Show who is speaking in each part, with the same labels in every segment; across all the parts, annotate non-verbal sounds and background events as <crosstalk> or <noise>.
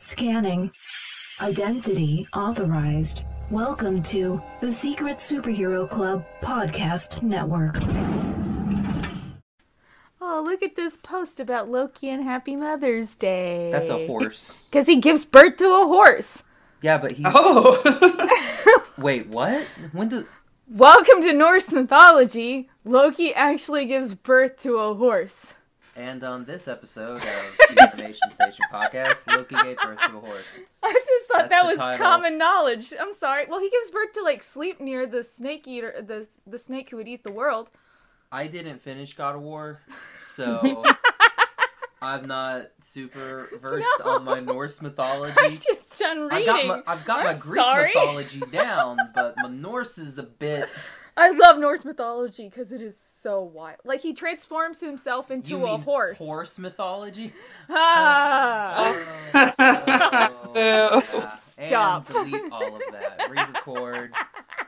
Speaker 1: Scanning. Identity authorized. Welcome to the Secret Superhero Club Podcast Network.
Speaker 2: Oh, look at this post about Loki and Happy Mother's Day.
Speaker 3: That's a horse.
Speaker 2: Because he gives birth to a horse.
Speaker 3: Yeah, but he.
Speaker 4: Oh,
Speaker 3: <laughs> Wait, what? When did?
Speaker 2: Welcome to Norse mythology. Loki actually gives birth to a horse.
Speaker 3: And on this
Speaker 2: <laughs>
Speaker 3: episode of the Information Station podcast, Loki gave birth to a horse.
Speaker 2: I just thought
Speaker 3: That's
Speaker 2: that
Speaker 3: the
Speaker 2: was
Speaker 3: title.
Speaker 2: common knowledge. I'm sorry. Well, he gives birth to like sleep near the snake eater, the the snake who would eat the world. <laughs>
Speaker 3: I didn't finish God of War,
Speaker 2: <laughs>
Speaker 3: so I'm not super versed on my Norse mythology.
Speaker 2: I'm just done
Speaker 3: I've
Speaker 2: reading.
Speaker 3: got my, I've got my
Speaker 2: I'm
Speaker 3: Greek
Speaker 2: sorry.
Speaker 3: mythology down, but my Norse is
Speaker 2: <laughs>
Speaker 3: a bit.
Speaker 2: I love Norse mythology because it is so wild. Like he transforms himself into
Speaker 3: You
Speaker 2: a
Speaker 3: mean
Speaker 2: horse.
Speaker 3: Horse mythology.
Speaker 2: Ah.
Speaker 3: <laughs>
Speaker 2: <laughs>
Speaker 3: Oh,
Speaker 4: No.
Speaker 3: yeah.
Speaker 2: Stop.
Speaker 3: And delete all of that. Re-record.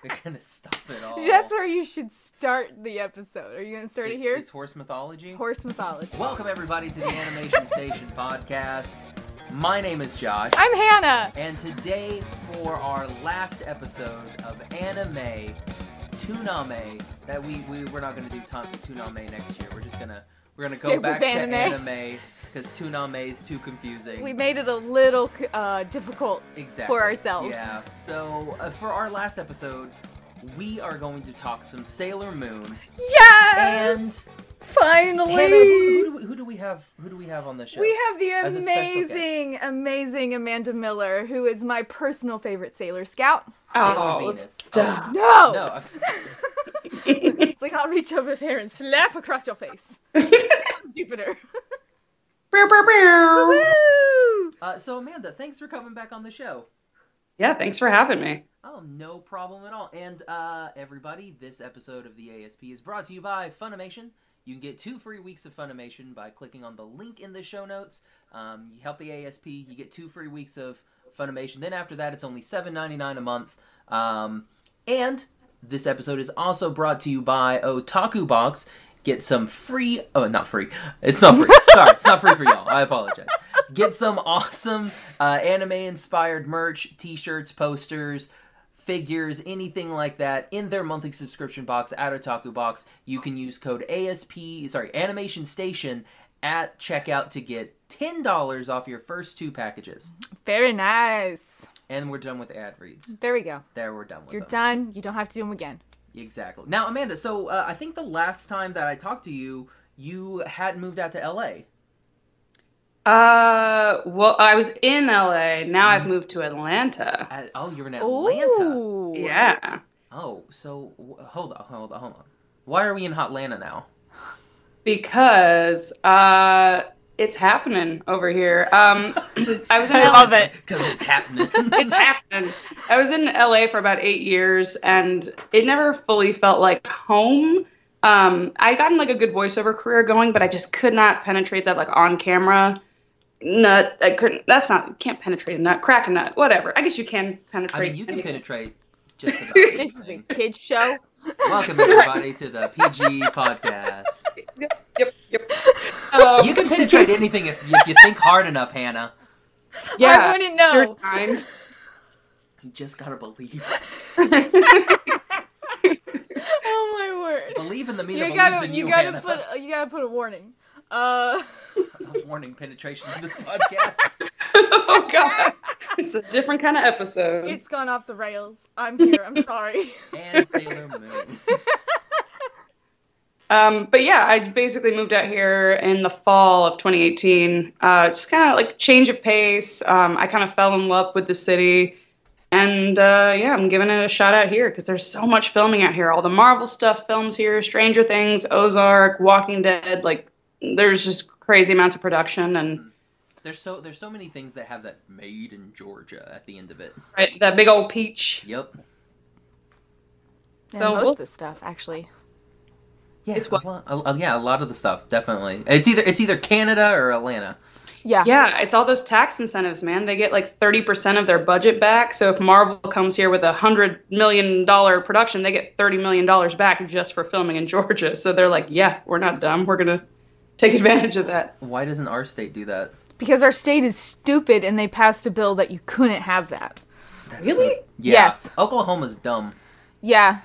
Speaker 3: We're gonna stop it all.
Speaker 2: That's where you should start the episode. Are you going to start
Speaker 3: It's-
Speaker 2: it here?
Speaker 3: It's horse mythology.
Speaker 2: Horse mythology.
Speaker 3: Welcome everybody to the Animation Station podcast. My name is Josh,
Speaker 2: I'm Hannah.
Speaker 3: and today for our last episode of anime Tooname, that we, we we're not gonna do ton- Tooname next year. We're just gonna we're gonna
Speaker 2: Stick
Speaker 3: go
Speaker 2: with
Speaker 3: back to
Speaker 2: anime.
Speaker 3: anime because Tooname is too confusing.
Speaker 2: We made it a little uh, difficult.
Speaker 3: exactly.
Speaker 2: for ourselves.
Speaker 3: Yeah. So uh, for our last episode, we are going to talk some Sailor Moon
Speaker 2: Yes!
Speaker 3: and
Speaker 2: finally!
Speaker 3: Hannah, who, who, do we, who do we have? Who do we have on the show?
Speaker 2: we have
Speaker 3: As
Speaker 2: the
Speaker 3: a special guest.
Speaker 2: amazing, amazing Amanda Miller, who is my personal favorite Sailor Scout.
Speaker 3: Sailor
Speaker 4: oh
Speaker 3: Venus.
Speaker 4: stop.
Speaker 2: No!
Speaker 3: No, a s- <laughs>
Speaker 2: It's like I'll reach over there and slap across your
Speaker 3: <laughs>
Speaker 2: face. Jupiter.
Speaker 4: Bow, bow, bow.
Speaker 2: Woo!
Speaker 3: uh, so Amanda, thanks for coming back on the show.
Speaker 4: Yeah, thanks for having me.
Speaker 3: Oh, no problem at all. And uh, everybody, this episode of the ASP is brought to you by Funimation. You can get two free weeks of Funimation by clicking on the link in the show notes. Um, you help the ASP, you get two free weeks of Funimation. Then after that, it's only $7.99 a month. Um, and this episode is also brought to you by Otaku Box. Get some free. Oh, not free. It's not free. Sorry, it's not free for y'all. I apologize. Get some awesome uh, anime inspired merch, t shirts, posters, figures, anything like that in their monthly subscription box at Otaku Box. You can use code ASP, sorry, Animation Station at checkout to get $10 off your first two packages.
Speaker 2: Very nice.
Speaker 3: And we're done with ad reads.
Speaker 2: There we go.
Speaker 3: There, we're done with
Speaker 2: You're
Speaker 3: them.
Speaker 2: done. You don't have to do them again.
Speaker 3: Exactly. Now, Amanda, so uh, I think the last time that I talked to you, you had moved out to LA.
Speaker 4: Uh, well, I was in LA. Now I've moved to Atlanta.
Speaker 3: At, oh, you're in Atlanta.
Speaker 2: Ooh.
Speaker 4: Yeah,
Speaker 3: Oh, so w- hold on, hold on, hold on. Why are we in Hotlanta now?
Speaker 4: because uh, it's happening over here. <laughs> Um, I was in
Speaker 2: I
Speaker 4: LA.
Speaker 2: love
Speaker 3: <laughs>
Speaker 2: it.
Speaker 3: Because
Speaker 2: <laughs>
Speaker 3: it's happening.
Speaker 4: it's happened. I was in LA for about eight years, and it never fully felt like home. Um, I gotten like a good voiceover career going, but I just could not penetrate that like on camera. Nut, I couldn't. That's not. You can't penetrate a nut. Crack a nut. Whatever. I guess you can
Speaker 3: I
Speaker 4: penetrate.
Speaker 3: mean, you can penetrate just about
Speaker 2: This is a
Speaker 3: anything.
Speaker 2: kids show.
Speaker 3: <laughs> Welcome everybody to the PG podcast.
Speaker 4: Yep. Yep.
Speaker 3: <laughs>
Speaker 4: Um,
Speaker 3: You can penetrate anything if, if you think hard enough, Hannah.
Speaker 2: I
Speaker 4: yeah.
Speaker 2: wouldn't know.
Speaker 4: Your kind. <laughs>
Speaker 3: You just gotta believe.
Speaker 2: Oh my word.
Speaker 3: Believe in the meaning
Speaker 2: You
Speaker 3: of
Speaker 2: gotta,
Speaker 3: losing
Speaker 2: you,
Speaker 3: you,
Speaker 2: gotta
Speaker 3: Hannah.
Speaker 2: put, you gotta put a warning. Uh,
Speaker 3: <laughs> A warning penetration in this podcast.
Speaker 4: oh god. It's a different kind of episode.
Speaker 2: it's gone off the rails. I'm here. I'm
Speaker 4: <laughs>
Speaker 2: sorry.
Speaker 3: and Sailor Moon.
Speaker 4: Um, but yeah, I basically moved out here in the fall of 2018. Uh, just kind of like change of pace. Um, I kind of fell in love with the city, and uh, yeah, I'm giving it a shot out here because there's so much filming out here. All the Marvel stuff films here, Stranger Things, Ozark, Walking Dead. Like, there's just crazy amounts of production, and
Speaker 3: There's so there's so many things that have that made in Georgia at the end of it.
Speaker 4: right, that big old peach.
Speaker 3: Yep.
Speaker 2: And
Speaker 4: So
Speaker 2: most
Speaker 4: we'll-
Speaker 2: of the stuff, actually.
Speaker 3: Yeah,
Speaker 4: It's
Speaker 3: a
Speaker 4: what-
Speaker 3: lot- a- a- yeah, a lot of the stuff definitely. It's either it's either Canada or Atlanta.
Speaker 2: Yeah.
Speaker 4: Yeah, it's all those tax incentives, man. They get like 30% of their budget back. So if Marvel comes here with a $100 million production, they get $30 million back just for filming in <laughs> Georgia. So they're like, yeah, we're not dumb. We're going to take advantage of that.
Speaker 3: Why doesn't our state do that?
Speaker 2: because our state is stupid and they passed a bill that you couldn't have that.
Speaker 3: That's so-
Speaker 4: Really?
Speaker 3: yeah.
Speaker 2: Yes.
Speaker 3: Oklahoma's dumb.
Speaker 2: Yeah.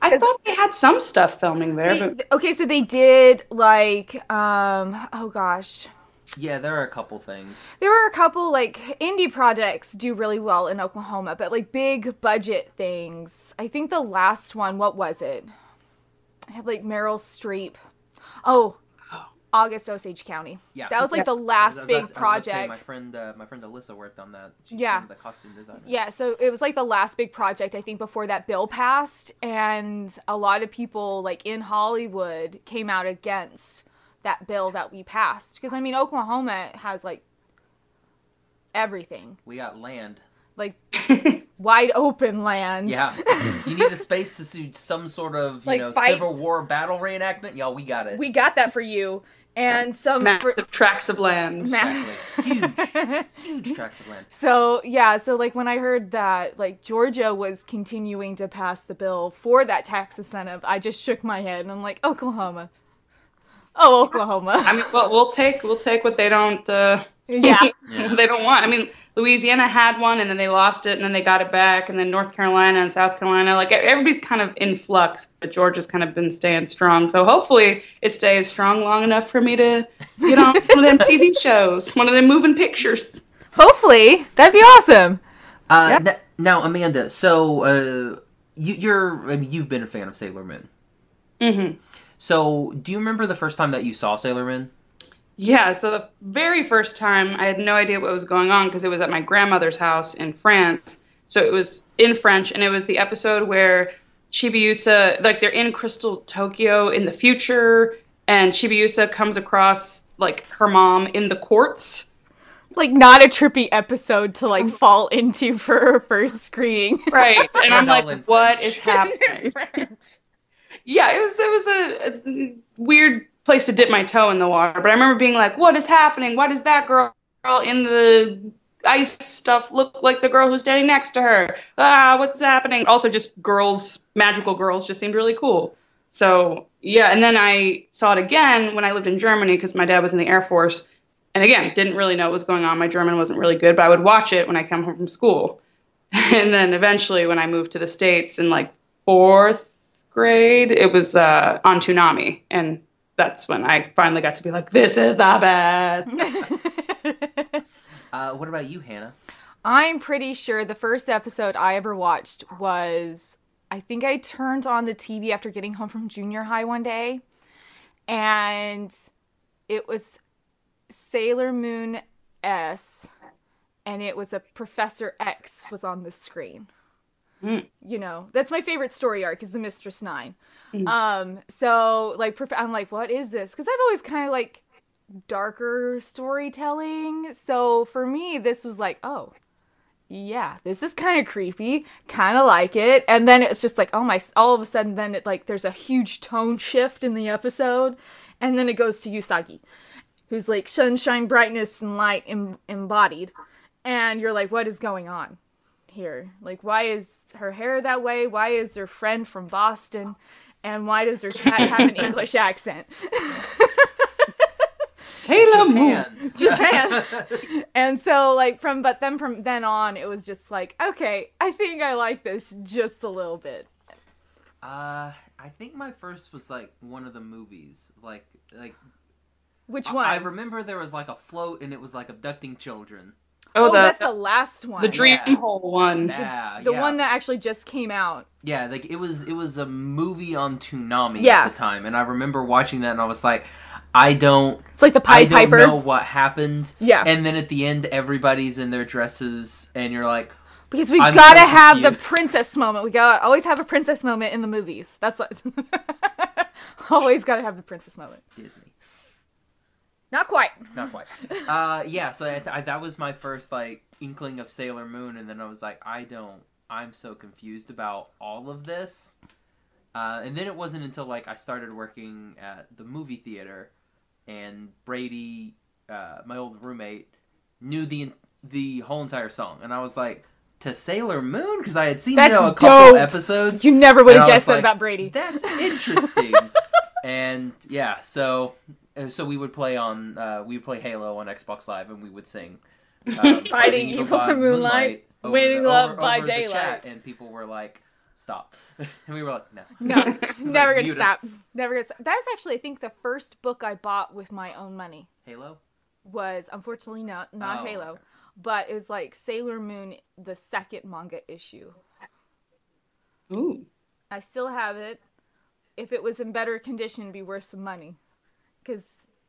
Speaker 4: I
Speaker 2: 'Cause-
Speaker 4: thought they had some stuff filming there,
Speaker 2: They-
Speaker 4: but
Speaker 2: th- okay, so they did like um oh gosh.
Speaker 3: Yeah, there are a couple things.
Speaker 2: There were a couple like indie projects do really well in Oklahoma, but like big budget things. I think the last one, what was it? I had like Meryl Streep. Oh, August Osage County.
Speaker 3: Yeah.
Speaker 2: That was like
Speaker 4: Yeah.
Speaker 2: the
Speaker 3: I was
Speaker 2: last
Speaker 3: about- I
Speaker 2: big
Speaker 3: was about to say,
Speaker 2: project.
Speaker 3: my friend, uh, my friend Alyssa worked on that. She's
Speaker 2: Yeah.
Speaker 3: one of The costume designer.
Speaker 2: Yeah, so it was like the last big project I think before that bill passed and a lot of people like in Hollywood came out against that bill that we passed because I mean Oklahoma has like everything.
Speaker 3: We
Speaker 2: <laughs>
Speaker 3: got land.
Speaker 2: Like wide open land.
Speaker 3: Yeah. you need a space to do some sort of you
Speaker 2: Like
Speaker 3: know
Speaker 2: fights.
Speaker 3: Civil War battle reenactment. Y'all, we got it.
Speaker 2: We got that for you and some <laughs> for-
Speaker 4: massive tracts of land.
Speaker 2: Ma-
Speaker 3: exactly.
Speaker 2: <laughs>
Speaker 3: Huge, huge tracts of land.
Speaker 2: So yeah, so like when I heard that like Georgia was continuing to pass the bill for that tax incentive, I just shook my head and I'm like, Oklahoma. Oh, Oklahoma.
Speaker 4: I mean, well, we'll take we'll take what they don't uh, <laughs>
Speaker 2: yeah.
Speaker 3: Yeah.
Speaker 4: they don't want. I mean, Louisiana had one, and then they lost it, and then they got it back, and then North Carolina and South Carolina. Like e- everybody's kind of in flux, but Georgia's kind of been staying strong. So hopefully, it stays strong long enough for me to get on one of them TV shows, one of them moving pictures.
Speaker 2: Hopefully, that'd be awesome.
Speaker 3: Uh, n- now, Amanda, so uh, you, you're I mean, you've been a fan of Sailor Moon.
Speaker 4: Mm-hmm.
Speaker 3: So, do you remember the first time that you saw Sailor Moon?
Speaker 4: Yeah, so the very first time I had no idea what was going on because it was at my grandmother's house in France. So it was in French, and it was the episode where Chibiusa, like they're in Crystal Tokyo in the future, and Chibiusa comes across like her mom in the courts.
Speaker 2: Like not a trippy episode to like fall into for her first screening. <laughs>
Speaker 4: Right. And I'm
Speaker 3: And all in
Speaker 4: like, what
Speaker 3: French.
Speaker 4: is happening? yeah, it was it was a, a weird place to dip my toe in the water. But I remember being like, "What is happening? Why does that girl in the ice stuff look like the girl who's standing next to her? Ah, what's happening?" Also, just girls, magical girls, just seemed really cool. So yeah, and then I saw it again when I lived in Germany because my dad was in the Air Force, and again didn't really know what was going on. My German wasn't really good, but I would watch it when I come home from school. <laughs> And then eventually, when I moved to the states in like fourth grade, it was uh, on Toonami, and that's when I finally got to be like, "This is the best."
Speaker 3: Uh, what about you, Hannah?
Speaker 2: I'm pretty sure the first episode I ever watched was I think I turned on the TV after getting home from junior high one day and it was Sailor Moon S and it was a Professor X was on the screen.
Speaker 4: Hmm.
Speaker 2: You know, that's my favorite story arc is the Mistress 9. Um so like prof- I'm like what is this? Cuz I've always kind of like darker storytelling. So for me, this was like, oh, yeah, this is kind of creepy, kind of like it. And then it's just like, oh my, all of a sudden, then it like, there's a huge tone shift in the episode. And then it goes to Usagi, who's like sunshine, brightness, and light em- embodied. And you're like, what is going on here? Like, why is her hair that way? Why is her friend from Boston? And why does her cat have an English accent?
Speaker 4: Sailor Moon.
Speaker 3: Pan.
Speaker 2: <laughs>
Speaker 3: <laughs>
Speaker 2: Japan. and so like from but then from then on it was just like, okay, I think I like this just a little bit.
Speaker 3: Uh, I think my first was like one of the movies. Like, like
Speaker 2: Which
Speaker 3: I-
Speaker 2: one?
Speaker 3: I remember there was like a float, and it was like abducting children.
Speaker 2: oh,
Speaker 4: Oh,
Speaker 2: that's
Speaker 4: the
Speaker 2: the last one.
Speaker 4: the dream
Speaker 3: Yeah.
Speaker 4: hole one.
Speaker 3: Yeah,
Speaker 2: The
Speaker 3: yeah.
Speaker 2: one that actually just came out.
Speaker 3: Yeah, like it was it was a movie on Toonami
Speaker 2: Yeah.
Speaker 3: at the time, and I remember watching that, and I was like, I don't,
Speaker 2: It's like the
Speaker 3: I
Speaker 2: Pied
Speaker 3: don't
Speaker 2: Piper.
Speaker 3: know what happened.
Speaker 2: Yeah.
Speaker 3: and then at the end, everybody's in their dresses, and you're like,
Speaker 2: Because we
Speaker 3: I'm
Speaker 2: gotta
Speaker 3: so
Speaker 2: have the
Speaker 3: confused.
Speaker 2: princess moment. We gotta always have a princess moment in the movies. That's what <laughs> always gotta have the princess moment.
Speaker 3: Disney,
Speaker 2: Not quite. <laughs>
Speaker 3: not quite. uh, yeah, so I th- I, that was my first like inkling of Sailor Moon, and then I was like, I don't, I'm so confused about all of this. Uh, and then it wasn't until like I started working at the movie theater, and Brady, uh, my old roommate, knew the the whole entire song, and I was like, to Sailor Moon because I had seen you
Speaker 2: That's
Speaker 3: know, a couple
Speaker 2: dope.
Speaker 3: episodes.
Speaker 2: You never would
Speaker 3: And
Speaker 2: have
Speaker 3: <laughs>
Speaker 2: <laughs>
Speaker 3: I was
Speaker 2: guessed that
Speaker 3: like,
Speaker 2: about Brady.
Speaker 3: That's interesting. and yeah, so uh, so we would play on uh, we would play Halo on Xbox Live and we would sing
Speaker 2: <laughs>
Speaker 3: um,
Speaker 2: Fighting evil
Speaker 3: by
Speaker 2: through moonlight,
Speaker 3: over
Speaker 2: winning
Speaker 3: the-
Speaker 2: love
Speaker 3: over-
Speaker 2: by
Speaker 3: over the
Speaker 2: daylight.
Speaker 3: chat, and people were like stop <laughs> and we were like no
Speaker 2: No, never gonna
Speaker 3: mute
Speaker 2: stop.
Speaker 3: us.
Speaker 2: Never gonna stop. That was actually, I think, the first book I bought with my own money
Speaker 3: Halo
Speaker 2: was unfortunately not not
Speaker 3: Oh,
Speaker 2: Halo,
Speaker 3: okay.
Speaker 2: but it was like Sailor Moon, the second manga issue.
Speaker 4: Ooh.
Speaker 2: I still have it. If it was in better condition, it'd be worth some money, because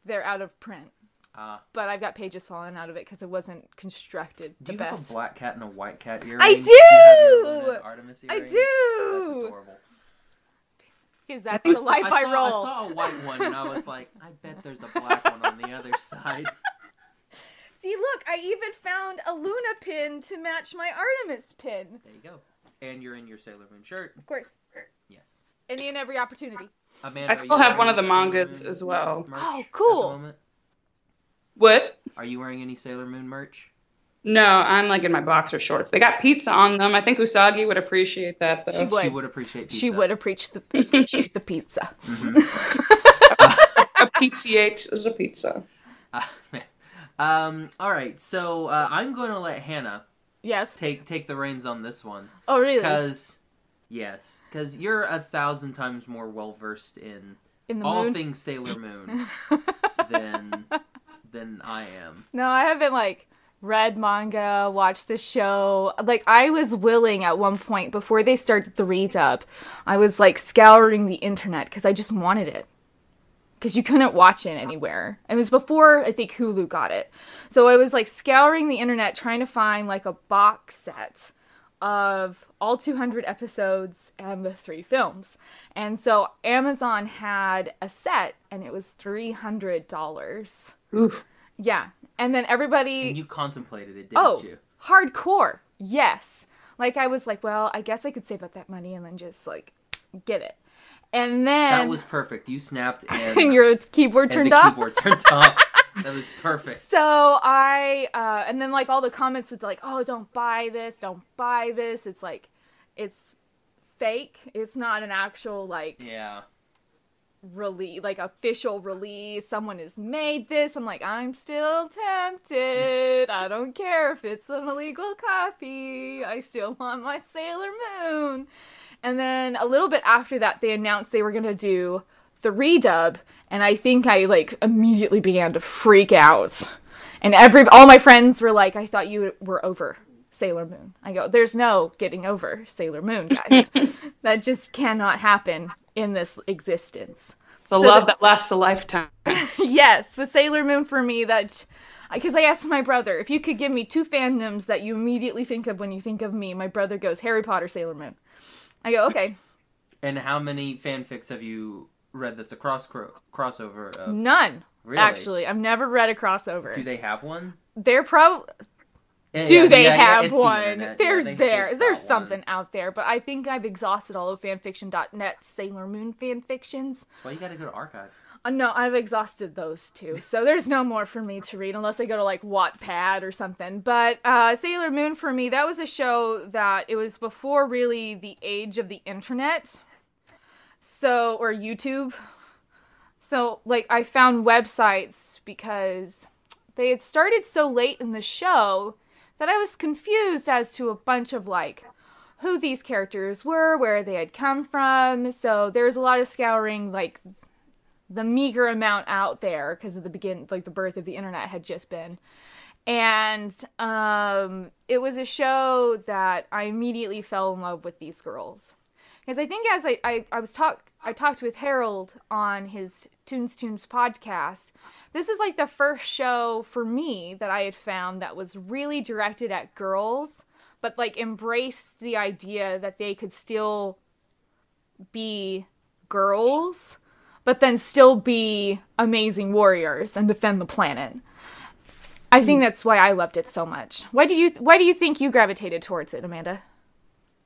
Speaker 2: they're out of print.
Speaker 3: Ah.
Speaker 2: But I've got pages falling out of it because it wasn't constructed the
Speaker 3: do you have
Speaker 2: best.
Speaker 3: a black cat and a white cat earring?
Speaker 2: I
Speaker 3: Do you have your
Speaker 2: do!
Speaker 3: Luna and Artemis
Speaker 2: I
Speaker 3: earrings? That's
Speaker 2: do!
Speaker 3: adorable.
Speaker 2: Because that's the life I,
Speaker 3: saw,
Speaker 2: roll.
Speaker 3: I saw a white one and I was like, I bet there's a black one on the other side. <laughs>
Speaker 2: See, look, I even found a Luna pin to match my Artemis pin.
Speaker 3: There you go. And you're in your Sailor Moon shirt.
Speaker 2: Of course,
Speaker 3: Yes.
Speaker 2: any and every opportunity.
Speaker 3: Amanda,
Speaker 4: I
Speaker 3: are
Speaker 4: still
Speaker 3: you
Speaker 4: have one of the
Speaker 3: wearing Sailor
Speaker 4: mangas
Speaker 3: Moon
Speaker 4: as well.
Speaker 3: merch
Speaker 2: Oh,
Speaker 3: at the
Speaker 2: cool.
Speaker 3: moment?
Speaker 4: What?
Speaker 3: Are you wearing any Sailor Moon merch?
Speaker 4: No, I'm like in my boxer shorts. They got pizza on them. I think Usagi would appreciate that though.
Speaker 2: would.
Speaker 3: She would appreciate pizza.
Speaker 2: She would have preached the appreciate the pizza.
Speaker 4: a PTH is a pizza.
Speaker 3: <laughs> Um, all right, so uh, I'm going to let Hannah
Speaker 2: Yes.
Speaker 3: take take the reins on this one
Speaker 2: Oh, really?
Speaker 3: because yes, because you're a thousand times more well versed in
Speaker 2: In the
Speaker 3: all
Speaker 2: moon. <laughs>
Speaker 3: things Sailor Moon than than I am.
Speaker 2: No, I haven't like read manga, watched the show. Like I was willing at one point before they started the redub, I was like scouring the internet because I just wanted it. Because you couldn't watch it anywhere. It was before I think Hulu got it. So I was like scouring the internet trying to find like a box set of all 200 episodes and the three films. And so Amazon had a set and it was $300.
Speaker 4: Oof.
Speaker 2: Yeah. And then everybody
Speaker 3: And you contemplated it, didn't
Speaker 2: Oh,
Speaker 3: you?
Speaker 2: hardcore. Yes. Like I was like, well, I guess I could save up that money and then just like get it. And then
Speaker 3: That was perfect.
Speaker 2: <laughs>
Speaker 3: You snapped and,
Speaker 2: and <laughs> your keyboard
Speaker 3: and
Speaker 2: turned
Speaker 3: the
Speaker 2: off.
Speaker 3: keyboard turned off.
Speaker 2: <laughs>
Speaker 3: That was perfect.
Speaker 2: So I uh, and then like all the comments was like, oh, don't buy this, don't buy this. It's like, it's fake. It's not an actual like
Speaker 3: Yeah.
Speaker 2: release, like official release. Someone has made this. I'm like, I'm still tempted. I don't care if it's an illegal copy. I still want my Sailor Moon. And then a little bit after that, they announced they were gonna do the redub, and I think I like immediately began to freak out. And every all my friends were like, I thought you were over Sailor Moon. I go, there's no getting over Sailor Moon, guys. that just cannot happen in this existence.
Speaker 4: The
Speaker 2: So
Speaker 4: love
Speaker 2: the-
Speaker 4: that lasts a lifetime.
Speaker 2: Yes, with Sailor Moon for me, that because I asked my brother if you could give me two fandoms that you immediately think of when you think of me. My brother goes Harry Potter, Sailor Moon. I go okay,
Speaker 3: <laughs> And how many fanfics have you read that's a cross cro- crossover of?
Speaker 2: none.
Speaker 3: Really?
Speaker 2: Actually, I've never read a crossover.
Speaker 3: Do they have one?
Speaker 2: They're probably
Speaker 3: Eh,
Speaker 2: do
Speaker 3: yeah,
Speaker 2: they
Speaker 3: yeah, yeah,
Speaker 2: have
Speaker 3: it's the
Speaker 2: one?
Speaker 3: internet. Yeah,
Speaker 2: There's
Speaker 3: they-
Speaker 2: there.
Speaker 3: they've
Speaker 2: There's
Speaker 3: got
Speaker 2: something
Speaker 3: one.
Speaker 2: out there, but I think I've exhausted all of fanfiction.net Sailor Moon fanfictions.
Speaker 3: That's why you gotta go to archive.
Speaker 2: Uh, no, I've exhausted those two, so there's no more for me to read unless I go to like Wattpad or something. But uh, Sailor Moon for me, that was a show that it was before really the age of the internet, so or YouTube. So like I found websites because they had started so late in the show that I was confused as to a bunch of like who these characters were, where they had come from. So there's a lot of scouring like the meager amount out there because of the begin like the birth of the internet had just been and um it was a show that i immediately fell in love with these girls because i think as i i, I was talk i talked with harold on his tunes tunes podcast this was like the first show for me that i had found that was really directed at girls but like embraced the idea that they could still be girls but then still be amazing warriors and defend the planet. I think that's why I loved it so much. Why do you why do you think you gravitated towards it, Amanda?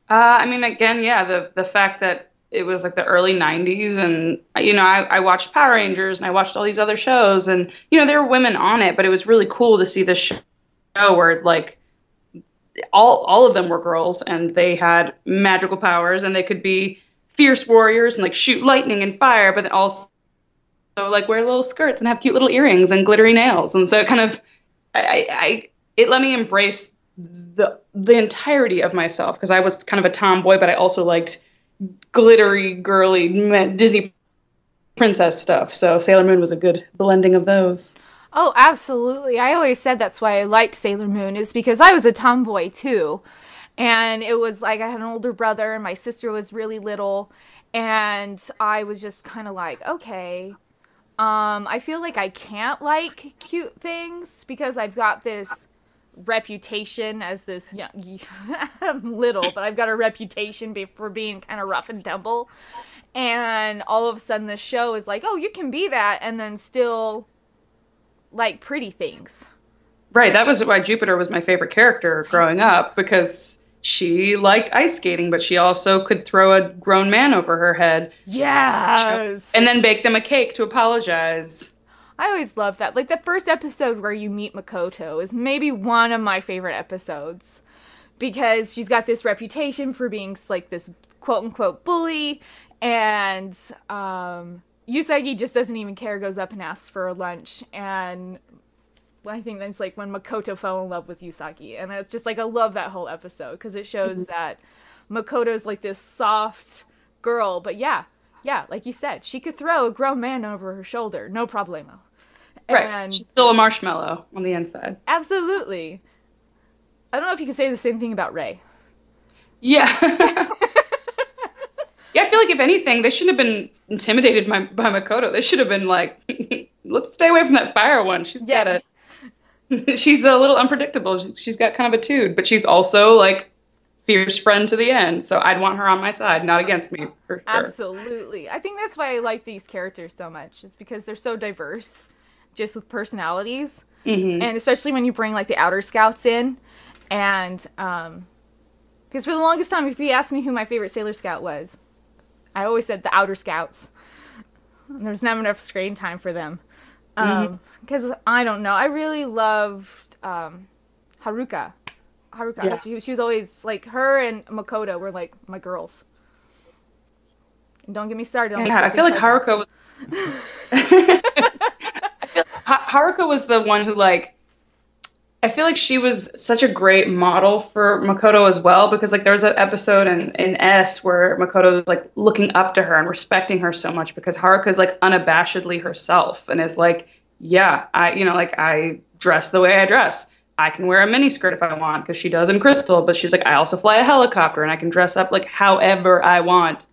Speaker 4: Uh, I mean, again, yeah, the the fact that it was like the early '90s, and you know, I, I watched Power Rangers and I watched all these other shows, and you know, there were women on it, but it was really cool to see this show where like all all of them were girls and they had magical powers and they could be fierce warriors and like shoot lightning and fire, but also So like wear little skirts and have cute little earrings and glittery nails, and so it kind of, I, I it let me embrace the the entirety of myself because I was kind of a tomboy, but I also liked glittery, girly me- Disney princess stuff. So Sailor Moon was a good blending of those.
Speaker 2: Oh, absolutely. I always said that's why I liked Sailor Moon is because I was a tomboy too. And it was like I had an older brother and my sister was really little and I was just kind of like, okay, um I feel like I can't like cute things because I've got this reputation as this young I'm <laughs> little, but I've got a reputation be- for being kind of rough and tumble. And all of a sudden the show is like, "Oh, you can be that and then still like pretty things.
Speaker 4: Right. That was why Jupiter was my favorite character growing up because she liked ice skating, but she also could throw a grown man over her head
Speaker 2: Yes.
Speaker 4: and then bake them a cake to apologize.
Speaker 2: I always love that. Like the first episode where you meet Makoto is maybe one of my favorite episodes because she's got this reputation for being like this quote unquote bully and um Usagi just doesn't even care, goes up and asks for a lunch and I think that's like when Makoto fell in love with Usagi and it's just like I love that whole episode because it shows that Makoto's like this soft girl, but yeah, yeah, like you said, she could throw a grown man over her shoulder, no problemo.
Speaker 4: Right.
Speaker 2: And
Speaker 4: She's still a marshmallow on the inside.
Speaker 2: absolutely. I don't know if you could say the same thing about Ray.
Speaker 4: Yeah. yeah, I feel like if anything, they shouldn't have been intimidated by, by Makoto. They should have been like, <laughs> let's stay away from that fire one. She's
Speaker 2: Yes.
Speaker 4: got a <laughs> she's a little unpredictable. She- She's got kind of a tood, but she's also like fierce friend to the end. So I'd want her on my side, not against me for sure.
Speaker 2: Absolutely. I think that's why I like these characters so much, is because they're so diverse, just with personalities.
Speaker 4: Mhm.
Speaker 2: And especially when you bring like the outer scouts in. And, um, because for the longest time, if you asked me who my favorite Sailor Scout was, I always said the outer scouts. There's not enough screen time for them. Because
Speaker 4: Mm-hmm.
Speaker 2: I don't know. I really loved um, Haruka. Haruka.
Speaker 4: Yeah.
Speaker 2: She, she was always like, her and Makoto were like my girls. And don't get me started on
Speaker 4: Yeah, I
Speaker 2: kissing
Speaker 4: feel like
Speaker 2: cousins.
Speaker 4: Haruka was. I feel <laughs> Ha- Haruka was the one who like. I feel like she was such a great model for Makoto as well because like there was an episode in, in S where Makoto was like looking up to her and respecting her so much because Haruka's like unabashedly herself and is like, yeah, I you know like I dress the way I dress. I can wear a miniskirt if I want because she does in Crystal, but she's like I also fly a helicopter and I can dress up like however I want,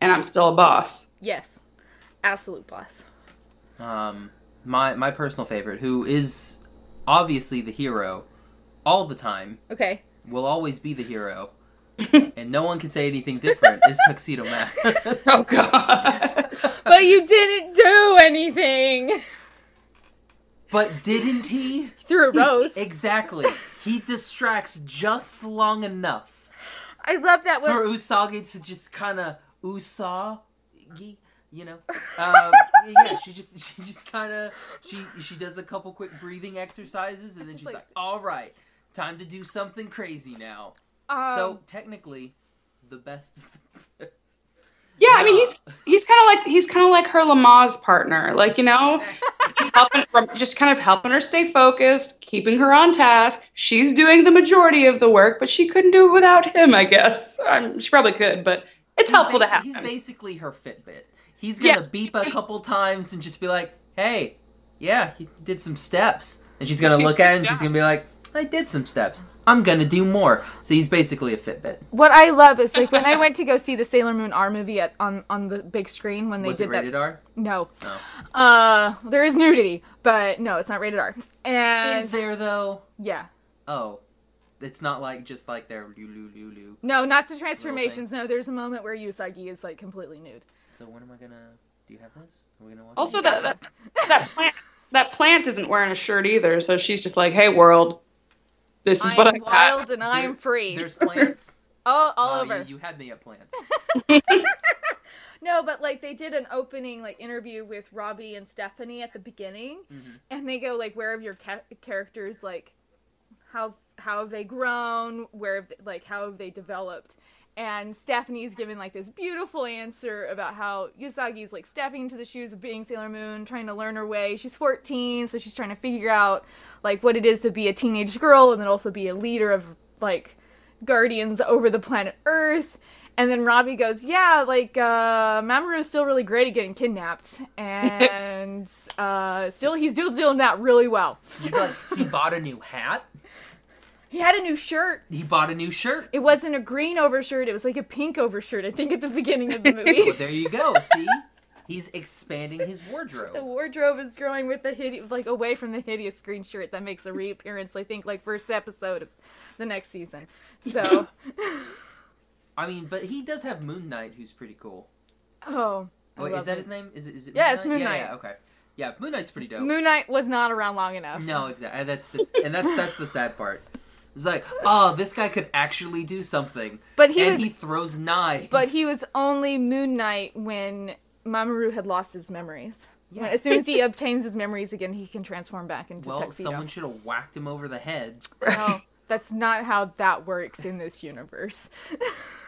Speaker 4: and I'm still a boss.
Speaker 2: Yes. Absolute boss.
Speaker 3: Um, my my personal favorite, who is obviously the hero all the time,
Speaker 2: Okay.
Speaker 3: will always be the
Speaker 2: <laughs>
Speaker 3: hero, and no one can say anything different. is Tuxedo Mask? <laughs>
Speaker 4: Oh god.
Speaker 2: But you didn't do anything. <laughs>
Speaker 3: but didn't he?
Speaker 4: <laughs>
Speaker 2: Through Rose.
Speaker 3: Exactly. He distracts just long enough
Speaker 2: I love that one.
Speaker 3: for Usagi to just kind of Usagi, you <laughs> know. Um, yeah, she just <laughs> she just kind of she she does a couple quick breathing exercises and then she's like,
Speaker 2: like-
Speaker 3: "All right, time to do something crazy now."
Speaker 2: Um,
Speaker 3: so technically, the best. Of the <laughs> best.
Speaker 4: Yeah, I mean he's he's kind of like he's kind of like her Lamaze partner. Like
Speaker 3: <laughs>
Speaker 4: you know, he's helping from just kind of helping her stay focused, keeping her on task. She's doing the majority of the work, but she couldn't do it without him. I guess um, she probably could, but it's helpful to
Speaker 3: Basi-
Speaker 4: have.
Speaker 3: He's
Speaker 4: him.
Speaker 3: basically her Fitbit. He's gonna
Speaker 4: Yeah.
Speaker 3: beep a couple times and just be like, "Hey, yeah, you did some steps," and she's gonna look at it and she's
Speaker 4: Yeah.
Speaker 3: gonna be like, "I did some steps. I'm gonna do more." So he's basically a Fitbit.
Speaker 2: What I love is like when
Speaker 4: <laughs>
Speaker 2: I went to go see the Sailor Moon R movie at, on on the big screen when they
Speaker 3: Was
Speaker 2: did
Speaker 3: it
Speaker 2: that.
Speaker 3: rated R?
Speaker 2: No,
Speaker 3: No.
Speaker 2: uh, there is nudity, but no, it's not rated R. And
Speaker 3: Is there though?
Speaker 2: yeah,
Speaker 3: Oh, it's not like just like their lulu lulu.
Speaker 2: no, not the transformations. No, there's a moment where Usagi is like completely nude.
Speaker 3: So when am I gonna? Do you have this? Are we gonna watch?
Speaker 4: Also,
Speaker 3: it?
Speaker 4: that, that that plant that plant isn't wearing a shirt either, so she's just like, "Hey, world, this is
Speaker 2: I
Speaker 4: what
Speaker 2: am
Speaker 4: I got."
Speaker 2: wild and I am
Speaker 3: There-
Speaker 2: free.
Speaker 4: <laughs>
Speaker 3: There's plants.
Speaker 2: all all
Speaker 3: Oh, you-
Speaker 2: over.
Speaker 3: You, had me at plants.
Speaker 2: No, but like they did an opening like interview with Robbie and Stephanie at the beginning,
Speaker 3: Mhm.
Speaker 2: and they go like, "Where have your ca- characters like, how how have they grown? Where have they, like how have they developed?" and Stephanie's given like this beautiful answer about how Yusagi's like stepping into the shoes of being Sailor Moon, trying to learn her way. She's 14, so she's trying to figure out like what it is to be a teenage girl and then also be a leader of like guardians over the planet Earth. And then Robbie goes, "Yeah, like uh, Mamoru is still really great at getting
Speaker 3: <laughs>
Speaker 2: kidnapped, and uh, still he's still doing that really well.
Speaker 3: You'd be like, he bought a new hat.
Speaker 2: He had a new shirt.
Speaker 3: He bought a new shirt.
Speaker 2: It wasn't a green overshirt; it was like a pink overshirt. I think at the beginning
Speaker 3: <laughs>
Speaker 2: of the
Speaker 3: Well,
Speaker 2: movie,
Speaker 3: there
Speaker 2: <laughs>
Speaker 3: you go. See, he's expanding his
Speaker 2: the
Speaker 3: wardrobe.
Speaker 2: wardrobe is growing with the hideous, like away from the hideous green shirt that makes a reappearance. I think like first episode of the next season. So,
Speaker 3: <laughs> I mean, but he does have Moon Knight, who's pretty cool.
Speaker 2: oh, I
Speaker 3: Wait,
Speaker 2: love
Speaker 3: is that
Speaker 2: it.
Speaker 3: his name? Is it? Is it?
Speaker 2: Yeah, it's Moon
Speaker 3: Yeah,
Speaker 2: Knight.
Speaker 3: yeah, okay. Yeah, Moon Knight's pretty dope.
Speaker 2: Moon Knight was not around long enough.
Speaker 3: No, exactly. That's the, and that's that's the sad part. It's like, oh, this guy could actually do something,
Speaker 2: But he
Speaker 3: and
Speaker 2: was-
Speaker 3: he throws knives.
Speaker 2: But he was only Moon Knight when Mamoru had lost his memories. When- As soon as
Speaker 4: <laughs>
Speaker 2: he obtains his memories again, he can transform back into
Speaker 3: well.
Speaker 2: Tuxedo.
Speaker 3: Someone should have whacked him over the head.
Speaker 2: No, that's not how that works in this universe.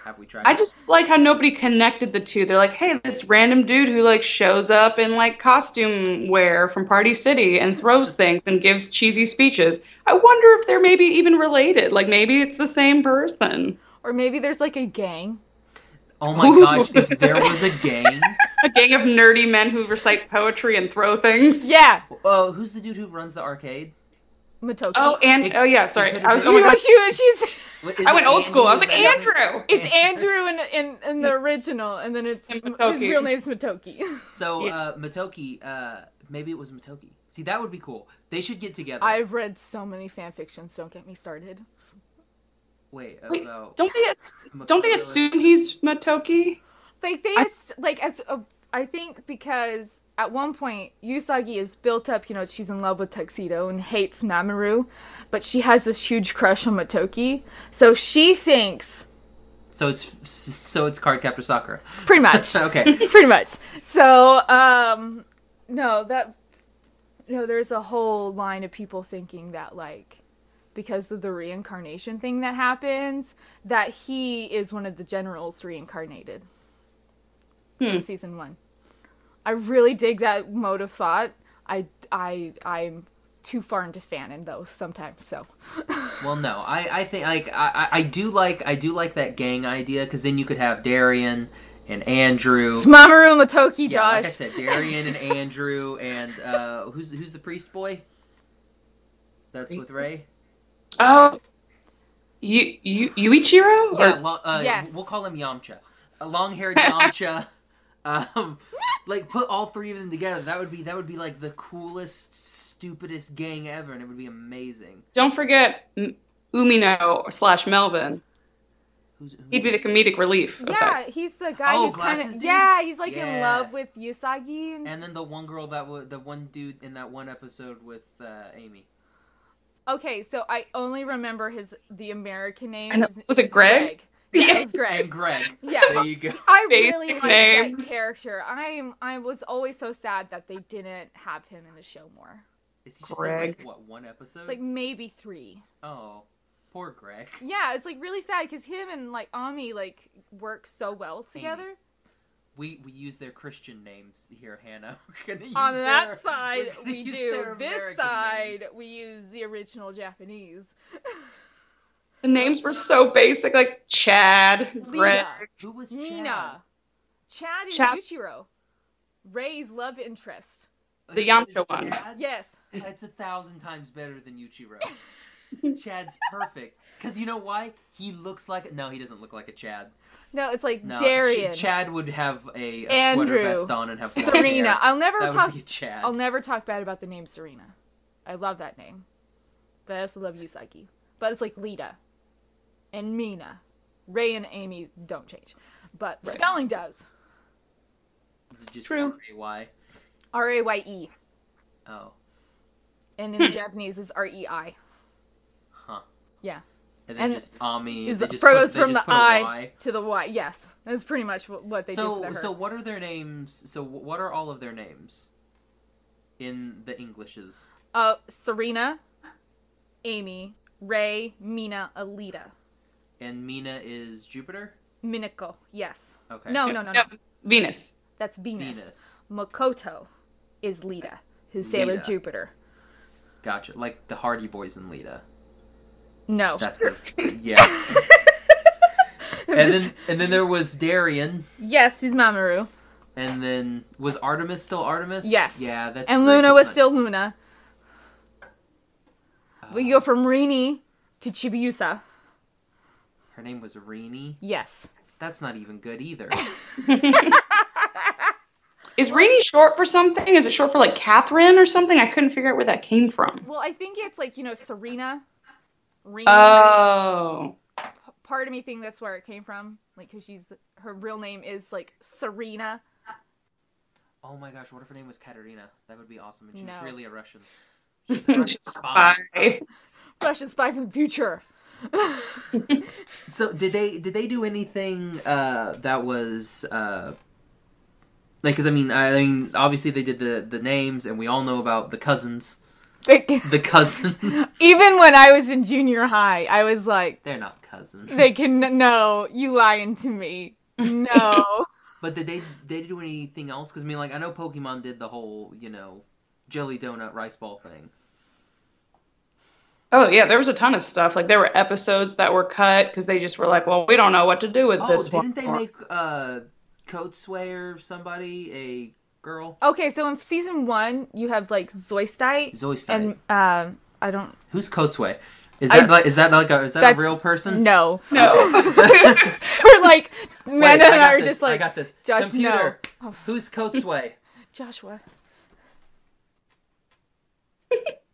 Speaker 3: Have we tried?
Speaker 4: I just like how nobody connected the two. They're like, hey, this random dude who like shows up in like costume wear from Party City and throws things and gives cheesy speeches. I wonder if they're maybe even related. Like maybe it's the same person.
Speaker 2: or maybe there's like a gang.
Speaker 3: Oh
Speaker 4: <laughs>
Speaker 3: my gosh! If there was a gang. <laughs>
Speaker 4: A gang of nerdy men who recite poetry and throw things.
Speaker 2: Yeah,
Speaker 3: Oh, who's the dude who runs the arcade?
Speaker 2: Matoki.
Speaker 4: Oh, and
Speaker 3: It-
Speaker 4: oh yeah,
Speaker 3: it
Speaker 4: sorry.
Speaker 3: could've
Speaker 4: I was
Speaker 3: been-
Speaker 4: oh my
Speaker 2: You-
Speaker 4: gosh.
Speaker 2: she-
Speaker 4: <laughs>
Speaker 2: she's-
Speaker 3: What- is
Speaker 4: I
Speaker 3: it
Speaker 4: went old school. I was like,
Speaker 3: Is that-
Speaker 4: Andrew!
Speaker 2: it's Andrew in, in in the original, and then it's
Speaker 4: And
Speaker 2: his
Speaker 4: Matoki.
Speaker 2: real name's Matoki.
Speaker 3: So uh, Matoki, uh, maybe it was Matoki. See, that would be cool. They should get
Speaker 2: <laughs>
Speaker 3: together.
Speaker 2: I've read so many fan fictions. Don't get me started.
Speaker 3: Wait,
Speaker 4: Wait,
Speaker 3: about
Speaker 4: Don't they ass- don't they
Speaker 3: Makoto.
Speaker 4: assume he's Motoki?
Speaker 2: Like they, ass- like as a, I think because at one point Usagi is built up. You know, she's in love with Tuxedo and hates Mamoru, but she has this huge crush on Motoki. So she thinks,
Speaker 3: so it's so it's Card Captor Sakura. <laughs>
Speaker 2: pretty much,
Speaker 3: okay.
Speaker 2: pretty much. So, um, no, that, no, there's a whole line of people thinking that like. Because of the reincarnation thing that happens, that he is one of the generals reincarnated.
Speaker 3: Hmm.
Speaker 2: from season one. I really dig that mode of thought. I I I'm too far into fanon though sometimes. So <laughs>
Speaker 3: Well, no, I, I think like I, I- I do like I do like that gang idea because then you could have Darian and Andrew.
Speaker 2: it's Mamoru Matoki, Josh.
Speaker 3: Yeah, like I said, Darian and Andrew and uh, who's who's the priest boy? That's with
Speaker 4: Priest
Speaker 3: Ray.
Speaker 4: Oh, you you Yuichiro?
Speaker 3: Yeah,
Speaker 4: Or-
Speaker 3: lo- uh,
Speaker 2: Yes.
Speaker 3: we'll call him Yamcha, a
Speaker 2: <laughs>
Speaker 3: long-haired Yamcha. um, like put all three of them together. That would be that would be like the coolest, stupidest gang ever, and it would be amazing.
Speaker 4: Don't forget M- Umino slash Melvin.
Speaker 3: Who's who-
Speaker 4: He'd be the comedic relief. of
Speaker 2: Yeah,
Speaker 4: that.
Speaker 2: he's the guy
Speaker 3: Oh,
Speaker 2: who's kind
Speaker 3: glasses
Speaker 2: of
Speaker 3: dude?
Speaker 2: yeah, he's like in
Speaker 3: Yeah.
Speaker 2: love with Usagi and,
Speaker 3: and then the one girl that was the one dude in that one episode with uh, Amy.
Speaker 2: okay. So I only remember his the American name.
Speaker 4: I know.
Speaker 2: His-
Speaker 4: Was it
Speaker 2: it's
Speaker 4: Greg?
Speaker 2: Yeah, it
Speaker 4: <laughs> Yes.
Speaker 2: was Greg. <laughs>
Speaker 3: And Greg.
Speaker 2: Yeah.
Speaker 3: <laughs> There you go.
Speaker 2: I
Speaker 4: Basic
Speaker 2: really liked
Speaker 4: names.
Speaker 2: that character. I'm I was always so sad that they didn't have him in the show more.
Speaker 3: Is he just in, like
Speaker 4: Greg.
Speaker 3: what one episode?
Speaker 2: Like maybe three.
Speaker 3: oh, poor Greg.
Speaker 2: Yeah, it's like really sad because him and like Ami like work so well
Speaker 3: Mm.
Speaker 2: together.
Speaker 3: We we use their Christian names here, Hannah. <laughs> We're gonna use
Speaker 2: On Oh, that
Speaker 3: their-
Speaker 2: side,
Speaker 3: <laughs> we're gonna
Speaker 2: we
Speaker 3: use
Speaker 2: do.
Speaker 3: their
Speaker 2: This
Speaker 3: American
Speaker 2: side,
Speaker 3: names.
Speaker 2: we use the original Japanese.
Speaker 4: The names were so basic, like Chad, Greg.
Speaker 2: Lena,
Speaker 3: Who was
Speaker 2: Mina, Chad is
Speaker 4: Chad-
Speaker 2: Yushiro, Ray's love interest.
Speaker 3: Chad?
Speaker 4: The
Speaker 3: Is it- is
Speaker 4: Yamcha
Speaker 3: it
Speaker 4: one.
Speaker 3: Chad?
Speaker 2: Yes,
Speaker 3: It's a thousand times better than Yuchiro.
Speaker 2: <laughs>
Speaker 3: Chad's perfect. Because you know why? He looks like. No, he doesn't look like a Chad.
Speaker 2: no, it's like
Speaker 3: No, Ch-
Speaker 2: Darian,
Speaker 3: Chad would have a, a
Speaker 2: Andrew,
Speaker 3: sweater vest on and have blonde
Speaker 2: Serena.
Speaker 3: hair.
Speaker 2: I'll never
Speaker 3: That
Speaker 2: talk.
Speaker 3: would be a Chad.
Speaker 2: I'll never talk bad about the name Serena. I love that name, but I also love Yusaki. But it's like Lita and Mina, Ray and Amy don't change, but spelling does.
Speaker 3: This is just
Speaker 4: True.
Speaker 3: R-A-Y.
Speaker 2: R A Y E.
Speaker 3: Oh,
Speaker 2: And
Speaker 3: Hmm.
Speaker 2: in Japanese is R E I.
Speaker 3: huh.
Speaker 2: Yeah.
Speaker 3: And then
Speaker 2: And
Speaker 3: just Ami.
Speaker 2: Is
Speaker 3: they just put,
Speaker 2: goes
Speaker 3: they
Speaker 2: from
Speaker 3: just
Speaker 2: the
Speaker 3: put a
Speaker 2: I
Speaker 3: Y.
Speaker 2: to the Y. Yes. That's pretty much wh- what they do for
Speaker 3: So
Speaker 2: the
Speaker 3: so
Speaker 2: her.
Speaker 3: what are their names? So wh- what are all of their names in the Englishes?
Speaker 2: Uh, Serena, Amy, Ray, Mina, Alita.
Speaker 3: And Mina is Jupiter.
Speaker 2: Minako. Yes.
Speaker 3: Okay.
Speaker 2: No, no, no, no.
Speaker 4: Yep. Venus.
Speaker 2: That's Venus.
Speaker 3: Venus.
Speaker 2: Makoto is Lita, who's Sailor
Speaker 3: Lita.
Speaker 2: Jupiter.
Speaker 3: Gotcha. Like the Hardy Boys and Lita.
Speaker 2: No.
Speaker 3: That's the,
Speaker 2: <laughs>
Speaker 3: yeah. and then and then there was Darien,
Speaker 2: yes, who's Mamoru.
Speaker 3: and then was Artemis still Artemis?
Speaker 2: Yes.
Speaker 3: Yeah, that's
Speaker 2: and
Speaker 3: great.
Speaker 2: Luna
Speaker 3: It's
Speaker 2: was
Speaker 3: not-
Speaker 2: still Luna. we go from Rini to Chibiusa.
Speaker 3: Her name was Rini.
Speaker 2: Yes.
Speaker 3: That's not even good either.
Speaker 2: <laughs>
Speaker 4: Is Rainy short for something? Is it short for like Catherine or something? I couldn't figure out where that came from.
Speaker 2: Well, I think it's like, you know, Serena. Rini.
Speaker 4: Oh.
Speaker 2: Part of me think that's where it came from. Like, because she's, her real name is like Serena.
Speaker 3: oh my gosh, what if her name was Katerina? That would be awesome. And she was
Speaker 2: No.
Speaker 3: really a Russian. She's a Russian spy.
Speaker 4: Spy.
Speaker 2: Russian spy from the future.
Speaker 3: So did they did they do anything uh, that was uh, like? Because I mean, I mean, obviously they did the the names, and we all know about the cousins. The cousin.
Speaker 2: <laughs>
Speaker 3: <laughs>
Speaker 2: Even when I was in junior high, I was like,
Speaker 3: They're not cousins.
Speaker 2: <laughs> they can, no, you lying to me.
Speaker 3: <laughs>
Speaker 2: No.
Speaker 3: But did they they do anything else? Because I mean, like I know Pokemon did the whole you know jelly donut rice ball thing.
Speaker 4: Oh yeah, there was a ton of stuff. Like there were episodes that were cut because they just were like, well, we don't know what to do with
Speaker 3: Oh,
Speaker 4: this
Speaker 3: didn't
Speaker 4: one.
Speaker 3: they make uh Coatsway or somebody a girl?
Speaker 2: Okay, so in season one, you have like Zoistite,
Speaker 3: Zoistite.
Speaker 2: and um, I don't.
Speaker 3: Who's Coatsway? Is
Speaker 2: I-
Speaker 3: that like is that like a is that
Speaker 2: That's-
Speaker 3: a real person?
Speaker 2: No, <laughs>
Speaker 4: <laughs> no.
Speaker 2: we're like Amanda
Speaker 3: Wait, I
Speaker 2: and
Speaker 3: got
Speaker 2: I are
Speaker 3: this,
Speaker 2: just
Speaker 3: I
Speaker 2: like
Speaker 3: got this.
Speaker 2: Josh, no. Oh.
Speaker 3: Computer,
Speaker 2: <laughs>
Speaker 3: who's Coatsway?
Speaker 2: Joshua.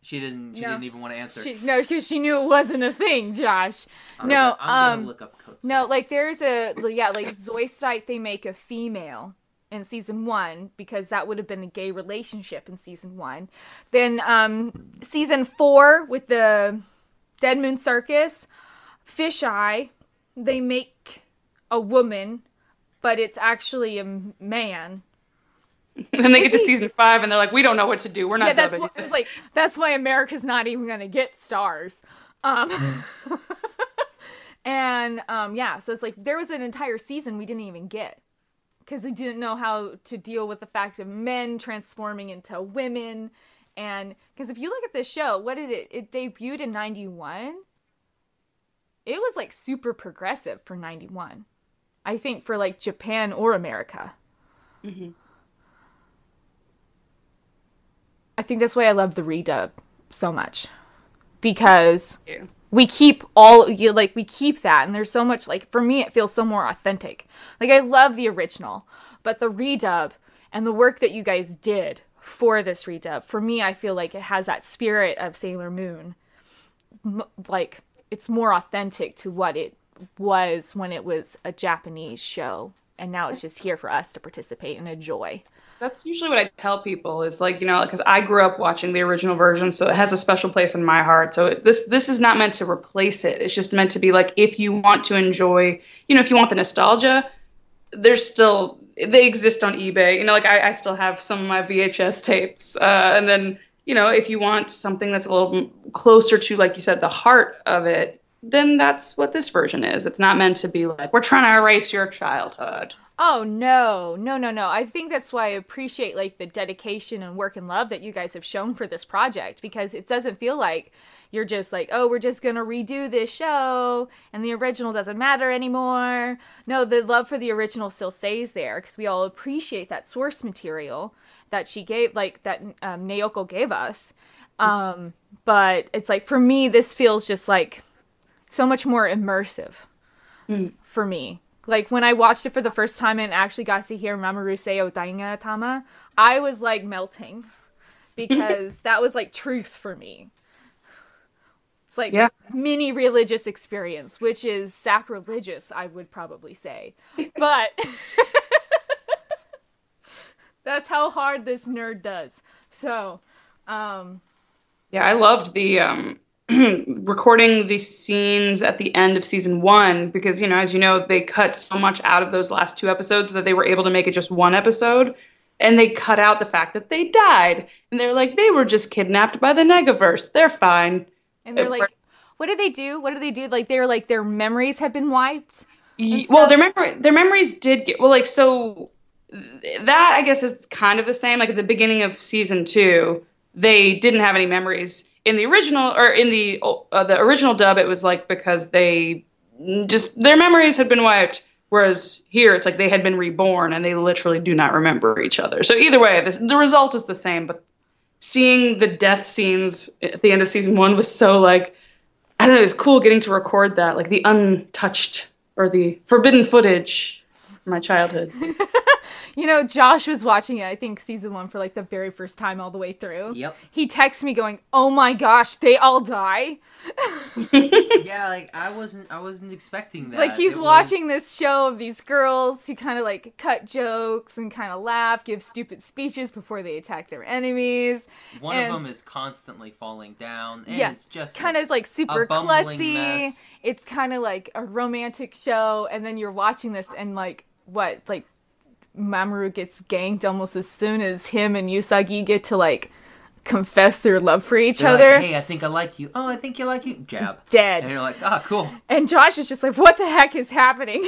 Speaker 3: She didn't. She
Speaker 2: No.
Speaker 3: didn't even want to answer.
Speaker 2: She, no, because she knew it wasn't a thing, Josh.
Speaker 3: I'm
Speaker 2: No,
Speaker 3: gonna- I'm
Speaker 2: um,
Speaker 3: gonna look up Coatsway.
Speaker 2: No, like there's a yeah, like Zoistite they make a female in season one because that would have been a gay relationship in season one. Then um season four with the Dead Moon Circus, Fisheye, they make a woman, but it's actually a m- man.
Speaker 4: then they get to season five and they're like, we don't know what to do. We're not
Speaker 2: yeah, that's
Speaker 4: dubbing.
Speaker 2: why,
Speaker 4: it."
Speaker 2: it's like that's why America's not even gonna get stars. Um, <laughs> and um, yeah, so it's like there was an entire season we didn't even get because they didn't know how to deal with the fact of men transforming into women. And because if you look at this show, what did it? It debuted in '91. It was like super progressive for '91, I think, for like Japan or America. I think that's why I love the redub so much because
Speaker 4: Yeah.
Speaker 2: we keep all you like we keep that and there's so much like for me it feels so more authentic. Like I love the original, but the redub and the work that you guys did for this redub for me I feel like it has that spirit of Sailor Moon. M- like it's more authentic to what it was when it was a Japanese show and now it's just here for us to participate and enjoy.
Speaker 4: That's usually what I tell people is like, you know, because I grew up watching the original version, so it has a special place in my heart. So it- this this is not meant to replace it. It's just meant to be like if you want to enjoy, you know, if you want the nostalgia, there's still they exist on eBay. You know, like I, I still have some of my VHS tapes, uh, and then you know, if you want something that's a little m- closer to, like you said, the heart of it, then that's what this version is. It's not meant to be like we're trying to erase your childhood.
Speaker 2: Oh no, no, no, no! I think that's why I appreciate like the dedication and work and love that you guys have shown for this project because it doesn't feel like you're just like, oh, we're just gonna redo this show and the original doesn't matter anymore. No, the love for the original still stays there because we all appreciate that source material that she gave, like that um, Naoko gave us. Um, but it's like for me, this feels just like so much more immersive for me. Like when I watched it for the first time and actually got to hear Mamoru say Odainga Tama, I was like melting because that was like truth for me. It's like
Speaker 4: Yeah.
Speaker 2: mini religious experience, which is sacrilegious, I would probably say. But <laughs> that's how hard this nerd does. So, um,
Speaker 4: Yeah, I loved the um, <clears throat> recording the scenes at the end of season one because, you know, as you know, they cut so much out of those last two episodes that they were able to make it just one episode. And they cut out the fact that they died. And they're like, they were just kidnapped by the Negaverse. They're fine.
Speaker 2: and they're
Speaker 4: It
Speaker 2: like,
Speaker 4: works.
Speaker 2: what did they do? What did they do? Like, they're like, their memories have been wiped.
Speaker 4: Y- well, their memory, their memories did get well. Like so, th- that I guess is kind of the same. Like at the beginning of season two, they didn't have any memories. In the original or in the uh, the original dub, it was like because they just their memories had been wiped. Whereas here, it's like they had been reborn and they literally do not remember each other. So either way, the, the result is the same. But seeing the death scenes at the end of season one was so like I don't know. It was cool getting to record that, like the untouched or the forbidden footage from
Speaker 2: <laughs>
Speaker 4: my childhood.
Speaker 2: You know, Josh was watching it, I think, season one for like the very first time all the way through.
Speaker 3: Yep.
Speaker 2: He texts me going, Oh my gosh, they all die.
Speaker 3: yeah, like I wasn't, I wasn't expecting that.
Speaker 2: like, he's
Speaker 3: It
Speaker 2: watching
Speaker 3: was-
Speaker 2: this show of these girls who kind of like cut jokes and kind of laugh, give stupid speeches before they attack their enemies.
Speaker 3: One
Speaker 2: and-
Speaker 3: of them is constantly falling down, and
Speaker 2: Yeah,
Speaker 3: it's just
Speaker 2: Kind of like
Speaker 3: a
Speaker 2: super
Speaker 3: bumbling
Speaker 2: klutzy.
Speaker 3: mess.
Speaker 2: It's kind of like a romantic show. And then you're watching this and like, what? Like, Mamoru gets ganked almost as soon as him and Usagi get to like confess their love for each
Speaker 3: They're like,
Speaker 2: other.
Speaker 3: hey, I think I like you. Oh, I think you like you. Jab.
Speaker 2: Dead.
Speaker 3: And you're like, ah, cool.
Speaker 2: And Josh is just like, what the heck is happening?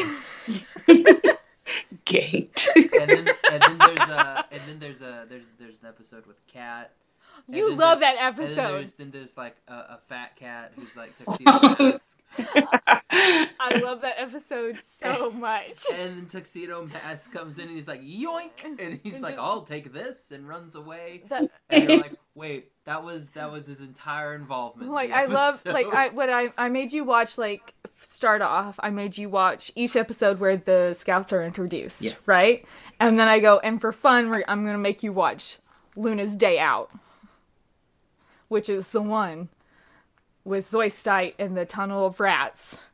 Speaker 4: Gate.
Speaker 3: And then, and then there's a, and then there's a, there's there's an episode with cat. And
Speaker 2: You
Speaker 3: then
Speaker 2: love
Speaker 3: there's-
Speaker 2: that
Speaker 3: And then
Speaker 2: episode.
Speaker 3: there's, then there's like a, a fat cat who's like tuxedo mask,
Speaker 2: <laughs> I love that episode
Speaker 3: <laughs>
Speaker 2: so much.
Speaker 3: and then tuxedo mask comes in and he's like yoink, and he's
Speaker 2: And
Speaker 3: like,
Speaker 2: just-
Speaker 3: I'll take this, and runs away.
Speaker 2: That,
Speaker 3: And you're like, wait, that was that was his entire involvement. in
Speaker 2: like
Speaker 3: <laughs> the
Speaker 2: I love like
Speaker 3: episode."
Speaker 2: I what I I made you watch like start off. I made you watch each episode where the scouts are introduced,
Speaker 3: Yes.
Speaker 2: right? And then I go and for fun, we're, I'm gonna make you watch Luna's Day Out, which is the one with Zoistite and the Tunnel of Rats.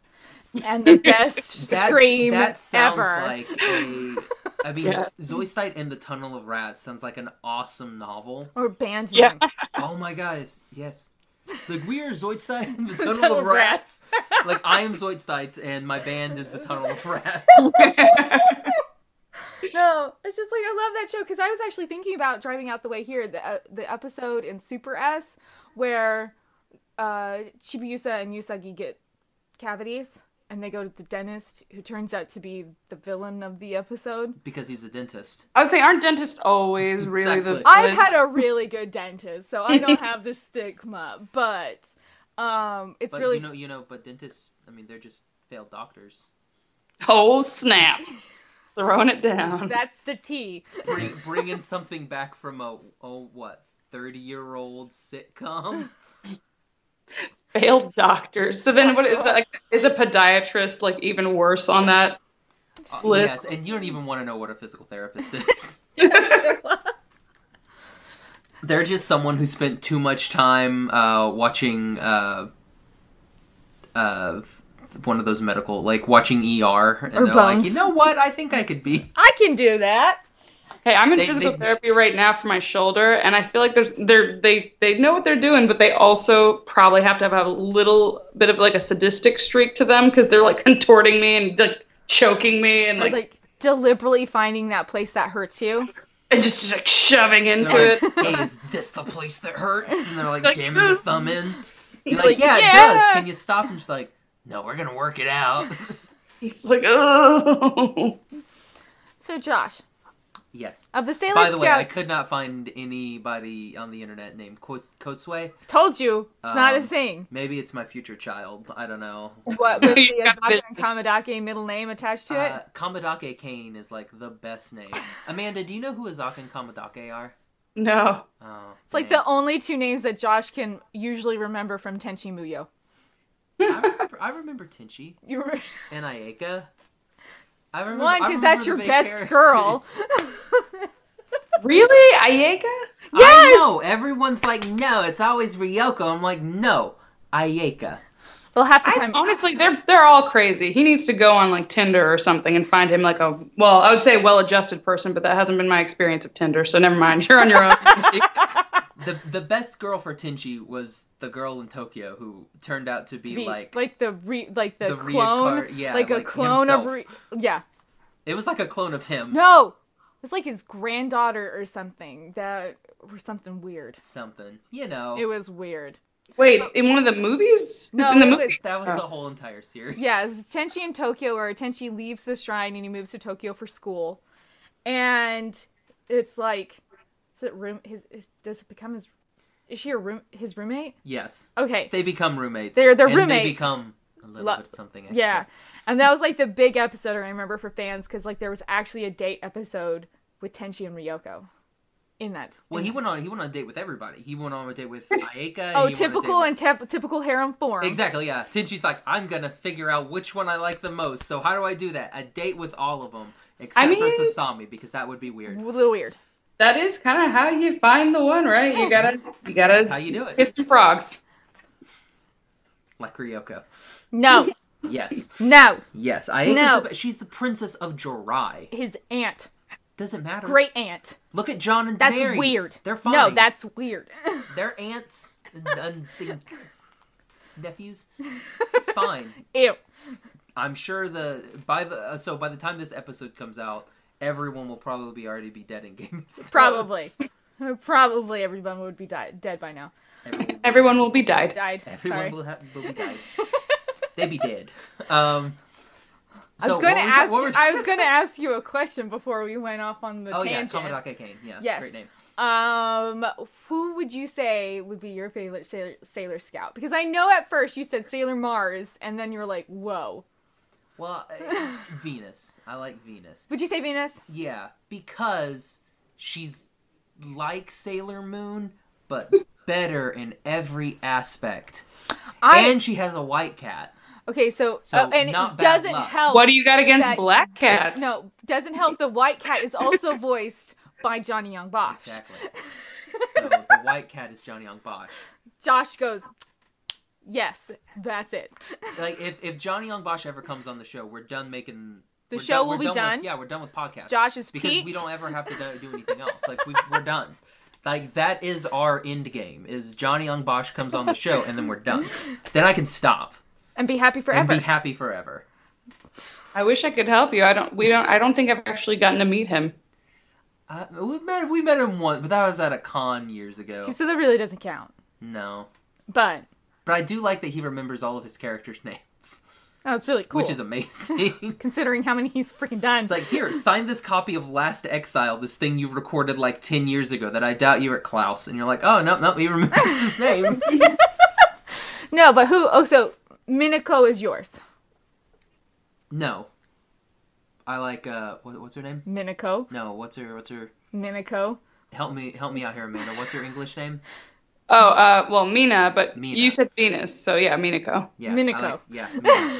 Speaker 2: And
Speaker 3: <laughs>
Speaker 2: the best
Speaker 3: <laughs> That's-
Speaker 2: scream
Speaker 3: that sounds
Speaker 2: ever.
Speaker 3: like a. I mean, Zoistite and the Tunnel of Rats sounds like an awesome novel.
Speaker 2: or Banjo.
Speaker 4: Yeah.
Speaker 3: Oh my god, it's, yes. It's like we are Zoidstein <laughs> and the Tunnel,
Speaker 2: Tunnel
Speaker 3: of
Speaker 2: of
Speaker 3: Rats. <laughs> like I am Zoidstein and my band is the Tunnel of
Speaker 2: <laughs>
Speaker 3: Rats.
Speaker 2: No, it's just like I love that show because I was actually thinking about driving out the way here the uh, the episode in Super S where uh, Chibiusa and Usagi get cavities and they go to the dentist who turns out to be the villain of the episode.
Speaker 3: because he's a dentist.
Speaker 4: I would say, aren't dentists always really
Speaker 3: Exactly.
Speaker 4: the?
Speaker 2: I've had a really
Speaker 4: <laughs>
Speaker 2: good dentist, so I don't have this stigma, but um, it's
Speaker 3: But
Speaker 2: really
Speaker 3: you know, you know, but dentists. I mean, they're just failed doctors.
Speaker 4: oh snap, throwing it down.
Speaker 2: <laughs> that's the T.
Speaker 3: Bring bringing something back from a oh what thirty year old sitcom.
Speaker 4: Failed doctors. So then, what is that? Like, is a podiatrist like even worse on that?
Speaker 3: Uh,
Speaker 4: List.
Speaker 3: yes, and you don't even want to know what a physical therapist is. They're just someone who spent too much time uh, watching uh, uh, one of those medical, like watching ER, and
Speaker 2: Or
Speaker 3: they're like,
Speaker 2: Bones.
Speaker 3: you know what? I think I
Speaker 2: <laughs>
Speaker 3: could be.
Speaker 2: I can do that.
Speaker 4: Hey, I'm in
Speaker 3: They-
Speaker 4: physical
Speaker 3: they-
Speaker 4: therapy right now for my shoulder, and I feel like there's they're they they know what they're doing, but they also probably have to have a little bit of like a sadistic streak to them because they're like <laughs> contorting me and like choking me and
Speaker 2: Like,
Speaker 4: like,
Speaker 2: like deliberately finding that place that hurts you.
Speaker 4: and just, just, like shoving into
Speaker 3: They're <laughs>
Speaker 4: it.
Speaker 3: like, hey, is this the place that hurts? And they're like,
Speaker 4: Like,
Speaker 3: jamming their
Speaker 4: "Ugh."
Speaker 3: thumb in. You're like,
Speaker 4: Like,
Speaker 3: yeah, it does.
Speaker 2: "Yeah."
Speaker 3: Can you stop? And she's like, no, we're gonna work it out. <laughs>
Speaker 4: It's like oh, <laughs>
Speaker 2: So Josh,
Speaker 3: yes.
Speaker 2: of the Sailor
Speaker 3: By the
Speaker 2: Scouts,
Speaker 3: way, I could not find anybody on the internet named Ko- Kotsue.
Speaker 2: told you it's not a
Speaker 3: Um,
Speaker 2: thing.
Speaker 3: Maybe it's my future child. I don't know.
Speaker 2: <laughs> What with the
Speaker 4: You got
Speaker 2: Azaka
Speaker 4: this.
Speaker 2: and Kamadake middle name attached to
Speaker 3: Uh,
Speaker 2: it?
Speaker 3: Kamadake Kane is like the best name. Amanda, do you know who Azaka and Kamadake are?
Speaker 4: no.
Speaker 3: Oh,
Speaker 2: It's like the only two names that Josh can usually remember from Tenchi Muyo.
Speaker 3: I remember, I remember Tenchi
Speaker 2: You remember
Speaker 3: and Ayaka. I remember
Speaker 2: one
Speaker 3: I
Speaker 2: because that's
Speaker 3: remember
Speaker 2: your
Speaker 3: the
Speaker 2: best
Speaker 3: characters. <laughs>
Speaker 2: girl.
Speaker 4: Really, Ayaka?
Speaker 2: <laughs> Yes!
Speaker 3: I know. Everyone's like, no, it's always Ryoko. I'm like, no, Ayaka.
Speaker 2: Well, half the
Speaker 4: I,
Speaker 2: time,
Speaker 4: honestly, they're they're all crazy. He needs to go on like Tinder or something and find him like a well, I would say well-adjusted person, but that hasn't been my experience of Tinder. So never mind. You're on your own. Tenchi.
Speaker 3: The the best girl for Tenchi was the girl in Tokyo who turned out to be,
Speaker 2: be-
Speaker 3: like,
Speaker 2: like, the re, like the,
Speaker 3: the Rhea
Speaker 2: clone,
Speaker 3: Car- yeah,
Speaker 2: like a
Speaker 3: like
Speaker 2: clone of re,
Speaker 3: himself.
Speaker 2: yeah.
Speaker 3: it was like a clone of him.
Speaker 2: No, it's like his granddaughter or something that or something weird.
Speaker 3: Something, you know.
Speaker 2: It was weird.
Speaker 4: Wait, in one of the movies?
Speaker 2: No,
Speaker 4: it's in the
Speaker 2: it
Speaker 4: movie.
Speaker 2: was-
Speaker 3: That was
Speaker 4: Oh.
Speaker 3: the whole entire series.
Speaker 2: Yes, Tenchi in Tokyo, where Tenchi leaves the shrine and he moves to Tokyo for school, and it's like, is it room? His is, does it become his? Is she a room? His roommate?
Speaker 3: Yes.
Speaker 2: Okay,
Speaker 3: They become roommates.
Speaker 2: They're- they're
Speaker 3: and They
Speaker 2: roommates.
Speaker 3: become a little
Speaker 2: Lo-
Speaker 3: bit something extra.
Speaker 2: yeah, and that was like the big episode I remember for fans because like there was actually a date episode with Tenchi and Ryoko, in that.
Speaker 3: Well,
Speaker 2: in
Speaker 3: he
Speaker 2: that.
Speaker 3: went on. He went on a date with everybody. He went on a
Speaker 2: <laughs>
Speaker 3: date with Ayaka.
Speaker 2: Oh,
Speaker 3: he went on a date
Speaker 2: typical
Speaker 3: with-
Speaker 2: and tep- typical harem form.
Speaker 3: Exactly, yeah. Tenchi's like, I'm gonna figure out which one I like the most. So how do I do that? A date with all of them, except
Speaker 4: mean-
Speaker 3: for Sasami, because that would be weird.
Speaker 2: A little weird.
Speaker 4: That is kind of how you find the one, right? You gotta, you gotta
Speaker 3: How you do it?
Speaker 4: kiss some frogs.
Speaker 3: Like Ryoko.
Speaker 2: No,
Speaker 3: Yes,
Speaker 2: <laughs> no,
Speaker 3: yes. Ayaka's
Speaker 2: No.
Speaker 3: the, be- she's the princess of Jirai.
Speaker 2: his aunt,
Speaker 3: Doesn't matter.
Speaker 2: great aunt.
Speaker 3: Look at John and
Speaker 2: That's
Speaker 3: Daenerys.
Speaker 2: weird.
Speaker 3: They're fine.
Speaker 2: No, that's weird. <laughs>
Speaker 3: they're aunts and, and, and nephews. It's fine.
Speaker 2: Ew.
Speaker 3: I'm sure the by the uh, so by the time this episode comes out, everyone will probably be already be dead in Game of Thrones.
Speaker 2: Probably. <laughs> Probably everyone would be di- dead by now.
Speaker 3: Everyone will-
Speaker 4: Everyone will be died.
Speaker 2: Died. Sorry.
Speaker 3: Everyone will, have, will
Speaker 2: <laughs>
Speaker 3: be dead. they be dead. Um,
Speaker 2: I was
Speaker 3: so
Speaker 2: going to
Speaker 3: what were we ta-
Speaker 2: ask.
Speaker 3: what
Speaker 2: You,
Speaker 3: were-
Speaker 2: I was going to ask you a question before we went off on the
Speaker 3: Oh yeah,
Speaker 2: tangent.
Speaker 3: Kamadake Kane. Yeah,
Speaker 2: Yes.
Speaker 3: great name.
Speaker 2: um, who would you say would be your favorite sailor, sailor scout? Because I know at first you said Sailor Mars, and then you were like, "Whoa."
Speaker 3: Well,
Speaker 2: <laughs>
Speaker 3: uh, Venus. I like Venus.
Speaker 2: Would you say Venus?
Speaker 3: Yeah, because she's like Sailor Moon, but better in every aspect,
Speaker 2: I
Speaker 3: and she has a white cat.
Speaker 2: okay. So,
Speaker 3: So,
Speaker 2: oh, and
Speaker 3: not
Speaker 2: it
Speaker 3: bad
Speaker 2: doesn't
Speaker 3: luck.
Speaker 2: help.
Speaker 4: What do you got against
Speaker 2: That-
Speaker 4: black cats?
Speaker 2: no, doesn't help. The White Cat is
Speaker 3: <laughs>
Speaker 2: also voiced by Johnny Young Bosch.
Speaker 3: Exactly.
Speaker 2: <laughs>
Speaker 3: so the white cat is Johnny Young Bosch.
Speaker 2: Josh goes, "Yes, that's it." <laughs>
Speaker 3: Like if, if Johnny Young Bosch ever comes on the show, we're done making
Speaker 2: The
Speaker 3: we're
Speaker 2: show will
Speaker 3: we're
Speaker 2: be
Speaker 3: with-
Speaker 2: done.
Speaker 3: yeah, we're done with podcasts.
Speaker 2: Josh is
Speaker 3: because we
Speaker 2: peaked.
Speaker 3: don't ever have to do,
Speaker 2: <laughs>
Speaker 3: do anything else. Like we we're done. Like that is our end game. Is Johnny Young Bosch comes on the show and then we're
Speaker 2: <laughs>
Speaker 3: done. then I can stop
Speaker 2: and be happy
Speaker 3: and
Speaker 2: forever.
Speaker 3: be happy forever.
Speaker 4: I wish I could help you. I don't. We don't. I don't think I've actually gotten to meet him.
Speaker 3: Uh, we met we met him once, but that was at a con years ago.
Speaker 2: so that really doesn't count.
Speaker 3: No,
Speaker 2: But
Speaker 3: but I do like that he remembers all of his characters' <laughs> names,
Speaker 2: that was really cool.
Speaker 3: which is amazing.
Speaker 2: considering how many he's freaking done.
Speaker 3: It's like, here, sign this copy of Last Exile, this thing you recorded like 10 years ago that I doubt you were at Klaus. And you're like, oh, no, no, he remembers
Speaker 2: <laughs>
Speaker 3: his name.
Speaker 2: no, but who? Oh, so Minako is yours.
Speaker 3: no. I like, uh, what, what's her name?
Speaker 2: Minako,
Speaker 3: No, what's her, what's her,
Speaker 2: Minako.
Speaker 3: help me, help me out here, Amanda. What's her English name?
Speaker 4: Oh, uh, well, Mina, but
Speaker 3: Mina.
Speaker 4: you said Venus, so
Speaker 3: <laughs>
Speaker 4: yeah, Minako.
Speaker 3: Yeah. I
Speaker 2: Minako.
Speaker 3: like-
Speaker 2: <laughs>
Speaker 3: yeah. Mina.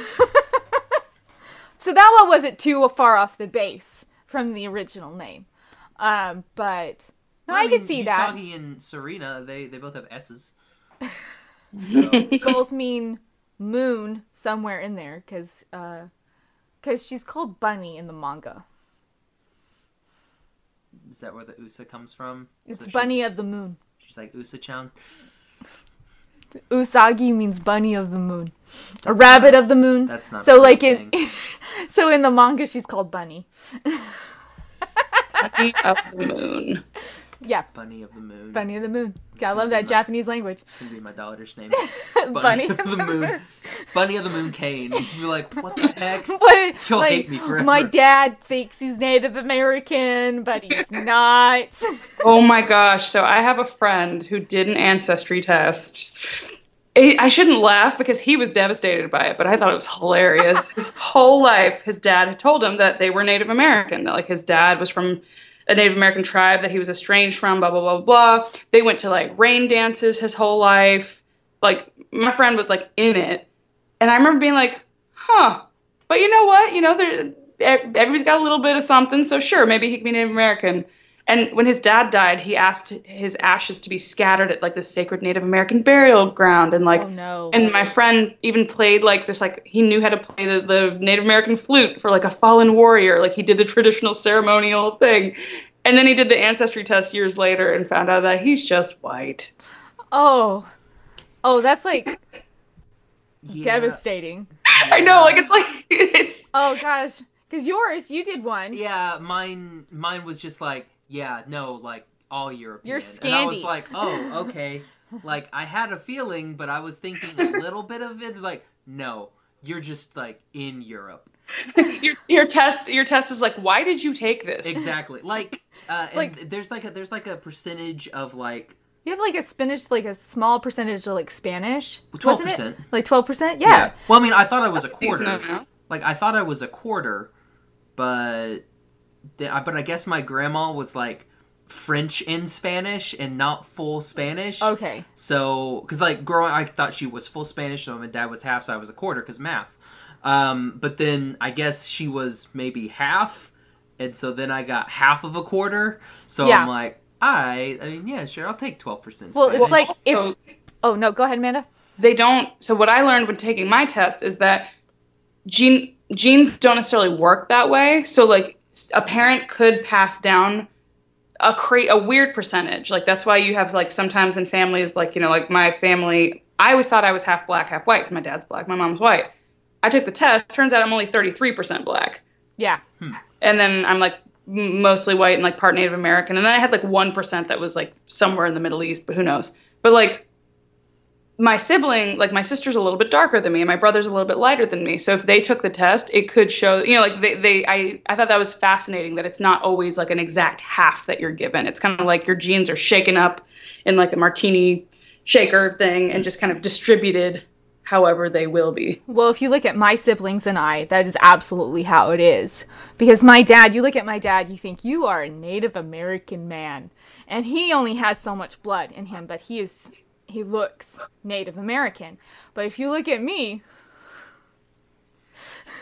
Speaker 2: So that one wasn't too far off the base from the original name. Um, but no, I,
Speaker 3: mean,
Speaker 2: can see that.
Speaker 3: Usagi and Serena, they, they both have S's. So,
Speaker 2: <laughs> Both mean moon somewhere in there because she's called Bunny in the manga.
Speaker 3: is that where the Usa comes from?
Speaker 2: It's
Speaker 3: So she's-
Speaker 2: Bunny of the Moon.
Speaker 3: She's like Usa-chan.
Speaker 2: Usagi means bunny of the moon, a rabbit of the moon.
Speaker 3: that's not
Speaker 2: so
Speaker 3: a
Speaker 2: like
Speaker 3: thing.
Speaker 2: in, <laughs> so in the manga she's called bunny.
Speaker 4: Lucky of the moon.
Speaker 2: Yeah,
Speaker 3: Bunny of the Moon.
Speaker 2: bunny of the moon. Gotta
Speaker 3: gonna
Speaker 2: love
Speaker 3: be
Speaker 2: that
Speaker 3: my-
Speaker 2: Japanese language. <laughs>
Speaker 3: It's gonna be my daughter's name.
Speaker 2: Bunny
Speaker 3: of the Moon. Bunny of the Moon Kane. You're like, what the
Speaker 2: <laughs>
Speaker 3: heck?
Speaker 2: But
Speaker 3: She'll
Speaker 2: like,
Speaker 3: hate me forever.
Speaker 2: my dad thinks he's Native American, but
Speaker 3: <laughs>
Speaker 2: he's not.
Speaker 4: Oh my gosh. So I have a friend who did an ancestry test. I I shouldn't laugh because he was devastated by it, but I thought it was hilarious. his whole life, his dad had told him that they were Native American, that like his dad was from a Native American tribe that he was estranged from, blah, blah, blah, blah. They went to like rain dances his whole life. Like my friend was like in it. And I remember being like, huh, but you know what? You know, there, ev- everybody's got a little bit of something, so sure, maybe he can be Native American. And when his dad died, he asked his ashes to be scattered at like the sacred Native American burial ground, and like,
Speaker 2: oh no.
Speaker 4: and my friend even played like this, like he knew how to play the, the Native American flute for like a fallen warrior, like he did the traditional ceremonial thing, and then he did the ancestry test years later and found out that he's just white.
Speaker 2: oh, oh, that's like
Speaker 3: Yeah.
Speaker 2: devastating.
Speaker 4: I know, like it's like <laughs> it's
Speaker 2: Oh gosh, because yours, you did one.
Speaker 3: Yeah, mine mine was just like, yeah, no, like all European.
Speaker 2: You're
Speaker 3: And I was
Speaker 2: Scandi. <laughs>
Speaker 3: like, oh, okay. Like I had a feeling, but I was thinking a little bit of it. Like no, you're just like in Europe.
Speaker 4: your, your test your test is like why did you take this
Speaker 3: Exactly. Like uh, and
Speaker 2: Like-
Speaker 3: there's like a there's like a percentage of like
Speaker 2: You have like a Spanish, like a small percentage of like Spanish, wasn't it?
Speaker 3: 12%.
Speaker 2: Like twelve percent, yeah.
Speaker 3: Well, I mean, I thought I was a
Speaker 4: decent
Speaker 3: quarter.
Speaker 4: amount.
Speaker 3: Like I thought I was a quarter, but th- I- but I guess my grandma was like French and Spanish and not full Spanish.
Speaker 2: Okay,
Speaker 3: So, because like growing, I thought she was full Spanish, so my dad was half, so I was a quarter, because math. Um, but then I guess she was maybe half, and so then I got half of a quarter. So
Speaker 2: Yeah.
Speaker 3: I'm like, I, I mean, yeah, sure, I'll take twelve percent.
Speaker 2: Well, it's like- if-
Speaker 4: Also,
Speaker 2: Oh no, go ahead, Amanda.
Speaker 4: they don't so what i learned when taking my test is that gene genes don't necessarily work that way so like s- a parent could pass down a cra- a weird percentage like that's why you have like sometimes in families like you know like my family i always thought i was half black half white because my dad's black my mom's white i took the test turns out i'm only 33% black
Speaker 2: Yeah,
Speaker 4: and then i'm like m- mostly white and like part native american and then i had like 1% that was like somewhere in the middle east but who knows but like my sibling like my sister's a little bit darker than me and my brother's a little bit lighter than me so if they took the test it could show you know like they, they I, I thought that was fascinating that it's not always like an exact half that you're given it's kind of like your genes are shaken up in like a martini shaker thing and just kind of distributed however they will be
Speaker 2: Well, if you look at my siblings and I, that is absolutely how it is. Because my dad, you look at my dad, you think you are a Native American man. And he only has so much blood in him, but he is he looks Native American. But if you look at me,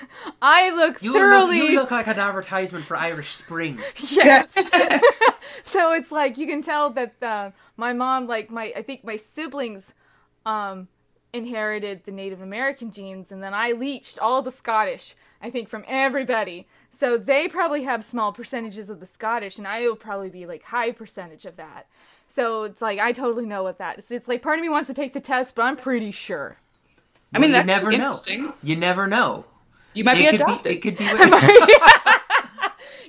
Speaker 2: <laughs> I look
Speaker 3: you
Speaker 2: thoroughly
Speaker 3: look, you look like an advertisement for Irish
Speaker 2: <laughs>
Speaker 3: Spring.
Speaker 2: yes. <laughs> so it's like you can tell that uh, my mom, like my, I think my siblings, um, inherited the Native American genes, and then I leached all the Scottish. I think from everybody. So they probably have small percentages of the Scottish, and I will probably be like high percentage of that. So it's like I totally know what that is. It's like part of me wants to take the test, but I'm pretty sure.
Speaker 4: i mean
Speaker 3: you
Speaker 4: that's
Speaker 3: never know.
Speaker 4: interesting
Speaker 3: You never know.
Speaker 4: you might be
Speaker 3: it could
Speaker 4: adopted
Speaker 3: be. It
Speaker 2: <laughs>
Speaker 3: could be. what-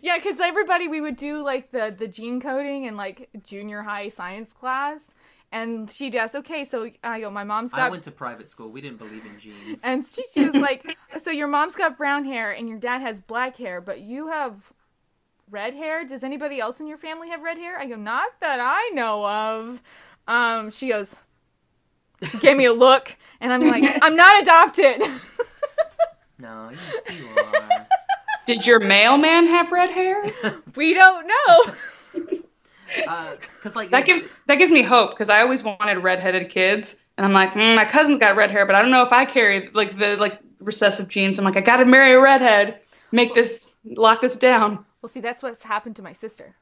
Speaker 2: Yeah, because everybody we would do like the the gene coding in like junior high science class, and she'd ask, "Okay, so I go, my mom's
Speaker 3: I
Speaker 2: got,"
Speaker 3: went to private school. We didn't believe in genes.
Speaker 2: <laughs> and she, she was like, "So your mom's got brown hair and your dad has black hair, but you have red hair. Does anybody else in your family have red hair?" I go, "Not that I know of." Um, she goes, she gave me a look, and I'm like, "I'm not adopted." <laughs>
Speaker 3: no, you, you are.
Speaker 4: Did your mailman have red hair?
Speaker 2: we don't know.
Speaker 3: Because Uh, like
Speaker 4: That gives that gives me hope because I always wanted redheaded kids, and I'm like, mm, my cousin's got red hair, but I don't know if I carry like the like recessive genes. I'm like, I gotta marry a redhead, make this lock this down.
Speaker 2: Well, see, that's what's happened to my sister.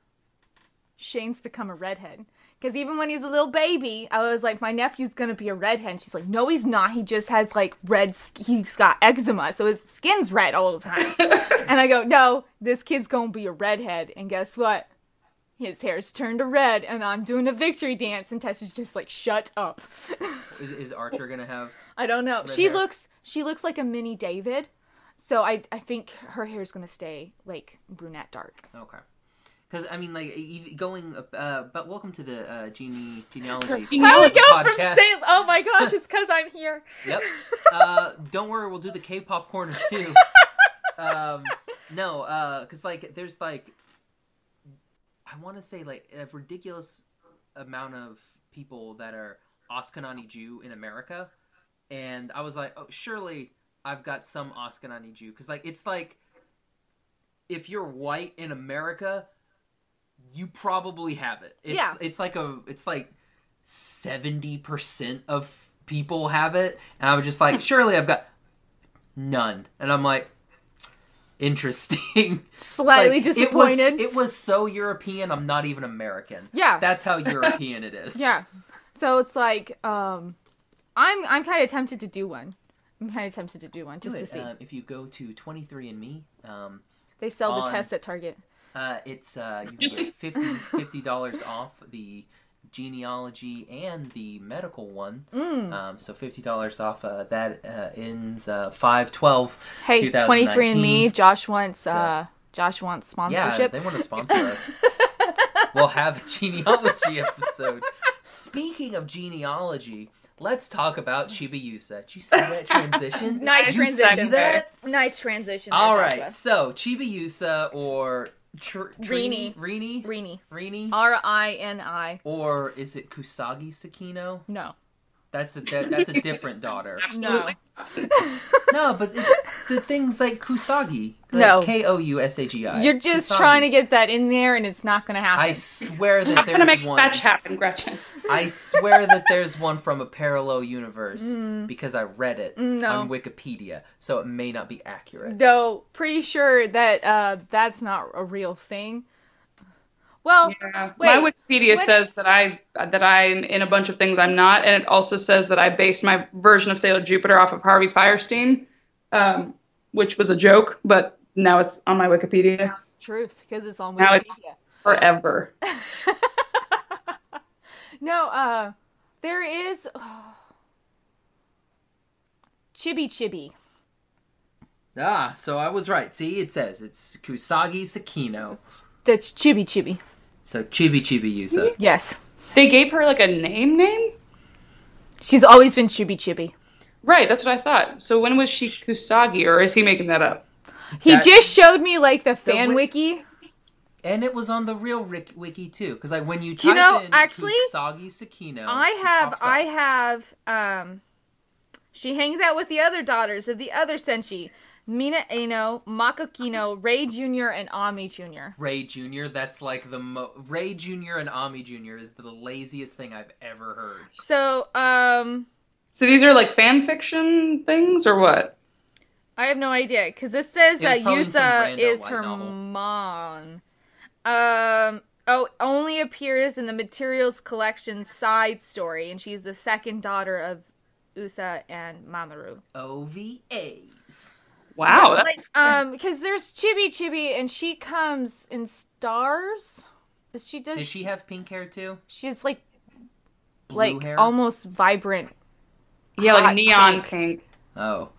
Speaker 2: Shane's become a redhead. Because even when he was a little baby, I was like, my nephew's gonna be a redhead. And she's like, no, he's not. He just has like red, sk- he's got eczema, so his skin's red all the time. and I go, no, this kid's gonna be a redhead. And guess what? His hair's turned to red, and I'm doing a victory dance. And Tessa's just like, shut up. <laughs>
Speaker 3: is, is Archer gonna have?
Speaker 2: I don't know. she
Speaker 3: hair.
Speaker 2: looks, she looks like a mini David. So I, I think her hair's gonna stay like brunette dark.
Speaker 3: Okay. Because I mean, like e- going. Uh, but welcome to the uh, gene
Speaker 2: <laughs>
Speaker 3: genealogy.
Speaker 2: How we
Speaker 4: Genealogy
Speaker 2: go from
Speaker 3: podcast.
Speaker 2: sales? Oh my gosh, it's because I'm here.
Speaker 3: Yep. Uh, don't worry, we'll do the K-pop corner
Speaker 2: <laughs>
Speaker 3: too. um, no, because like there's like I want to say like a ridiculous amount of people that are Askanani Jew in America, and I was like, oh, surely I've got some Askanani Jew because like it's like if you're white in America, you probably have it. It's,
Speaker 2: Yeah.
Speaker 3: it's like a it's like seventy percent of people have it, and I was just like, surely I've got none, and I'm like, interesting. <laughs>
Speaker 2: Slightly
Speaker 3: Like, It
Speaker 2: disappointed.
Speaker 3: was, it was so European. I'm not even American.
Speaker 2: Yeah.
Speaker 3: that's how European it
Speaker 2: <laughs>
Speaker 3: is.
Speaker 2: yeah. So it's like, um, I'm I'm kind of tempted to do one. I'm kind of tempted to do one just
Speaker 3: But,
Speaker 2: to see.
Speaker 3: um, if you go to 23andMe, um,
Speaker 2: they sell the
Speaker 3: on-
Speaker 2: test at Target.
Speaker 3: uh, it's uh, you can <laughs> get 50 dollars off the genealogy and the medical one.
Speaker 2: Mm.
Speaker 3: Um, so fifty dollars off. Uh, that uh, ends uh, five twelve.
Speaker 2: Hey, 23andMe. Josh wants uh, Josh wants
Speaker 3: Yeah,
Speaker 5: <laughs>
Speaker 2: sponsorship.
Speaker 3: they want to sponsor us. we'll have a genealogy episode. Speaking of genealogy, let's talk about Chibiusa. Did you see
Speaker 2: <laughs>
Speaker 3: that transition?
Speaker 2: Nice
Speaker 3: Did you See
Speaker 2: transition.
Speaker 3: that?
Speaker 5: Nice transition. there,
Speaker 3: All right,
Speaker 5: Joshua.
Speaker 3: so Chibiusa or Tr-
Speaker 2: Rini.
Speaker 3: Trini, Rini,
Speaker 2: Rini. Uh,
Speaker 3: Rini,
Speaker 2: R I N I.
Speaker 3: or is it Kusagi Sakino?
Speaker 2: No.
Speaker 3: That's a that, that's a different daughter.
Speaker 4: Absolutely.
Speaker 3: No, but it's the things like Kusagi, like
Speaker 2: No.
Speaker 3: K O U S A G I.
Speaker 2: You're just trying to get that in there and it's not going to happen.
Speaker 3: I swear that
Speaker 4: Not gonna make
Speaker 3: there's one.
Speaker 4: fetch happen, Gretchen.
Speaker 3: I swear that there's one from a parallel universe because I read it
Speaker 2: Mm. no.
Speaker 3: on Wikipedia, so it may not be accurate.
Speaker 2: Though pretty sure that uh, that's not a real thing. Well,
Speaker 4: Yeah.
Speaker 2: Wait,
Speaker 4: My Wikipedia
Speaker 2: what
Speaker 4: says
Speaker 2: is-
Speaker 4: that I that I'm in a bunch of things I'm not, and it also says that I based my version of Sailor Jupiter off of Harvey Firestein, um, which was a joke, but now it's on my Wikipedia
Speaker 2: truth, because it's on Wikipedia.
Speaker 4: Now it's- forever.
Speaker 2: No, uh, there is oh, Chibi Chibi.
Speaker 3: Ah, so I was right. See, it says it's Kusagi Sakino.
Speaker 2: That's Chibi Chibi.
Speaker 3: So Chibi Chibi Yusa.
Speaker 2: Yes,
Speaker 4: They gave her like a name name.
Speaker 2: she's always been Chibi Chibi.
Speaker 4: Right, that's what I thought. So when was she Kusagi, or is he making that up?
Speaker 2: He
Speaker 3: That-
Speaker 2: just showed me like the fan
Speaker 3: wi-
Speaker 2: wiki.
Speaker 3: And it was on the real Rick- wiki too, because like when you type
Speaker 2: you know,
Speaker 3: in
Speaker 2: actually,
Speaker 3: Kusagi Sakino,
Speaker 5: I
Speaker 3: it
Speaker 5: have,
Speaker 3: pops up.
Speaker 5: I have. Um, she hangs out with the other daughters of the other senshi, Mina Eno, Makakino, Ray Jr., and Ami Jr.
Speaker 3: Ray Jr. That's like the mo- Ray Jr. and Ami Jr. is the laziest thing I've ever heard.
Speaker 5: So, um,
Speaker 4: So these are like fan fiction things, or what?
Speaker 5: I have no idea because this says
Speaker 3: It was
Speaker 5: that
Speaker 3: probably in some
Speaker 5: Yusa
Speaker 3: rando
Speaker 5: is
Speaker 3: light
Speaker 5: her
Speaker 3: novel.
Speaker 5: mom. Um. Oh, only appears in the materials collection side story, and she's the second daughter of Usa and Mamoru.
Speaker 3: OVAs.
Speaker 4: Wow, that's
Speaker 5: Like, um, because there's Chibi Chibi, and she comes in stars. Is she does
Speaker 3: Does she have pink hair too?
Speaker 2: She has like
Speaker 3: Blue
Speaker 2: like
Speaker 3: hair.
Speaker 2: almost vibrant.
Speaker 4: yeah, like
Speaker 2: hot
Speaker 4: neon
Speaker 2: pink.
Speaker 4: pink.
Speaker 3: oh,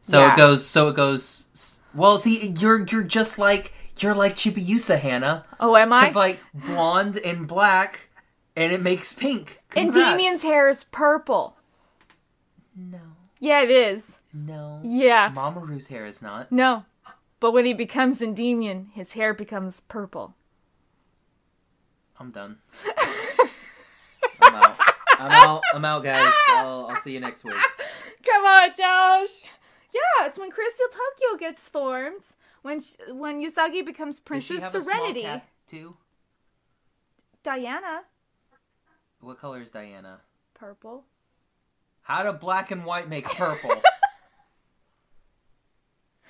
Speaker 3: so
Speaker 2: Yeah.
Speaker 3: it goes. So it goes. s- Well, see, you're you're just like you're like Chibiusa, Hannah.
Speaker 2: Oh, am I?
Speaker 3: It's like blonde and black, and it makes pink.
Speaker 2: and
Speaker 3: Congrats.
Speaker 2: Damien's hair is purple.
Speaker 3: No,
Speaker 2: Yeah, it is.
Speaker 3: no.
Speaker 2: Yeah,
Speaker 3: Mamoru's hair is not.
Speaker 2: no. But when he becomes Endymion, his hair becomes purple. <laughs>
Speaker 3: I'm done. I'm out. I'm out. I'm out, guys. I'll, I'll see you next week.
Speaker 2: Come on, Josh. Yeah, it's when Crystal Tokyo gets formed. When sh when Usagi becomes
Speaker 3: Does she
Speaker 2: Princess
Speaker 3: have a small
Speaker 2: Serenity,
Speaker 3: cat, too.
Speaker 2: Diana
Speaker 3: What color is Diana?
Speaker 2: purple.
Speaker 3: How do black and white make purple?
Speaker 2: <laughs>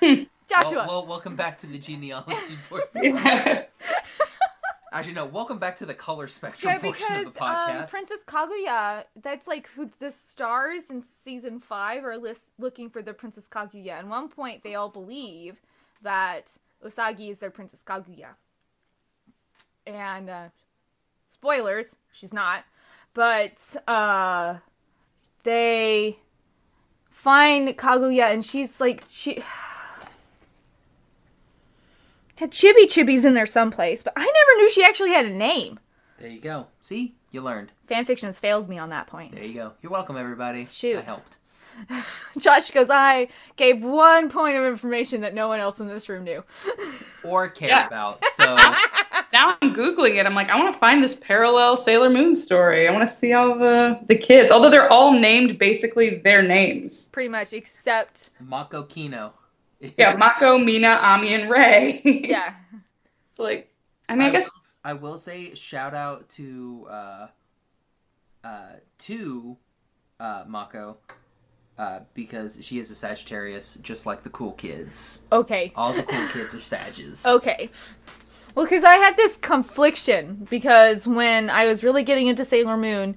Speaker 3: well,
Speaker 2: Joshua,
Speaker 3: well, welcome back to the genealogy
Speaker 2: <laughs>
Speaker 3: board. Actually, no. Welcome back to the color spectrum
Speaker 2: yeah,
Speaker 3: portion
Speaker 2: because
Speaker 3: of the
Speaker 2: um,
Speaker 3: podcast.
Speaker 2: Princess Kaguya, that's like who the stars in season five are list- looking for their Princess Kaguya. At one point, they all believe that Usagi is their Princess Kaguya, and uh, spoilers, she's not. But uh, they find Kaguya, and she's like she. <sighs>
Speaker 5: Had Chibi Chibi's in there someplace, but I never knew she actually had a name.
Speaker 3: There you go. See, you learned.
Speaker 5: Fanfiction has failed me on that point.
Speaker 3: There you go. You're welcome, everybody.
Speaker 5: Shoot.
Speaker 3: I helped.
Speaker 2: <laughs> Josh goes, I gave one point of information that no one else in this room knew. <laughs>
Speaker 3: Or care
Speaker 4: Yeah. <laughs>
Speaker 3: about. So
Speaker 4: <laughs> now I'm googling it. I'm like, I want to find this parallel Sailor Moon story. I want to see all the the kids, although they're all named basically their names.
Speaker 2: Pretty much, except
Speaker 3: Mako Kino. is-
Speaker 4: Yeah, Mako, Mina, Ami, and <laughs> Ray.
Speaker 2: yeah.
Speaker 4: like, I mean, I guess
Speaker 3: will, I will say shout out to uh, uh, to uh, Mako uh, because she is a Sagittarius, just like the cool kids.
Speaker 2: Okay.
Speaker 3: All the cool kids are
Speaker 2: <laughs>
Speaker 3: Sages.
Speaker 2: Okay. Well, because I had this confliction because when I was really getting into Sailor Moon,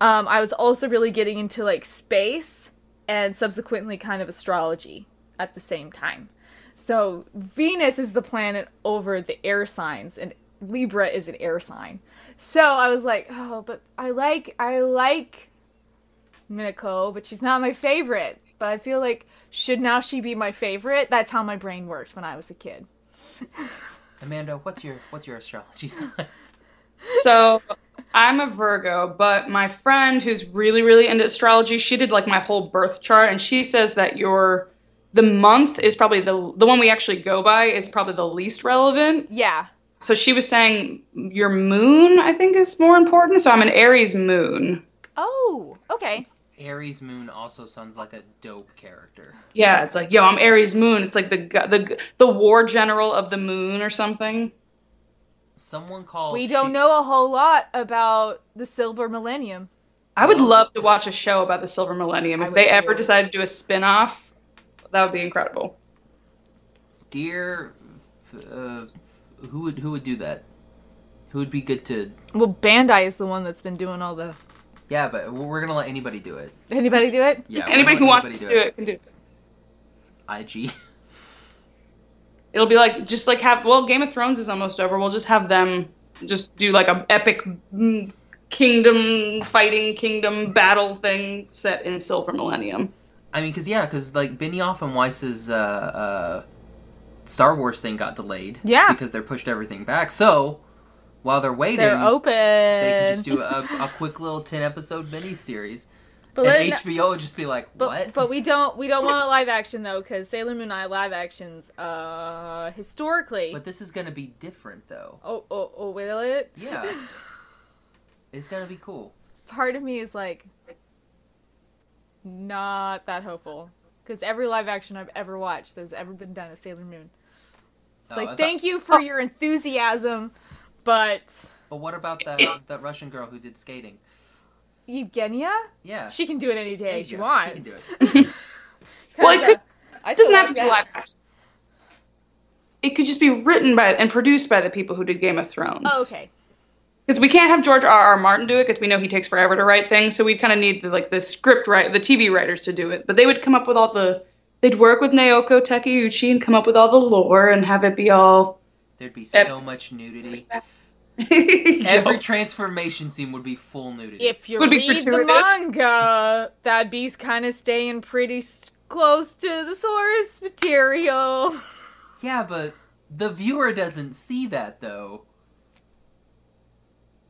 Speaker 2: um, I was also really getting into like space and subsequently kind of astrology at the same time. So Venus is the planet over the air signs, and Libra is an air sign. So I was like, oh, but I like I like Minako, but she's not my favorite. But I feel like should now she be my favorite? That's how my brain worked when I was a kid.
Speaker 3: Amanda, what's your what's your astrology sign?
Speaker 4: so. I'm a Virgo, but my friend who's really, really into astrology, she did like my whole birth chart, and she says that your the month is probably the the one we actually go by is probably the least relevant.
Speaker 6: Yeah.
Speaker 4: So she was saying your moon, I think, is more important. So I'm an Aries moon.
Speaker 6: Oh, okay.
Speaker 3: <laughs> Aries Moon also sounds like a dope character.
Speaker 4: Yeah, it's like yo, I'm Aries moon. It's like the gu- the the war general of the moon or something.
Speaker 3: Someone called.
Speaker 6: We don't
Speaker 3: Shi-
Speaker 6: know a whole lot about the Silver Millennium.
Speaker 4: I would love to watch a show about the Silver Millennium.
Speaker 6: I
Speaker 4: If
Speaker 6: would
Speaker 4: they
Speaker 6: too.
Speaker 4: ever decide to do a spin off, that would be incredible.
Speaker 3: Dear, uh, who would who would do that? Who would be good to?
Speaker 6: Well, Bandai is the one that's been doing all the.
Speaker 3: Yeah, but we're gonna let anybody do it.
Speaker 6: Anybody do it?
Speaker 3: Yeah. we're
Speaker 4: Anybody who
Speaker 3: gonna let
Speaker 4: wants to do
Speaker 3: anybody
Speaker 4: it can do it.
Speaker 3: IG.
Speaker 4: It'll be like just like have well, Game of Thrones is almost over. We'll just have them just do like a epic mm, kingdom fighting kingdom battle thing set in Silver Millennium.
Speaker 3: <laughs> I mean, cause yeah, cause like Benioff and Weiss's uh, uh, Star Wars thing got delayed.
Speaker 6: Yeah.
Speaker 3: Because they're pushed everything back. So while they're waiting,
Speaker 6: They're open.
Speaker 3: they can just do a, a quick little ten episode
Speaker 6: <laughs>
Speaker 3: mini series,
Speaker 2: But, let
Speaker 3: and
Speaker 2: it-
Speaker 3: HBO would just be like,
Speaker 2: but,
Speaker 3: what?
Speaker 2: but we don't we don't want live action though because Sailor Moon I live actions uh historically.
Speaker 3: But this is gonna be different though.
Speaker 2: oh, oh oh will it?
Speaker 6: <laughs>
Speaker 3: Yeah. it's gonna be cool.
Speaker 2: Part of me is like not that hopeful because every live action I've ever watched that's ever been done of Sailor Moon.
Speaker 3: Oh,
Speaker 2: It's like
Speaker 3: I thought-
Speaker 2: thank you for your enthusiasm, but
Speaker 3: But what about that that Russian girl who did skating?
Speaker 2: Eugenia,
Speaker 3: Yeah.
Speaker 2: she can do it any day
Speaker 3: There you
Speaker 2: she
Speaker 3: go.
Speaker 2: wants.
Speaker 3: She can do it.
Speaker 4: Well, it could,
Speaker 2: I
Speaker 4: it doesn't
Speaker 2: still
Speaker 4: have to be
Speaker 2: watch
Speaker 4: live
Speaker 2: that.
Speaker 4: action. It could just be written by and produced by the people who did Game of Thrones.
Speaker 2: Oh, okay.
Speaker 4: because we can't have George R. R. Martin do it because we know he takes forever to write things. So we'd kind of need the like the script write the TV writers to do it. But they would come up with all the they'd work with Naoko Takeuchi and come up with all the lore and have it be all.
Speaker 3: There'd be
Speaker 4: Ep-
Speaker 3: so much nudity. Every
Speaker 4: Every
Speaker 3: transformation scene would be full nudity.
Speaker 2: If you
Speaker 4: Would be
Speaker 2: read the
Speaker 4: gratuitous.
Speaker 2: manga, that'd be kind of staying pretty s- close to the source material. <laughs>
Speaker 3: Yeah, but the viewer doesn't see that though.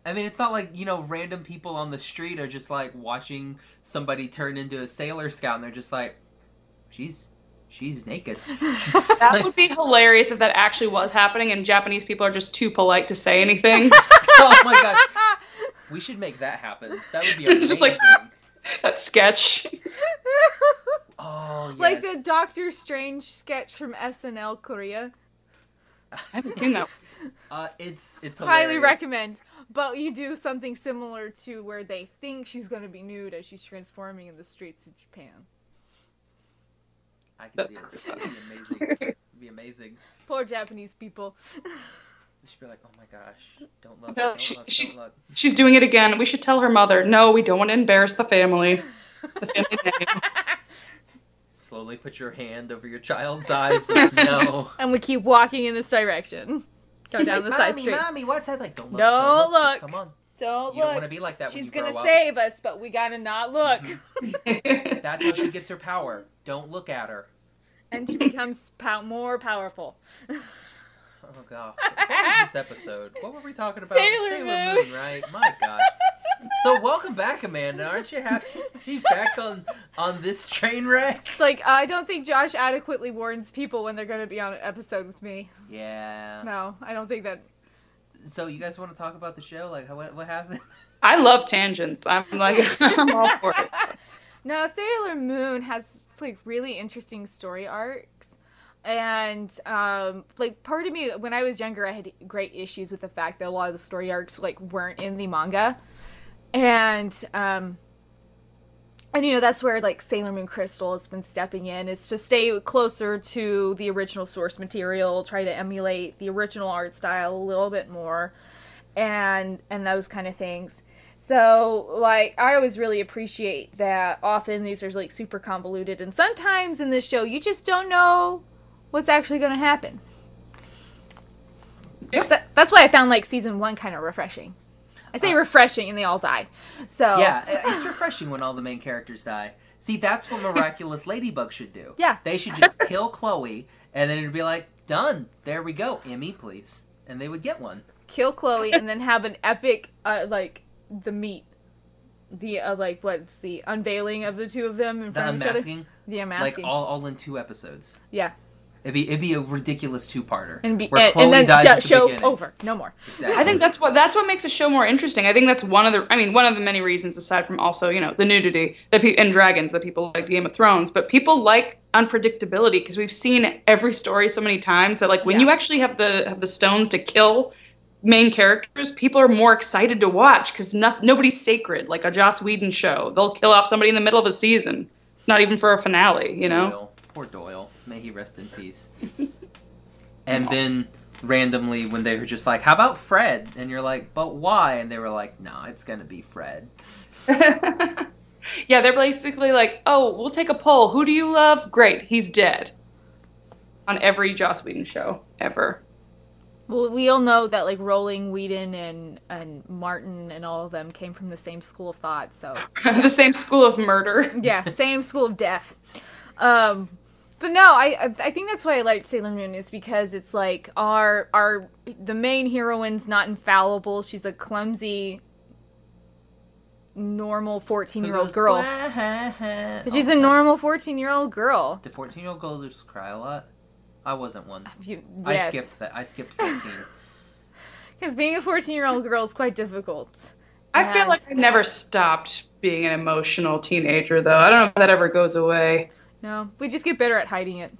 Speaker 3: I mean, it's not like, you know, random people on the street are just like watching somebody turn into a sailor scout and they're just like, she's she's
Speaker 2: <laughs>
Speaker 3: naked. <laughs>
Speaker 4: that would be hilarious if that actually was happening and Japanese people are just too polite to say anything.
Speaker 3: oh my gosh. We should make that happen. That would be amazing.
Speaker 4: <laughs> Just like- that sketch.
Speaker 3: oh, yes.
Speaker 2: Like the Doctor Strange sketch from SNL Korea.
Speaker 4: I haven't seen that.
Speaker 3: uh, it's it's
Speaker 2: Highly
Speaker 3: hilarious.
Speaker 2: recommend. But you do something similar to where they think she's going to be nude as she's transforming in the streets of Japan.
Speaker 3: I can see it. That'd be amazing. That'd be amazing.
Speaker 2: Poor Japanese people. <laughs>
Speaker 3: They should be like, oh my gosh, don't look,
Speaker 4: No,
Speaker 3: don't
Speaker 4: she-
Speaker 3: look,
Speaker 4: she's-
Speaker 3: don't look.
Speaker 4: She's doing it again. We should tell her mother. No, we don't want to embarrass the family. <laughs> The family name.
Speaker 3: Slowly put your hand over your child's eyes, but no.
Speaker 2: And we keep walking in this direction. Go down the <laughs> side
Speaker 3: mommy,
Speaker 2: street.
Speaker 3: mommy, what's that like? Don't look.
Speaker 2: Don't
Speaker 3: don't look. Just
Speaker 2: look.
Speaker 3: come on.
Speaker 2: Don't
Speaker 3: You Mm-hmm. don't want to
Speaker 2: look.
Speaker 3: be like that.
Speaker 2: She's
Speaker 3: going
Speaker 2: going to
Speaker 3: to
Speaker 2: save us, but we got to not look.
Speaker 3: That's how she gets her power. Don't look at her.
Speaker 2: <laughs> and she becomes pow- more powerful.
Speaker 3: Oh gosh. What
Speaker 2: <laughs>
Speaker 3: was this episode? What were we talking about?
Speaker 2: Sailor Moon.
Speaker 3: right? My gosh. So welcome back, Amanda. Aren't you happy to be back on on this train wreck?
Speaker 2: <laughs> It's like I don't think Josh adequately warns people when they're going to be on an episode with me.
Speaker 3: Yeah.
Speaker 2: No, I don't think that.
Speaker 3: So you guys want to talk about the show? Like, how- what what happened? <laughs>
Speaker 4: I love tangents. I'm like, <laughs> I'm all for it.
Speaker 2: No, Sailor Moon has like really interesting story arcs. And um, like part of me, when I was younger, I had great issues with the fact that a lot of the story arcs like weren't in the manga, and um, and you know that's where like Sailor Moon Crystal has been stepping in is to stay closer to the original source material, try to emulate the original art style a little bit more, and and those kind of things. So like I always really appreciate that often these are like super convoluted and sometimes in this show you just don't know what's actually going to happen.
Speaker 4: Yeah.
Speaker 2: So- that's why I found like season 1 kind of refreshing. I say refreshing and they all die. So
Speaker 3: Yeah, i- it's refreshing when all the main characters die. See, that's what <laughs> Miraculous Ladybug should do.
Speaker 2: Yeah.
Speaker 3: They should just kill Chloe, and then it'd be like, done. There we go. Emmy, please. And they would get one.
Speaker 2: kill Chloe and then have an epic uh, like the meat, the uh, like what's the unveiling of the two of them in
Speaker 3: The
Speaker 2: front of each other.
Speaker 3: unmasking,
Speaker 2: The
Speaker 3: like
Speaker 2: unmasking.
Speaker 3: all, all in two episodes.
Speaker 2: yeah,
Speaker 3: It'd be it'd be a ridiculous two parter.
Speaker 2: and be, and, and then da- show over, no more.
Speaker 4: I think that's what that's what makes a show more interesting. I think that's one of the I mean one of the many reasons aside from also you know the nudity that pe- and dragons that people like Game of Thrones, but people like unpredictability because we've seen every story so many times that like when you actually have the have the stones to kill main characters, people are more excited to watch because no, nobody's sacred like a Joss Whedon show. They'll kill off somebody in the middle of a season. It's not even for a finale, you know.
Speaker 3: Doyle. Poor Doyle. May he rest in peace. <laughs> and then randomly when they were just like, How about Fred? And you're like, But why? And they were like, No, it's gonna be Fred.
Speaker 4: Yeah, they're basically like, oh, we'll take a poll. Who do you love? Great, he's dead. On every Joss Whedon show ever. <laughs>
Speaker 2: Well, we all know that like Rowling, Whedon, and and Martin and all of them came from the same school of thought. So
Speaker 4: the same school of murder.
Speaker 2: yeah, same school of death. Um, but no, I I- I think that's why I liked Sailor Moon is because it's like our our the main heroine's not infallible. She's a clumsy, normal fourteen year old girl.
Speaker 3: But
Speaker 2: She's a normal fourteen year old girl.
Speaker 3: Do fourteen year old Oh, girls just cry a lot? I wasn't one.
Speaker 2: You,
Speaker 3: I skipped that. I
Speaker 2: <laughs>
Speaker 3: skipped fourteen.
Speaker 2: because being a fourteen year old girl is quite difficult.
Speaker 4: I feel like I never stopped being an emotional teenager, though. I don't know if that ever goes away.
Speaker 2: No, we just get better at hiding it.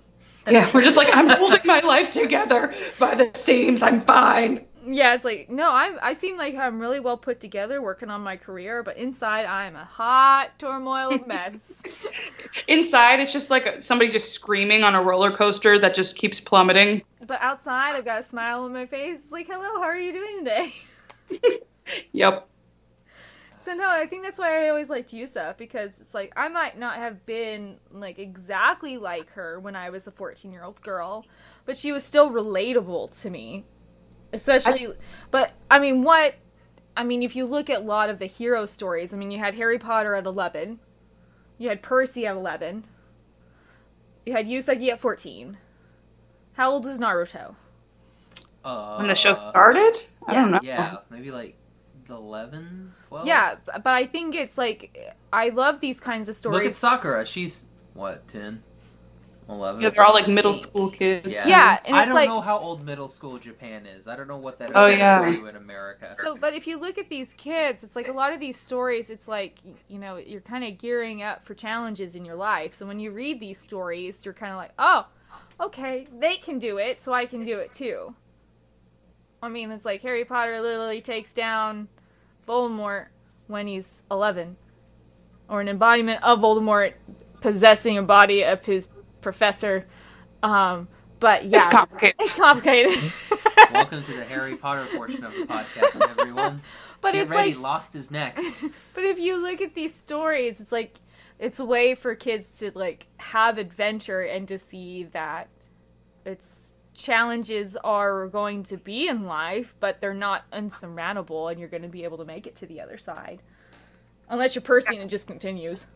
Speaker 4: yeah, we're just like,
Speaker 3: <laughs>
Speaker 4: I'm holding my life together by the seams. I'm fine.
Speaker 2: Yeah, it's like no, I'm. I seem like I'm really well put together, working on my career, but inside I'm a hot turmoil of mess.
Speaker 4: Inside, it's just like somebody just screaming on a roller coaster that just keeps plummeting.
Speaker 2: but outside, I've got a smile on my face. It's like, hello, how are you doing today? <laughs>
Speaker 4: Yep.
Speaker 2: So no, I think that's why I always liked Yusa because it's like I might not have been like exactly like her when I was a 14-year-old girl, but she was still relatable to me. Especially but I mean, what I mean, if you look at a lot of the hero stories, I mean, you had Harry Potter at 11, you had Percy at 11, you had Usagi at 14. How old was Naruto?
Speaker 3: Uh,
Speaker 4: When the show started? I don't know.
Speaker 3: Yeah, maybe like 11, 12?
Speaker 2: Yeah, b- but I think it's like I love these kinds of stories.
Speaker 3: Look at Sakura. She's what, 10? 11?
Speaker 4: Yeah, they're all like middle school kids.
Speaker 3: Yeah.
Speaker 2: Yeah, and
Speaker 3: I
Speaker 2: it's
Speaker 3: don't
Speaker 2: like-
Speaker 3: know how old middle school Japan is. I don't know what that
Speaker 4: Oh,
Speaker 3: equates
Speaker 4: yeah.
Speaker 3: to in America.
Speaker 2: So, but if you look at these kids, it's like a lot of these stories, it's like, y- you know, you're kind of gearing up for challenges in your life. So when you read these stories, you're kind of like, oh, okay, they can do it, so I can do it too. I mean, it's like Harry Potter literally takes down Voldemort when he's 11, or an embodiment of Voldemort possessing a body of his professor. Um, but yeah,
Speaker 4: It's complicated.
Speaker 2: it's
Speaker 3: <laughs>
Speaker 2: complicated.
Speaker 3: <laughs> Welcome to the Harry Potter
Speaker 2: <laughs>
Speaker 3: portion of the podcast, everyone.
Speaker 2: but
Speaker 3: Get
Speaker 2: it's
Speaker 3: ready,
Speaker 2: like
Speaker 3: Lost is next.
Speaker 2: But if you look at these stories, it's like it's a way for kids to like have adventure and to see that it's challenges are going to be in life, but they're not insurmountable and you're going to be able to make it to the other side. Unless you're Percy and it just continues.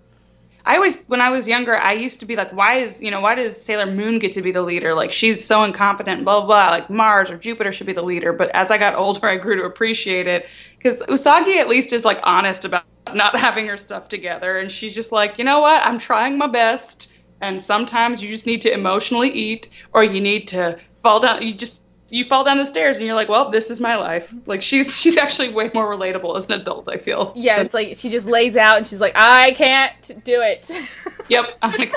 Speaker 4: I always, when I was younger, I used to be like, why is, you know, why does Sailor Moon get to be the leader? Like, she's so incompetent, blah, blah, blah. Like, Mars or Jupiter should be the leader. But as I got older, <laughs> I grew to appreciate it because Usagi at least is like honest about not having her stuff together. And she's just like, you know what? I'm trying my best. And sometimes you just need to emotionally eat or you need to fall down. You just, you fall down the stairs and you're like, well, this is my life. Like, she's, <laughs> she's actually way more relatable as an adult, I feel.
Speaker 2: Yeah, it's like she just lays out and she's like, I can't do it. <laughs>
Speaker 4: Yep. I'm like,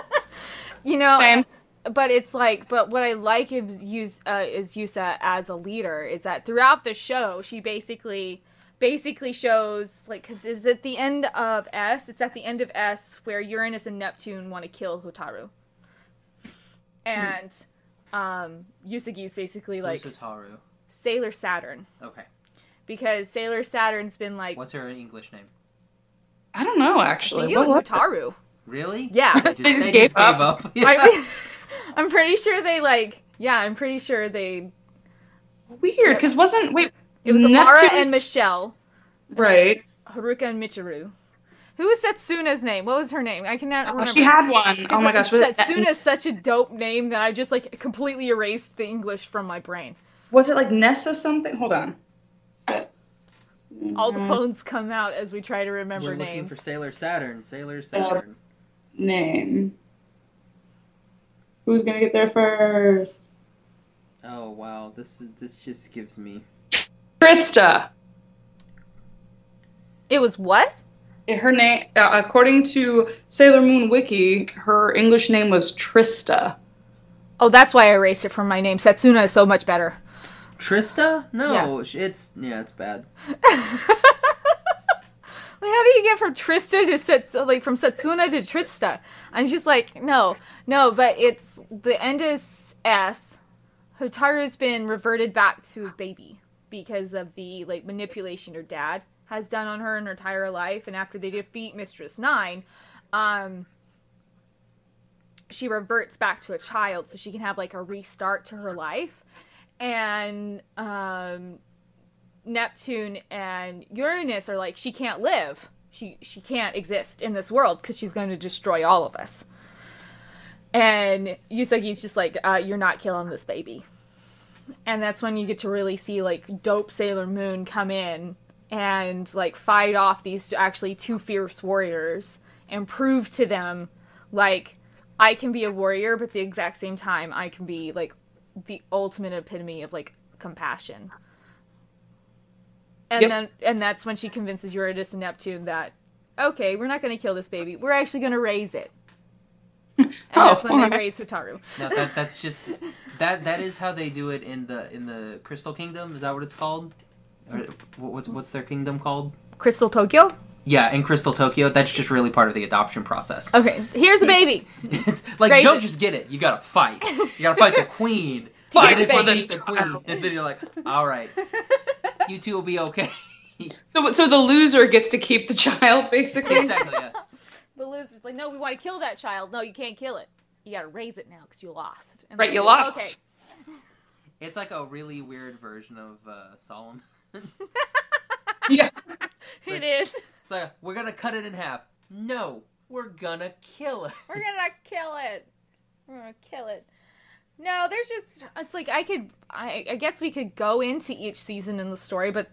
Speaker 2: you know,
Speaker 4: same.
Speaker 2: but it's like but what i like is use uh, is yusa as a leader is that throughout the show she basically basically shows like because is at the end of s it's at the end of s where uranus and neptune want to kill hotaru and um yusagi's basically <laughs> like
Speaker 3: Usutaru.
Speaker 2: sailor saturn
Speaker 3: Okay.
Speaker 2: because sailor saturn's been like
Speaker 3: What's her English name?
Speaker 4: I don't know,
Speaker 2: I
Speaker 4: actually.
Speaker 2: think it
Speaker 4: What
Speaker 2: was
Speaker 4: was it?
Speaker 2: hotaru
Speaker 3: Really?
Speaker 2: yeah
Speaker 4: They just gave up.
Speaker 3: <laughs> Yeah.
Speaker 2: I, <laughs> i'm pretty sure they like yeah i'm pretty sure they
Speaker 4: Weird, because wasn't wait
Speaker 2: it was amara
Speaker 4: Neptune-
Speaker 2: and michelle
Speaker 4: right.
Speaker 2: Haruka and Michiru. Who was Setsuna's name? What was her name? I cannot
Speaker 4: Oh,
Speaker 2: remember.
Speaker 4: she had one. Oh my gosh, was it,
Speaker 2: Setsuna is such a dope name that I just like completely erased the English from my brain.
Speaker 4: was it like Nessa something? Hold on. Set-
Speaker 2: All
Speaker 4: Mm.
Speaker 2: the phones come out as we try to remember
Speaker 3: We're looking
Speaker 2: names.
Speaker 3: for Sailor Saturn.
Speaker 4: Uh,
Speaker 3: Sailor Saturn.
Speaker 4: Name. Who's gonna get there first?
Speaker 3: Oh wow, this is this just gives me.
Speaker 4: Krista.
Speaker 2: It was what?
Speaker 4: Her name, uh, according to Sailor Moon Wiki, her English name was Trista.
Speaker 2: Oh, that's why I erased it from my name. Setsuna is so much better.
Speaker 3: Trista? No, sh it's yeah, it's bad.
Speaker 2: Like, how do you get from Trista to Sets like from Setsuna to Trista? I'm just like, no, no, but it's the end is S. Hotaru's been reverted back to a baby because of the like manipulation her dad has done on her in her entire life, and after they defeat Mistress Nine, um, she reverts back to a child so she can have like a restart to her life, and um, Neptune and Uranus are like she can't live. She she can't exist in this world because she's going to destroy all of us. And Yusagi's just like, uh, you're not killing this baby. And that's when you get to really see like dope Sailor Moon come in and like fight off these actually two fierce warriors and prove to them like I can be a warrior, but at the exact same time I can be like the ultimate epitome of like compassion. And
Speaker 4: Yep.
Speaker 2: then and that's when she convinces Eurydice and Neptune that okay, we're not going to kill this baby. We're actually going to raise
Speaker 4: <laughs>
Speaker 2: it. And that's
Speaker 4: Oh,
Speaker 2: when they
Speaker 4: alright.
Speaker 2: raise Hotaru.
Speaker 3: No, that that's just that that is how they do it in the in the Crystal Kingdom. Is that what it's called? Or wh- what's what's their kingdom called?
Speaker 2: Crystal Tokyo?
Speaker 3: Yeah, in Crystal Tokyo, that's just really part of the adoption process.
Speaker 2: Okay, here's a baby.
Speaker 3: <laughs> it's like
Speaker 2: Raise
Speaker 3: you don't
Speaker 2: it.
Speaker 3: just get it; you gotta fight. You gotta
Speaker 4: <laughs>
Speaker 3: fight the queen.
Speaker 4: To
Speaker 3: Fight
Speaker 4: get
Speaker 3: it for
Speaker 4: the
Speaker 3: the,
Speaker 4: baby.
Speaker 3: queen, and then you're like, all right, you two will be
Speaker 4: <laughs>
Speaker 3: okay.
Speaker 4: So, so the loser gets to keep the <laughs> child, basically. <laughs>
Speaker 3: exactly. Yes.
Speaker 2: The loser's like, no, we want to kill that child. No, you can't kill it. You gotta raise it now because you lost. And
Speaker 4: Right,
Speaker 2: they're
Speaker 4: you
Speaker 2: like,
Speaker 4: lost.
Speaker 2: Okay.
Speaker 3: It's like a really weird version of uh, Solomon.
Speaker 4: Yeah.
Speaker 2: It
Speaker 4: <laughs>
Speaker 2: is.
Speaker 3: It's like we're gonna cut it in half. No, we're gonna kill it.
Speaker 2: We're gonna kill it. We're gonna kill it. No, there's just it's like I could I, I guess we could go into each season in the story, but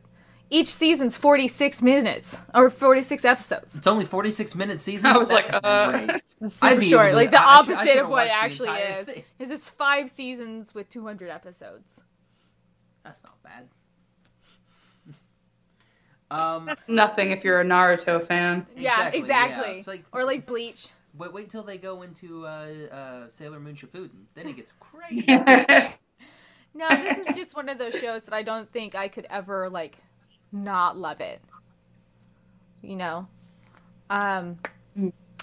Speaker 2: each season's 46 minutes or 46 episodes.
Speaker 3: It's only 46 minute seasons.
Speaker 4: I was
Speaker 3: That's
Speaker 4: like, uh,
Speaker 3: great.
Speaker 2: It's
Speaker 3: I'd
Speaker 2: super
Speaker 3: be
Speaker 2: short,
Speaker 3: able to-
Speaker 2: like the
Speaker 3: I- I should- I
Speaker 2: opposite
Speaker 3: should've
Speaker 2: of what it
Speaker 3: watched the
Speaker 2: actually
Speaker 3: entire
Speaker 2: is.
Speaker 3: thing.
Speaker 2: Is it's five seasons with 200 episodes.
Speaker 3: That's not bad. Um,
Speaker 4: Nothing if you're a Naruto fan. <laughs>
Speaker 2: yeah,
Speaker 3: Exactly,
Speaker 2: exactly.
Speaker 3: yeah. It's like-
Speaker 2: or like Bleach.
Speaker 3: wait, wait till they go into uh, uh, Sailor Moon Shippuden. Then it gets
Speaker 2: <laughs>
Speaker 3: crazy.
Speaker 4: yeah,
Speaker 2: No, this is just one of those shows that I don't think I could ever like not love it. You know. Um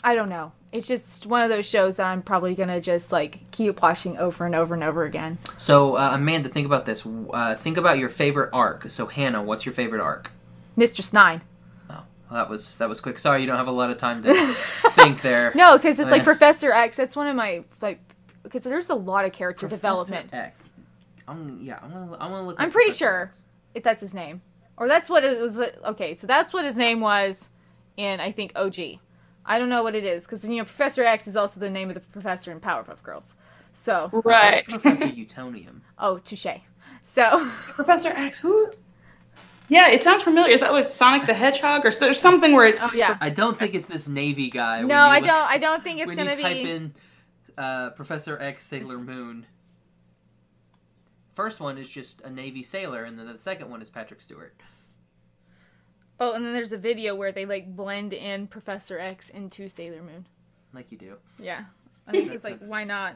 Speaker 2: I don't know. It's just one of those shows that I'm probably going to just like keep watching over and over and over again.
Speaker 3: so, uh, Amanda, think about this. Uh, think about your favorite arc. So, Hannah, what's your favorite arc?
Speaker 2: Mistress 9.
Speaker 3: Well, that was that was quick. Sorry, you don't have a lot of
Speaker 2: <laughs>
Speaker 3: time to think there.
Speaker 2: No, cuz it's like
Speaker 3: Yeah.
Speaker 2: Professor X. That's one of my like cuz there's a lot of character
Speaker 3: Professor
Speaker 2: development.
Speaker 3: X. I'm yeah. I'm gonna I'm gonna look.
Speaker 2: I'm
Speaker 3: up
Speaker 2: pretty
Speaker 3: Professor
Speaker 2: sure.
Speaker 3: X.
Speaker 2: If that's his name. Or that's what it was okay, so that's what his name was in I think OG. I don't know what it is cuz you know Professor X is also the name of the professor in Powerpuff Girls. So
Speaker 4: right.
Speaker 3: That's Professor Utonium.
Speaker 2: Oh, touche. So,
Speaker 4: Professor X, who? Yeah, it sounds familiar. Is that with Sonic the Hedgehog or so, there's something where it's?
Speaker 2: oh yeah.
Speaker 3: I don't think it's this Navy guy.
Speaker 2: <laughs>
Speaker 3: when
Speaker 2: No,
Speaker 3: you
Speaker 2: I
Speaker 3: look-
Speaker 2: don't. I don't think it's
Speaker 3: when
Speaker 2: gonna
Speaker 3: you type
Speaker 2: be.
Speaker 3: in uh, Professor X Sailor Moon. First one is just a Navy sailor, and then the second one is Patrick Stewart.
Speaker 2: Oh, and then there's a video where they like blend in Professor X into Sailor Moon.
Speaker 3: Like you do.
Speaker 2: Yeah, I think
Speaker 3: That
Speaker 2: it's like
Speaker 3: sounds-
Speaker 2: why not?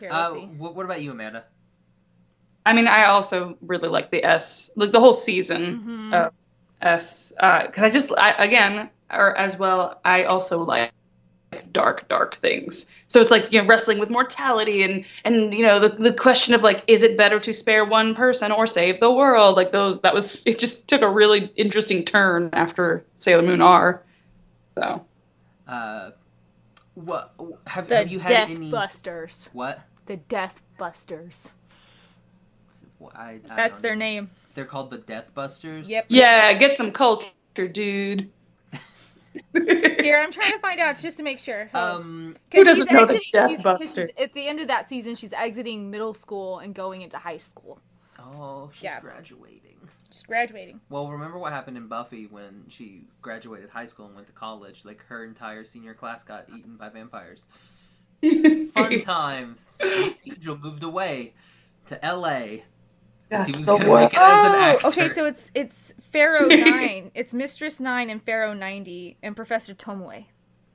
Speaker 2: Here,
Speaker 3: Uh,
Speaker 2: let's see.
Speaker 3: wh- what about you, Amanda?
Speaker 4: I mean, I also really like the S, like the whole season
Speaker 2: Mhm.
Speaker 4: of S, because I just, I, again, or as well, I also like dark, dark things. So it's like you know, wrestling with mortality and and you know the the question of like, is it better to spare one person or save the world? Like those, that was <laughs> it. Just took a really interesting turn after Sailor Moon R. So
Speaker 3: Uh, what have,
Speaker 2: The
Speaker 3: have you had
Speaker 2: Death
Speaker 3: any?
Speaker 2: Busters.
Speaker 3: What?
Speaker 2: The Death Busters.
Speaker 3: Wh- I- I
Speaker 2: That's
Speaker 3: don't
Speaker 2: their
Speaker 3: even-
Speaker 2: name.
Speaker 3: They're called the Death Busters.
Speaker 2: Yep.
Speaker 4: yeah, get some culture, dude.
Speaker 2: Here, I'm trying to find out just to make sure.
Speaker 3: Um,
Speaker 2: Because
Speaker 4: Who doesn't
Speaker 2: she's
Speaker 4: know the
Speaker 2: exiting-
Speaker 4: Death
Speaker 2: she's- 'cause
Speaker 4: Buster?
Speaker 2: she's- At the end of that season, she's exiting middle school and going into high school.
Speaker 3: Oh, she's
Speaker 2: Yeah.
Speaker 3: graduating.
Speaker 2: She's graduating.
Speaker 3: Well, remember what happened in Buffy when she graduated high school and went to college? Like her entire senior class got eaten
Speaker 2: <laughs>
Speaker 3: by vampires. Fun times. Angel moved away to L.A. 'cause he
Speaker 4: That's
Speaker 3: was
Speaker 4: the
Speaker 3: gonna make it as an actor.
Speaker 2: Oh, okay. So it's it's
Speaker 4: <laughs>
Speaker 2: Pharaoh Nine. it's Mistress Nine and Pharaoh Ninety and Professor Tomoe.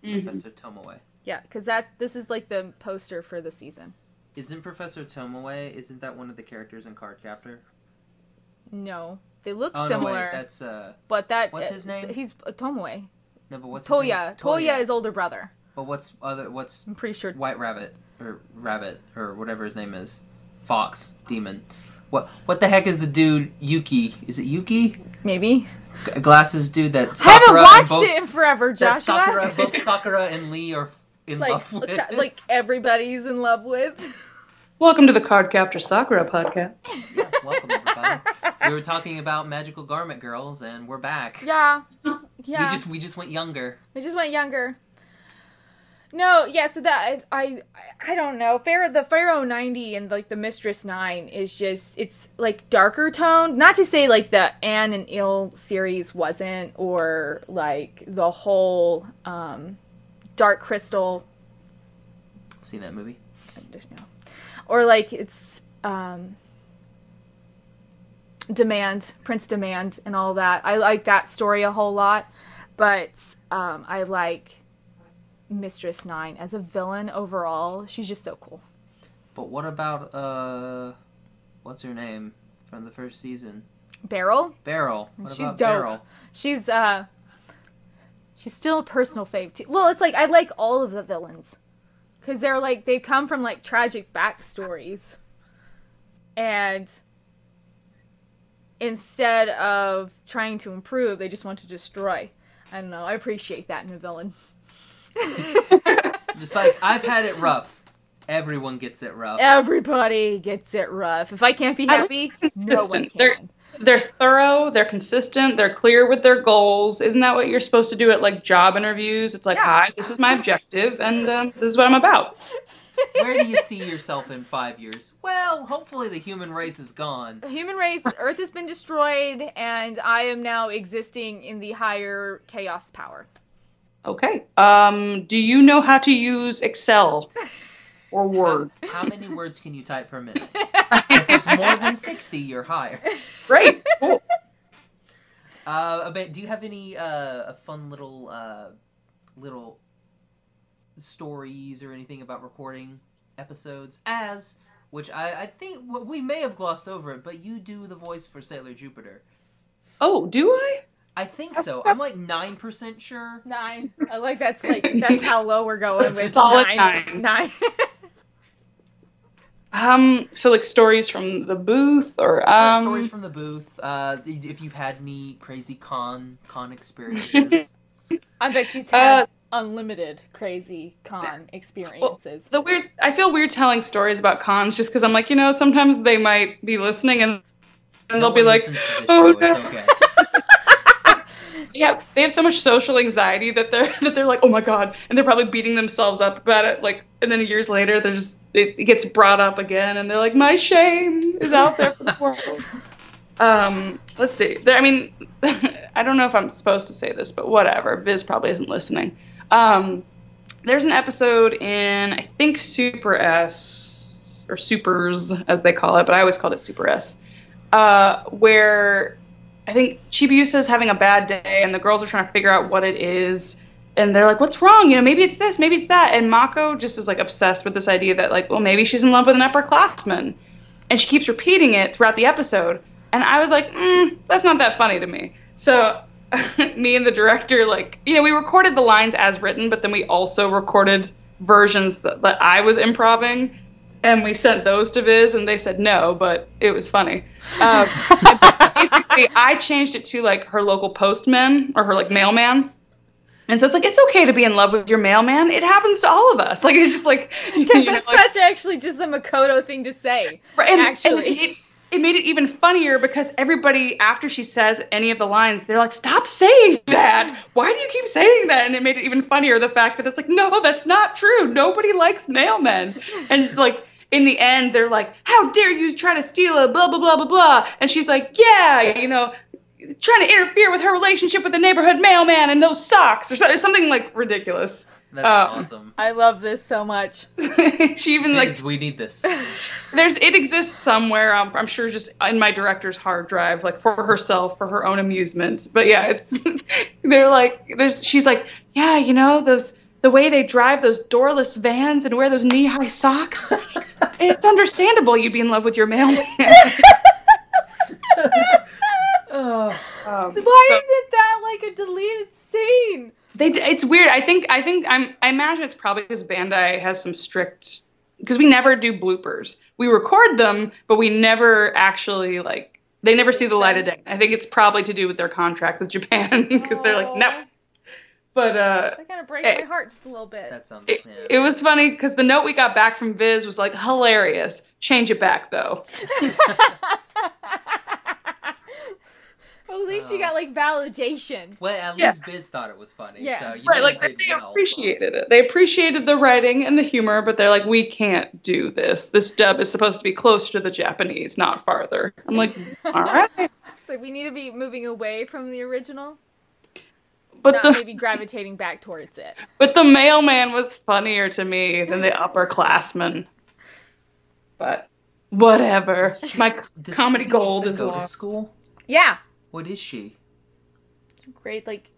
Speaker 2: Mm-hmm.
Speaker 3: Professor Tomoe.
Speaker 2: Yeah, because that this is like the poster for the season.
Speaker 3: Isn't Professor Tomoe? Isn't that one of the characters in Card Captor?
Speaker 2: No, they look
Speaker 3: Oh
Speaker 2: similar,
Speaker 3: no, wait, that's uh.
Speaker 2: but that
Speaker 3: What's his name?
Speaker 2: He's uh, Tomoe.
Speaker 3: No, but what's his name?
Speaker 2: Toya. Toya is older brother.
Speaker 3: But what's other? What's
Speaker 2: I'm pretty sure.
Speaker 3: White Rabbit or Rabbit or whatever his name is, Fox Demon. What what the heck is the dude Yuki? Is it Yuki?
Speaker 2: Maybe.
Speaker 3: G- glasses dude that
Speaker 2: I haven't
Speaker 3: Sakura and
Speaker 2: watched
Speaker 3: both,
Speaker 2: it in forever, Joshua.
Speaker 3: that Sakura both Sakura and Lee are
Speaker 2: <laughs>
Speaker 3: in
Speaker 2: like
Speaker 3: love with.
Speaker 2: like- <laughs> like everybody's in love with.
Speaker 4: Welcome to the Card Captor Sakura podcast.
Speaker 3: Yeah, <laughs> welcome
Speaker 2: <laughs>
Speaker 3: everybody. we were talking about magical garment girls, and we're back.
Speaker 2: Yeah. Yeah.
Speaker 3: <laughs> We just we just went younger.
Speaker 2: They just went younger. No, yeah, so that I I, I don't know. Pharaoh the Pharaoh 90 and like the Mistress 9 is just it's like darker toned. Not to say like the Anne and Ill series wasn't or like the whole um Dark Crystal
Speaker 3: Seen that movie?
Speaker 2: no. Or like it's um Demand, Prince Demand and all that. I like that story a whole lot, but um I like Mistress 9 as a villain overall. She's just so cool.
Speaker 3: But what about uh, what's her name from the first season?
Speaker 2: Beryl,
Speaker 3: Beryl. What
Speaker 2: She's
Speaker 3: about
Speaker 2: dope.
Speaker 3: Beryl?
Speaker 2: she's uh she's still a personal fave too. Well, it's like I like all of the villains cuz they're like they come from like tragic backstories. And instead of trying to improve, they just want to destroy. I don't know. I appreciate that in a villain.
Speaker 3: Just like I've had it rough. Everyone gets it rough.
Speaker 2: Everybody gets it rough. If I can't be
Speaker 4: I like
Speaker 2: happy, no one
Speaker 4: consistent.
Speaker 2: can.
Speaker 4: They're- They're thorough, they're consistent, they're clear with their goals. Isn't that what you're supposed to do at like job interviews? It's like,
Speaker 2: Yeah.
Speaker 4: hi, this is my objective, and um, this is what I'm about.
Speaker 3: Where do you see yourself in five years? Well, hopefully the human race is gone.
Speaker 2: The human race, Earth has been destroyed, and I am now existing in the higher chaos power.
Speaker 4: Okay. Um, do you know how to use Excel
Speaker 3: <laughs>
Speaker 4: or Word?
Speaker 3: How many words can you type per
Speaker 4: <laughs>
Speaker 3: minute? if it's more than sixty, you're higher.
Speaker 4: Great. Cool.
Speaker 3: Uh, but do you have any uh, fun little uh, little stories or anything about recording episodes? As which I, I think w- we may have glossed over it, but you do the voice for Sailor Jupiter.
Speaker 4: Oh, do I?
Speaker 3: I think
Speaker 4: <laughs>
Speaker 3: so. I'm like nine percent sure.
Speaker 2: Nine. I like that's like that's how low we're going with
Speaker 4: Solid
Speaker 2: nine.
Speaker 4: nine.
Speaker 2: Nine. <laughs>
Speaker 4: Um, so like stories from the booth or
Speaker 3: Uh,
Speaker 4: um
Speaker 3: stories from the booth. Uh, if you've had any crazy con con experiences.
Speaker 2: I bet she's had
Speaker 4: had
Speaker 2: unlimited crazy con experiences.
Speaker 4: the weird I feel weird telling stories about cons just because I'm like, you know, sometimes they might be listening and
Speaker 3: No
Speaker 4: and <laughs> they'll be
Speaker 3: one
Speaker 4: like,
Speaker 3: listens to this show,
Speaker 4: "Oh,
Speaker 3: it's
Speaker 4: no."
Speaker 3: okay.
Speaker 4: yeah, they have so much social anxiety that they're <laughs> that they're like, oh my god, and they're probably beating themselves up about it. Like, and then years later, they're just it, it gets brought up again, and they're like, my shame is out there for the world. Um, let's see. There, I mean, <laughs> I don't know if I'm supposed to say this, but whatever. Viz probably isn't listening. Um, there's an episode in I think Super S or Supers as they call it, but I always called it Super S, uh, where I think Chibiusa's having a bad day, and the girls are trying to figure out what it is. And they're like, "What's wrong? You know, maybe it's this, maybe it's that." And Mako just is like obsessed with this idea that like, well, maybe she's in love with an upperclassman, and she keeps repeating it throughout the episode. And I was like, mm, "That's not that funny to me." So, <laughs> me and the director, like, you know, we recorded the lines as written, but then we also recorded versions that, that I was improving, and we sent those to Viz, and they said no, but it was funny. Um, <laughs> basically I changed it to like her local postman or her like mailman. And so it's like it's okay to be in love with your mailman. It happens to all of us. Like it's just like <laughs> <laughs> you
Speaker 2: Because
Speaker 4: know,
Speaker 2: that's
Speaker 4: like-
Speaker 2: such actually just a Makoto thing to say.
Speaker 4: Right, and,
Speaker 2: actually.
Speaker 4: and it, it made it even funnier because everybody after she says any of the lines, they're like, "Stop saying that! Why do you keep saying that?" And it made it even funnier the fact that it's like, "No, that's not true. Nobody likes mailmen." And like, in the end, they're like, "How dare you try to steal a blah blah blah blah blah," and she's like, "Yeah, you know." Trying to interfere with her relationship with the neighborhood mailman and those socks or so- something like ridiculous. <laughs>
Speaker 3: That's
Speaker 4: Um,
Speaker 3: awesome.
Speaker 2: I love this so
Speaker 4: <laughs>
Speaker 2: much.
Speaker 4: she even like
Speaker 3: Because we need this.
Speaker 4: there's it exists somewhere um, I'm, I'm sure just in my director's hard drive like for herself for her own amusement but yeah it's <laughs> they're like there's she's like yeah you know those the way they drive those doorless vans and wear those knee-high socks it's understandable you'd be in love with your mailman
Speaker 3: oh,
Speaker 4: <laughs> um,
Speaker 2: Why
Speaker 4: so-
Speaker 2: isn't that like a deleted scene?
Speaker 4: They, d- it's weird. I think, I think, I'm, I imagine it's probably because Bandai has some strict, because we never do bloopers. We record them, but we never actually like. They never see the light of day. I think it's probably to do with their contract with Japan <laughs> because they're like, no.
Speaker 2: Aw,
Speaker 4: But uh,
Speaker 2: That kind of breaks
Speaker 4: Hey.
Speaker 2: my heart just a little bit.
Speaker 3: that sounds.
Speaker 4: it,
Speaker 3: yeah.
Speaker 4: it was funny because the note we got back from Viz was like hilarious. Change it back though.
Speaker 2: Well, at least you
Speaker 3: Oh.
Speaker 2: got like validation.
Speaker 3: Well, at
Speaker 4: Yeah.
Speaker 3: least Biz thought it was funny.
Speaker 2: Yeah.
Speaker 3: So you
Speaker 4: right,
Speaker 3: know
Speaker 4: like
Speaker 3: it
Speaker 4: they,
Speaker 3: did
Speaker 4: they
Speaker 3: well, but-
Speaker 4: appreciated it. They appreciated the writing and the humor, but they're like, we can't do this. This dub is supposed to be closer to the Japanese, not farther. I'm like, all right,
Speaker 2: It's like we need to be moving away from the
Speaker 4: <laughs>
Speaker 2: original,
Speaker 4: but
Speaker 2: not
Speaker 4: the
Speaker 2: maybe gravitating back towards it.
Speaker 4: <laughs> but the mailman was funnier to me than the upperclassman. But whatever,
Speaker 3: Does she-
Speaker 4: my
Speaker 3: does
Speaker 4: comedy
Speaker 3: Teresa
Speaker 4: gold is
Speaker 3: go to
Speaker 4: lost.
Speaker 3: school.
Speaker 2: Yeah,
Speaker 3: What is she?
Speaker 2: grade like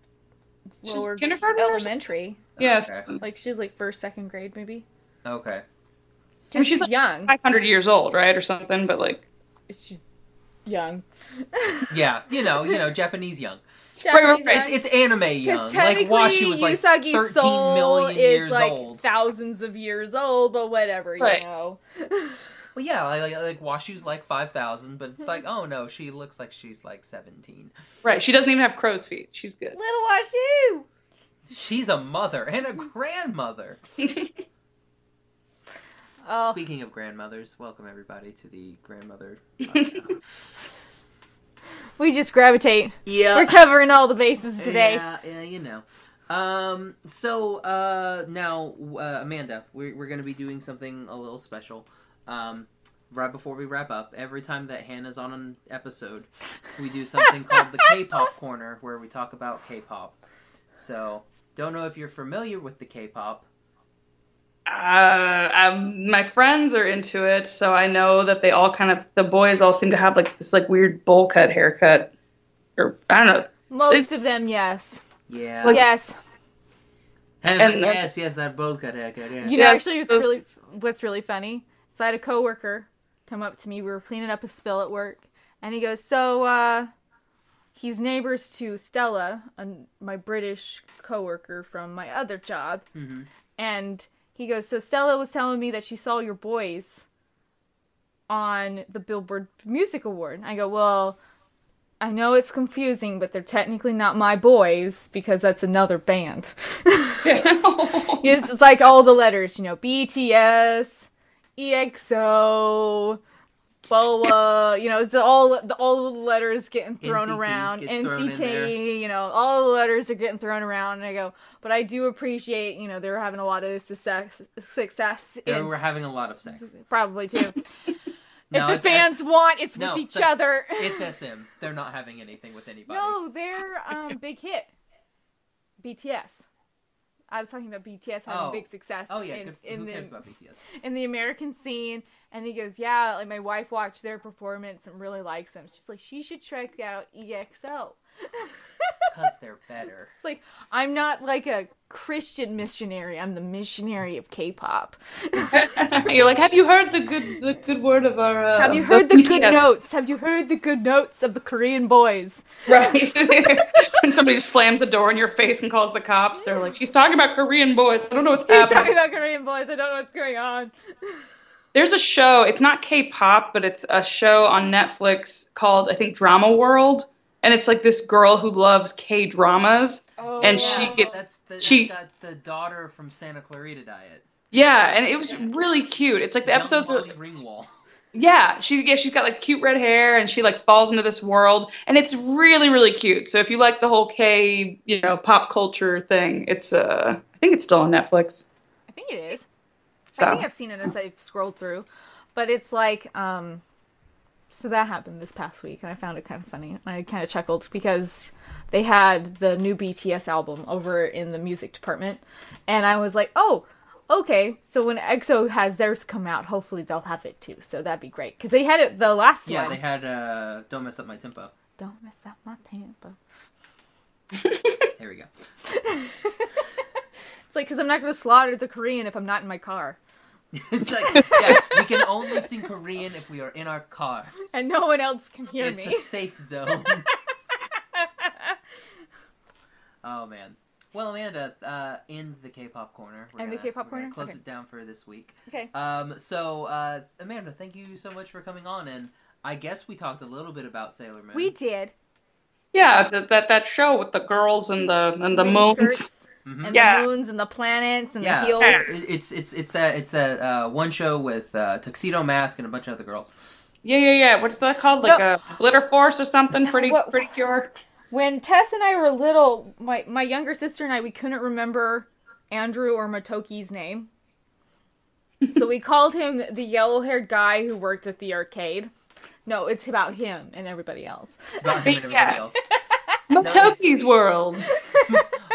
Speaker 4: She's
Speaker 2: lower
Speaker 4: kindergarten or something?
Speaker 2: elementary.
Speaker 4: Yes,
Speaker 3: Okay.
Speaker 2: Like she's like first, second grade maybe.
Speaker 3: Okay.
Speaker 4: I mean,
Speaker 2: she's
Speaker 4: she's like
Speaker 2: young.
Speaker 4: 500 years old, right, or something. But like,
Speaker 2: She's young.
Speaker 3: Yeah, you know, you know, Japanese young.
Speaker 4: right, right.
Speaker 2: Japanese young.
Speaker 3: It's it's
Speaker 4: <laughs>
Speaker 3: anime young.
Speaker 2: Because
Speaker 3: Like
Speaker 2: technically,
Speaker 3: Washi was like
Speaker 2: Yusagi's
Speaker 3: 13
Speaker 2: soul
Speaker 3: million years
Speaker 2: is like
Speaker 3: old.
Speaker 2: thousands of years old, but whatever,
Speaker 4: Right.
Speaker 2: you know. <laughs>
Speaker 3: Well, yeah, like like, like Washu's like five thousand, but it's
Speaker 4: Mm-hmm.
Speaker 3: like, oh no, she looks like she's like seventeen.
Speaker 4: right, she doesn't even have crow's feet. She's good.
Speaker 2: Little
Speaker 3: She's a mother and
Speaker 4: Mm-hmm.
Speaker 3: a grandmother.
Speaker 2: Washu! Oh,
Speaker 3: Speaking of grandmothers, welcome everybody to the grandmother. podcast.
Speaker 2: we just gravitate.
Speaker 3: yeah,
Speaker 2: We're covering all the bases today.
Speaker 3: Yeah, yeah, you know. Um, so uh, now, uh, Amanda, we're, we're going to be doing something a little special. Um, right before we wrap up, every time that Hannah's on an episode, we do something called the
Speaker 2: <laughs>
Speaker 3: K-pop corner, where we talk about K-pop. So, don't know if you're familiar with the K-pop.
Speaker 4: uh, um, my friends are into it, so I know that they all kind of the boys all seem to have like this like weird bowl cut haircut, or I don't know.
Speaker 2: Most of them, yes.
Speaker 3: Yeah.
Speaker 4: Like-
Speaker 2: Yes.
Speaker 3: Hannah's like,
Speaker 4: and-
Speaker 3: yes, yes, that bowl cut haircut. Yeah.
Speaker 2: You know,
Speaker 4: Yes.
Speaker 2: actually, it's really what's really funny. So I had a coworker come up to me. We were cleaning up a spill at work, and he goes, "So, uh, he's neighbors to Stella, an- my British coworker from my other job."
Speaker 3: Mhm.
Speaker 2: And he goes, "So Stella was telling me that she saw your boys on the Billboard Music Award." I go, "Well." I know it's confusing, but they're technically not my boys because that's another
Speaker 3: <laughs>
Speaker 2: band. It's, it's like all the letters, you know, BTS, E EXO, BOA, you know, it's all all the letters getting thrown
Speaker 3: NCT
Speaker 2: around.
Speaker 3: gets thrown in
Speaker 2: NCT,
Speaker 3: there.
Speaker 2: you know, all the letters are getting thrown around, and I go, but I do appreciate, you know, they were having a lot of success, success
Speaker 3: They
Speaker 2: in
Speaker 3: We're having a lot of sex.
Speaker 2: <laughs> probably too.
Speaker 3: No,
Speaker 2: if
Speaker 3: it's
Speaker 2: the fans want, it's
Speaker 3: No,
Speaker 2: with each
Speaker 3: it's-
Speaker 2: other.
Speaker 3: <laughs> It's SM. They're not having anything with anybody.
Speaker 2: No, their um, big hit, BTS. I was talking about BTS having
Speaker 3: Oh.
Speaker 2: big success
Speaker 3: Oh yeah,
Speaker 2: in,
Speaker 3: good.
Speaker 2: in
Speaker 3: who
Speaker 2: the
Speaker 3: cares about BTS?
Speaker 2: in the American scene. And he goes, Yeah, like my wife watched their performance and really likes them. She's like, She should check out EXO.
Speaker 3: Because they're better.
Speaker 2: It's like, I'm not like a Christian missionary, I'm the missionary of K pop.
Speaker 4: <laughs> You're like, have you heard the good the good word of our? Uh,
Speaker 2: Have you
Speaker 4: of
Speaker 2: heard the good
Speaker 4: BTS?"
Speaker 2: notes? Have you heard the good notes of the Korean boys?
Speaker 4: Right. <laughs> and somebody just slams a door in your face and calls the cops. They're like, she's talking about Korean boys. I don't know what's
Speaker 2: She's
Speaker 4: happening.
Speaker 2: talking about Korean boys. I don't know what's going on.
Speaker 4: There's a show. It's not K-pop, but it's a show on Netflix called I think Drama World, and it's like this girl who loves K-dramas.
Speaker 2: Oh,
Speaker 4: And she
Speaker 3: Yeah,
Speaker 4: gets-
Speaker 3: that's the,
Speaker 4: she-
Speaker 3: that's got the daughter from Santa Clarita Diet.
Speaker 4: Yeah, and it was really cute. It's like the
Speaker 3: Young
Speaker 4: episodes are
Speaker 3: Molly Ringwald. <laughs>
Speaker 4: yeah, she's yeah, she's got like cute red hair and she like falls into this world and it's really really cute. So if you like the whole K, you know, pop culture thing, it's uh I think it's still on Netflix.
Speaker 2: I think it is.
Speaker 4: So
Speaker 2: I think I've seen it as I've scrolled through, but it's like, um, so that happened this past week, and I found it kind of funny. I kind of chuckled because they had the new BTS album over in the music department, and I was like, oh, okay. So when EXO has theirs come out, hopefully they'll have it too. So that'd be great because they had it the last
Speaker 3: Yeah,
Speaker 2: one.
Speaker 3: they had uh, "Don't Mess Up My Tempo."
Speaker 2: Don't mess up my tempo.
Speaker 3: There we go. <laughs>
Speaker 2: It's like because I'm not going to slaughter the Korean if I'm not in my car,
Speaker 3: It's like,
Speaker 2: <laughs>
Speaker 3: yeah, we can only sing Korean if we are in our cars.
Speaker 2: and no one else can hear
Speaker 3: it's
Speaker 2: me.
Speaker 3: a safe zone. oh man. Well, Amanda, uh, end the K-pop corner. We're
Speaker 2: End the
Speaker 3: gonna-
Speaker 2: K-pop
Speaker 3: we're
Speaker 2: corner?
Speaker 3: gonna Close
Speaker 2: Okay.
Speaker 3: it down for this week.
Speaker 2: <laughs> Okay.
Speaker 3: Um. So, uh, Amanda, thank you so much for coming on, and I guess we talked a little bit about Sailor Moon.
Speaker 2: We did.
Speaker 4: yeah, that, that that show with the girls and the and the
Speaker 2: Mini
Speaker 4: moons.
Speaker 2: skirts
Speaker 3: Mhm.
Speaker 2: And
Speaker 4: Yeah.
Speaker 2: the moons and the planets and
Speaker 3: Yeah.
Speaker 2: the heels.
Speaker 4: Yeah.
Speaker 3: It- It's it's it's that it's that uh, one show with uh, tuxedo mask and a bunch of other girls.
Speaker 4: Yeah, yeah, yeah. What's that called? Like a glitter force or something? Pretty
Speaker 2: what-
Speaker 4: pretty cure.
Speaker 2: When Tess and I were little, my, my younger sister and I, we couldn't remember Andrew or Matoki's name. so we called him the yellow haired guy who worked at the arcade. No, it's about him and everybody else.
Speaker 3: It's about him and everybody
Speaker 4: Yeah.
Speaker 3: else.
Speaker 4: Matoki's world.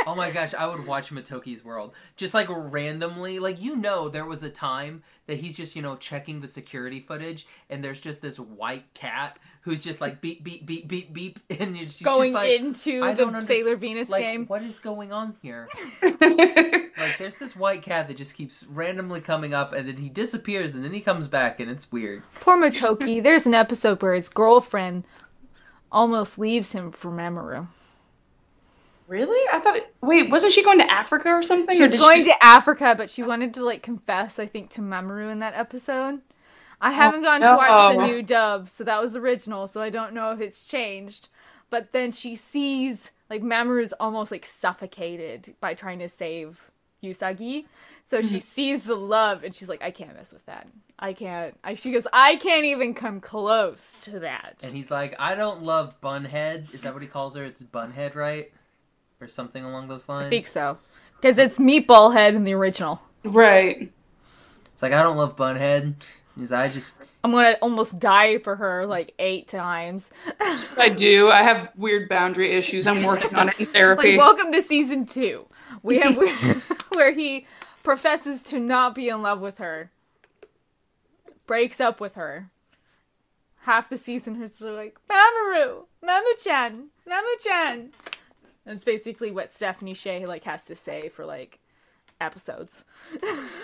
Speaker 3: Oh my gosh, I would watch Matoki's World. Just like randomly, like you know there was a time that he's just, you know, checking the security footage and there's just this white cat who's just like beep beep beep beep beep <laughs> and you're just, she's
Speaker 2: Going
Speaker 3: just like
Speaker 2: into
Speaker 3: I
Speaker 2: the
Speaker 3: don't underst-
Speaker 2: Sailor Venus
Speaker 3: like,
Speaker 2: game.
Speaker 3: What is going on
Speaker 2: <laughs>
Speaker 3: here?
Speaker 4: yeah,
Speaker 3: Like there's this white cat that just keeps randomly coming up and then he disappears and then he comes back and it's weird.
Speaker 2: Poor Matoki. There's an episode where his girlfriend almost leaves him for Mamoru.
Speaker 4: really? I thought. It, wait, wasn't she going to Africa or something?
Speaker 2: She
Speaker 4: or
Speaker 2: was
Speaker 4: did
Speaker 2: going
Speaker 4: she-
Speaker 2: to Africa, but she wanted to like confess, I think, to Mamoru in that episode. I haven't gone to watch the
Speaker 4: Oh, no. Oh.
Speaker 2: new dub, so that was original, so I don't know if it's changed. But then she sees like Mamoru's almost like suffocated by trying to save Usagi. So
Speaker 4: Mm-hmm.
Speaker 2: she sees the love and she's like, I can't mess with that. I can't. I, she goes, I can't even come close to that.
Speaker 3: And he's like, I don't love Bunhead. Is that what he calls her? It's Bunhead, right? Or something along those lines.
Speaker 2: I think so. Because it's Meatball Head in the original.
Speaker 4: Right.
Speaker 3: It's like I don't love Bunhead. He's I just
Speaker 2: I'm gonna almost die for her like eight times.
Speaker 4: I do. I have weird boundary issues. I'm working
Speaker 2: <laughs>
Speaker 4: on it in
Speaker 2: like
Speaker 4: therapy.
Speaker 2: welcome to season two we have <laughs> where he professes to not be in love with her breaks up with her half the season her's like mamoru mamu-chan mamu-chan that's basically what stephanie shea like has to say for like episodes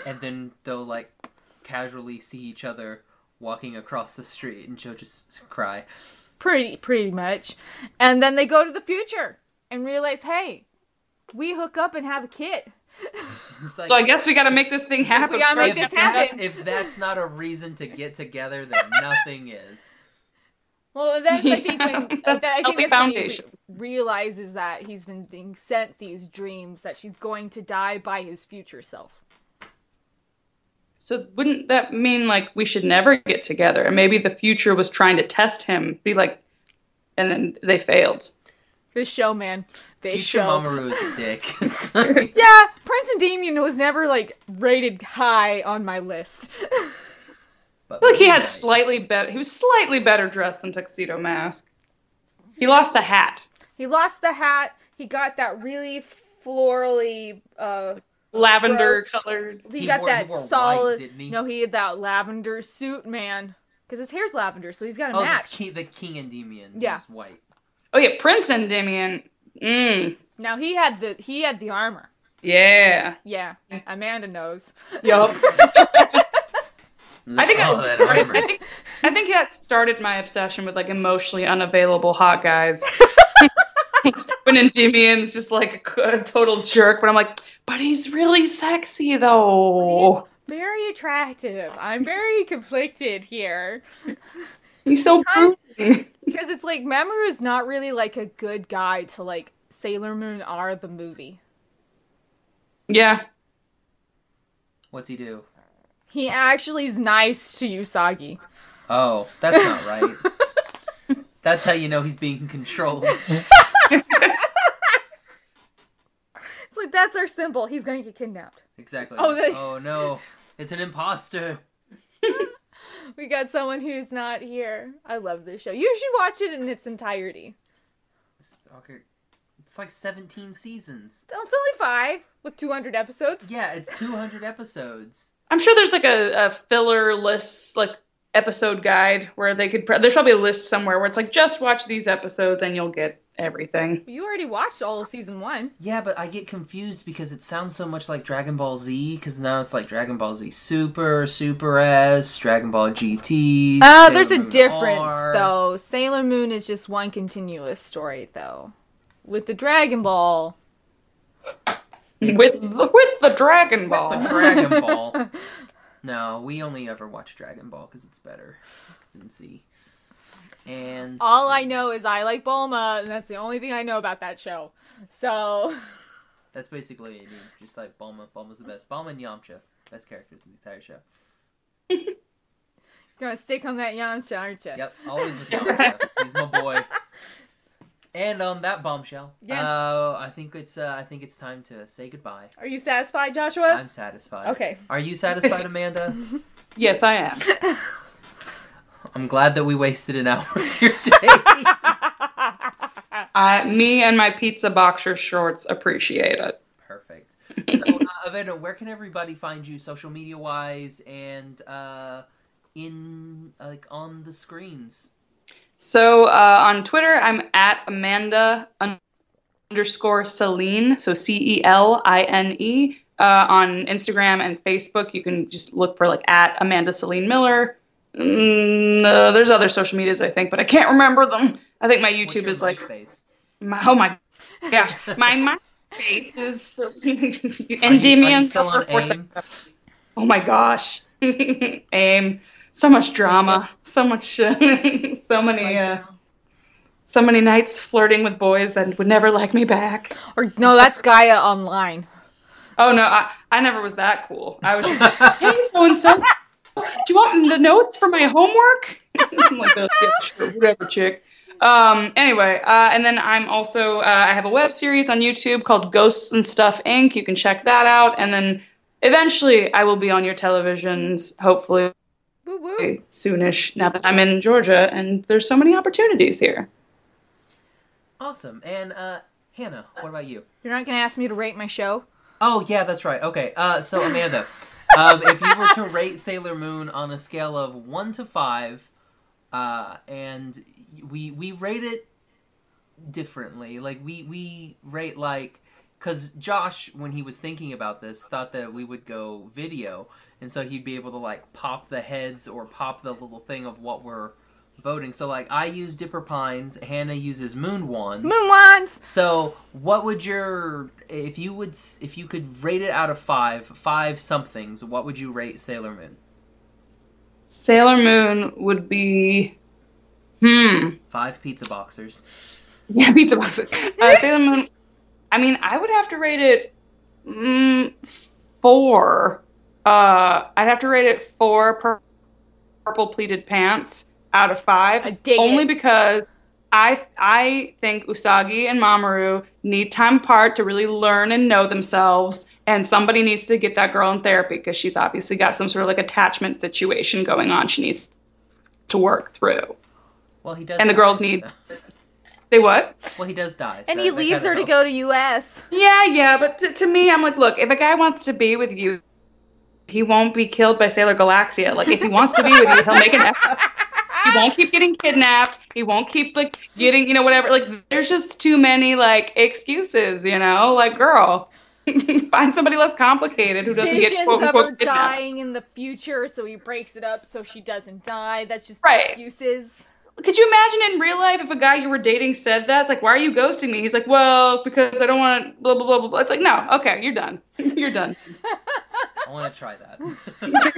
Speaker 3: and then they'll like casually see each other walking across the street and she'll just cry
Speaker 2: pretty pretty much and then they go to the future and realize hey we hook up and have a kid
Speaker 3: It's like,
Speaker 4: so I guess we got to make this thing happen.
Speaker 2: we gotta make
Speaker 3: if,
Speaker 2: this
Speaker 3: that's,
Speaker 2: happen.
Speaker 3: if that's not a reason to get together
Speaker 2: <laughs>
Speaker 3: then nothing is
Speaker 2: Well, that's I think
Speaker 4: Yeah,
Speaker 2: when
Speaker 4: <laughs> that's
Speaker 2: that- I think
Speaker 4: healthy
Speaker 2: that's when he
Speaker 4: foundation.
Speaker 2: re- realizes that he's been being sent these dreams that she's going to die by his future self.
Speaker 4: So wouldn't that mean like we should never get together? And maybe the future was trying to test him, be like, and then they failed.
Speaker 2: This show, man, they
Speaker 3: future
Speaker 2: show.
Speaker 3: Mamoru is
Speaker 2: <laughs>
Speaker 3: a dick It's like-
Speaker 2: Yeah, Prince and Damien was never like rated high on my list. <laughs>
Speaker 3: but
Speaker 4: I feel like he had
Speaker 3: Moonlight-
Speaker 4: slightly better. He was slightly better dressed than Tuxedo Mask. He lost the hat.
Speaker 2: He lost the hat. He got that really florally. uh
Speaker 4: Lavender
Speaker 2: Gross.
Speaker 4: colored.
Speaker 2: He,
Speaker 3: He
Speaker 2: got
Speaker 3: wore- he
Speaker 2: that
Speaker 3: wore white,
Speaker 2: solid.
Speaker 3: didn't he?
Speaker 2: No, he had that lavender suit, man. Because his hair's lavender, so he's got a
Speaker 3: oh
Speaker 2: match.
Speaker 3: that's king, the king Endymion
Speaker 2: Yeah.
Speaker 3: yeah was white
Speaker 4: Oh yeah, Prince Endymion. Mmm.
Speaker 2: Now he had the he had the armor.
Speaker 4: Yeah.
Speaker 2: Yeah, Amanda knows.
Speaker 4: Yup.
Speaker 3: I
Speaker 4: think I
Speaker 3: oh,
Speaker 4: was-
Speaker 3: that armor.
Speaker 2: <laughs>
Speaker 4: I think that started my obsession with like emotionally unavailable hot <laughs> guys. when Endymion's just like a, a total jerk, but I'm like, but he's really sexy though.
Speaker 2: Very attractive. I'm very <laughs> conflicted here
Speaker 4: He's so brooding.
Speaker 2: because it's like Mamoru is not really like a good guy to like Sailor Moon R the movie.
Speaker 4: Yeah.
Speaker 3: what's he do
Speaker 2: He actually is nice to Usagi.
Speaker 3: oh that's not right <laughs> that's how you know he's being controlled
Speaker 2: It's like that's our symbol. He's going to get kidnapped.
Speaker 3: exactly
Speaker 2: Oh, they-
Speaker 3: oh no It's an imposter.
Speaker 2: We got someone who's not here. I love this show. You should watch it in its entirety.
Speaker 3: It's, okay. it's like 17 seasons.
Speaker 2: It's only five with 200 episodes.
Speaker 3: Yeah, it's 200 episodes.
Speaker 4: I'm sure there's like a, a filler list, like episode guide where they could. Pr- there's probably a list somewhere where it's like just watch these episodes and you'll get everything.
Speaker 2: You already watched all of season one.
Speaker 3: Yeah, but I get confused because it sounds so much like Dragon Ball Z. Because now it's like Dragon Ball Z Super, Super S, Dragon Ball GT.
Speaker 2: Uh,
Speaker 3: Sailor
Speaker 2: there's a
Speaker 3: Moon
Speaker 2: difference
Speaker 3: R.
Speaker 2: though. Sailor Moon is just one continuous story though. With the Dragon Ball,
Speaker 4: With the, with the Dragon
Speaker 3: The
Speaker 4: Ball.
Speaker 2: <laughs>
Speaker 3: Dragon Ball. No, we only ever watch Dragon Ball because it's better than Z. And
Speaker 2: all I know is I like Bulma, and that's the only thing I know about that show. So, <laughs>
Speaker 3: that's basically it. dude. Just like Bulma. Bulma's the best. Bulma and Yamcha. Best characters in the entire show.
Speaker 2: gonna stick on that Yamcha, aren't you?
Speaker 3: Yep, always
Speaker 2: <laughs>
Speaker 3: with Yamcha. He's my boy. And on that bombshell,
Speaker 2: Yeah.
Speaker 3: uh, I think it's uh, I think it's time to say goodbye.
Speaker 2: Are you satisfied, Joshua?
Speaker 3: I'm satisfied.
Speaker 2: Uh, Okay.
Speaker 3: Are
Speaker 2: <laughs>
Speaker 3: you satisfied, Amanda?
Speaker 4: Yes, I am.
Speaker 3: I'm glad that we wasted an hour
Speaker 2: <laughs>
Speaker 3: of your day.
Speaker 4: I, me and my pizza boxer shorts appreciate it.
Speaker 3: Perfect. So, uh, Amanda, where can everybody find you, social media wise, and uh, in like on the screens?
Speaker 4: So uh, on Twitter, I'm at Amanda un- underscore Celine, so C E L I N E. Uh, on Instagram and Facebook, you can just look for like at Amanda Celine Miller. Mm, uh, there's other social medias, I think, but I can't remember them. I think my
Speaker 3: What's
Speaker 4: YouTube
Speaker 3: your
Speaker 4: is like,
Speaker 3: MySpace?
Speaker 4: my, oh my gosh,
Speaker 3: <laughs>
Speaker 4: my my face is <laughs>
Speaker 3: Are you- are you
Speaker 4: Endymion.
Speaker 3: still on AIM?
Speaker 4: Oh my gosh, <laughs> aim! So much drama, so much, <laughs> so many, uh, so many nights flirting with boys that would never like me back. <laughs>
Speaker 2: Or no, that's Gaia online.
Speaker 4: Oh no, I, I never was that cool. I was just hey, so and so. Do you want the notes for my homework? <laughs> I'm like, "Oh, yeah, sure, whatever, chick. Um, anyway, uh, and then I'm also uh, I have a web series on YouTube called Ghosts and Stuff Inc. You can check that out, and then eventually I will be on your televisions, hopefully
Speaker 2: Woo woo.
Speaker 4: soonish. Now that I'm in Georgia, and there's so many opportunities here.
Speaker 3: Awesome. And uh, Hannah, what about you?
Speaker 2: You're not gonna ask me to rate my show?
Speaker 3: Oh yeah, that's right. Okay, uh, so Amanda, <laughs> um, if you were to rate Sailor Moon on a scale of one to five, uh, and we we rate it differently. Like we we rate like because Josh, when he was thinking about this, thought that we would go video, and so he'd be able to like pop the heads or pop the little thing of what we're voting. So like I use Dipper Pines, Hannah uses Moon Wands.
Speaker 2: Moon wands.
Speaker 3: So, what would your if you would if you could rate it out of five, five somethings? What would you rate Sailor Moon?
Speaker 4: Sailor Moon would be, hmm,
Speaker 3: Five pizza boxers.
Speaker 4: Yeah, <laughs> pizza boxes.
Speaker 2: <laughs>
Speaker 4: Uh, Sailor Moon. I mean, I would have to rate it mm, four. Uh, I'd have to rate it four pur- purple pleated pants out of five.
Speaker 2: I dig
Speaker 4: only
Speaker 2: it.
Speaker 4: because I I think Usagi and Mamoru need time apart to really learn and know themselves. And somebody needs to get that girl in therapy because she's obviously got some sort of like attachment situation going on. She needs to work through.
Speaker 3: Well, he does.
Speaker 4: And the
Speaker 3: die,
Speaker 4: girls need-
Speaker 3: so-
Speaker 4: Say what?
Speaker 3: Well, he does die.
Speaker 2: And
Speaker 3: so
Speaker 2: he
Speaker 3: that
Speaker 2: leaves
Speaker 3: kinda
Speaker 2: her to
Speaker 3: helps.
Speaker 2: go to US.
Speaker 4: Yeah, yeah, but to, to me, I'm like, look, if a guy wants to be with you, he won't be killed by Sailor Galaxia. Like, if he wants to be with you, he'll make an effort. He won't keep getting kidnapped. He won't keep like getting, you know, whatever. Like, there's just too many like excuses, you know. Like, girl, <laughs> find somebody less complicated who doesn't get
Speaker 2: Visions
Speaker 4: quote
Speaker 2: of her
Speaker 4: unquote kidnapped.
Speaker 2: dying in the future, so he breaks it up so she doesn't die. That's just
Speaker 4: Right.
Speaker 2: excuses.
Speaker 4: Could you imagine in real life if a guy you were dating said that? It's like, why are you ghosting me? He's like, well, because I don't want blah blah blah blah. blah. It's like, no, okay, you're done. <laughs> you're done.
Speaker 3: I want to try that. <laughs>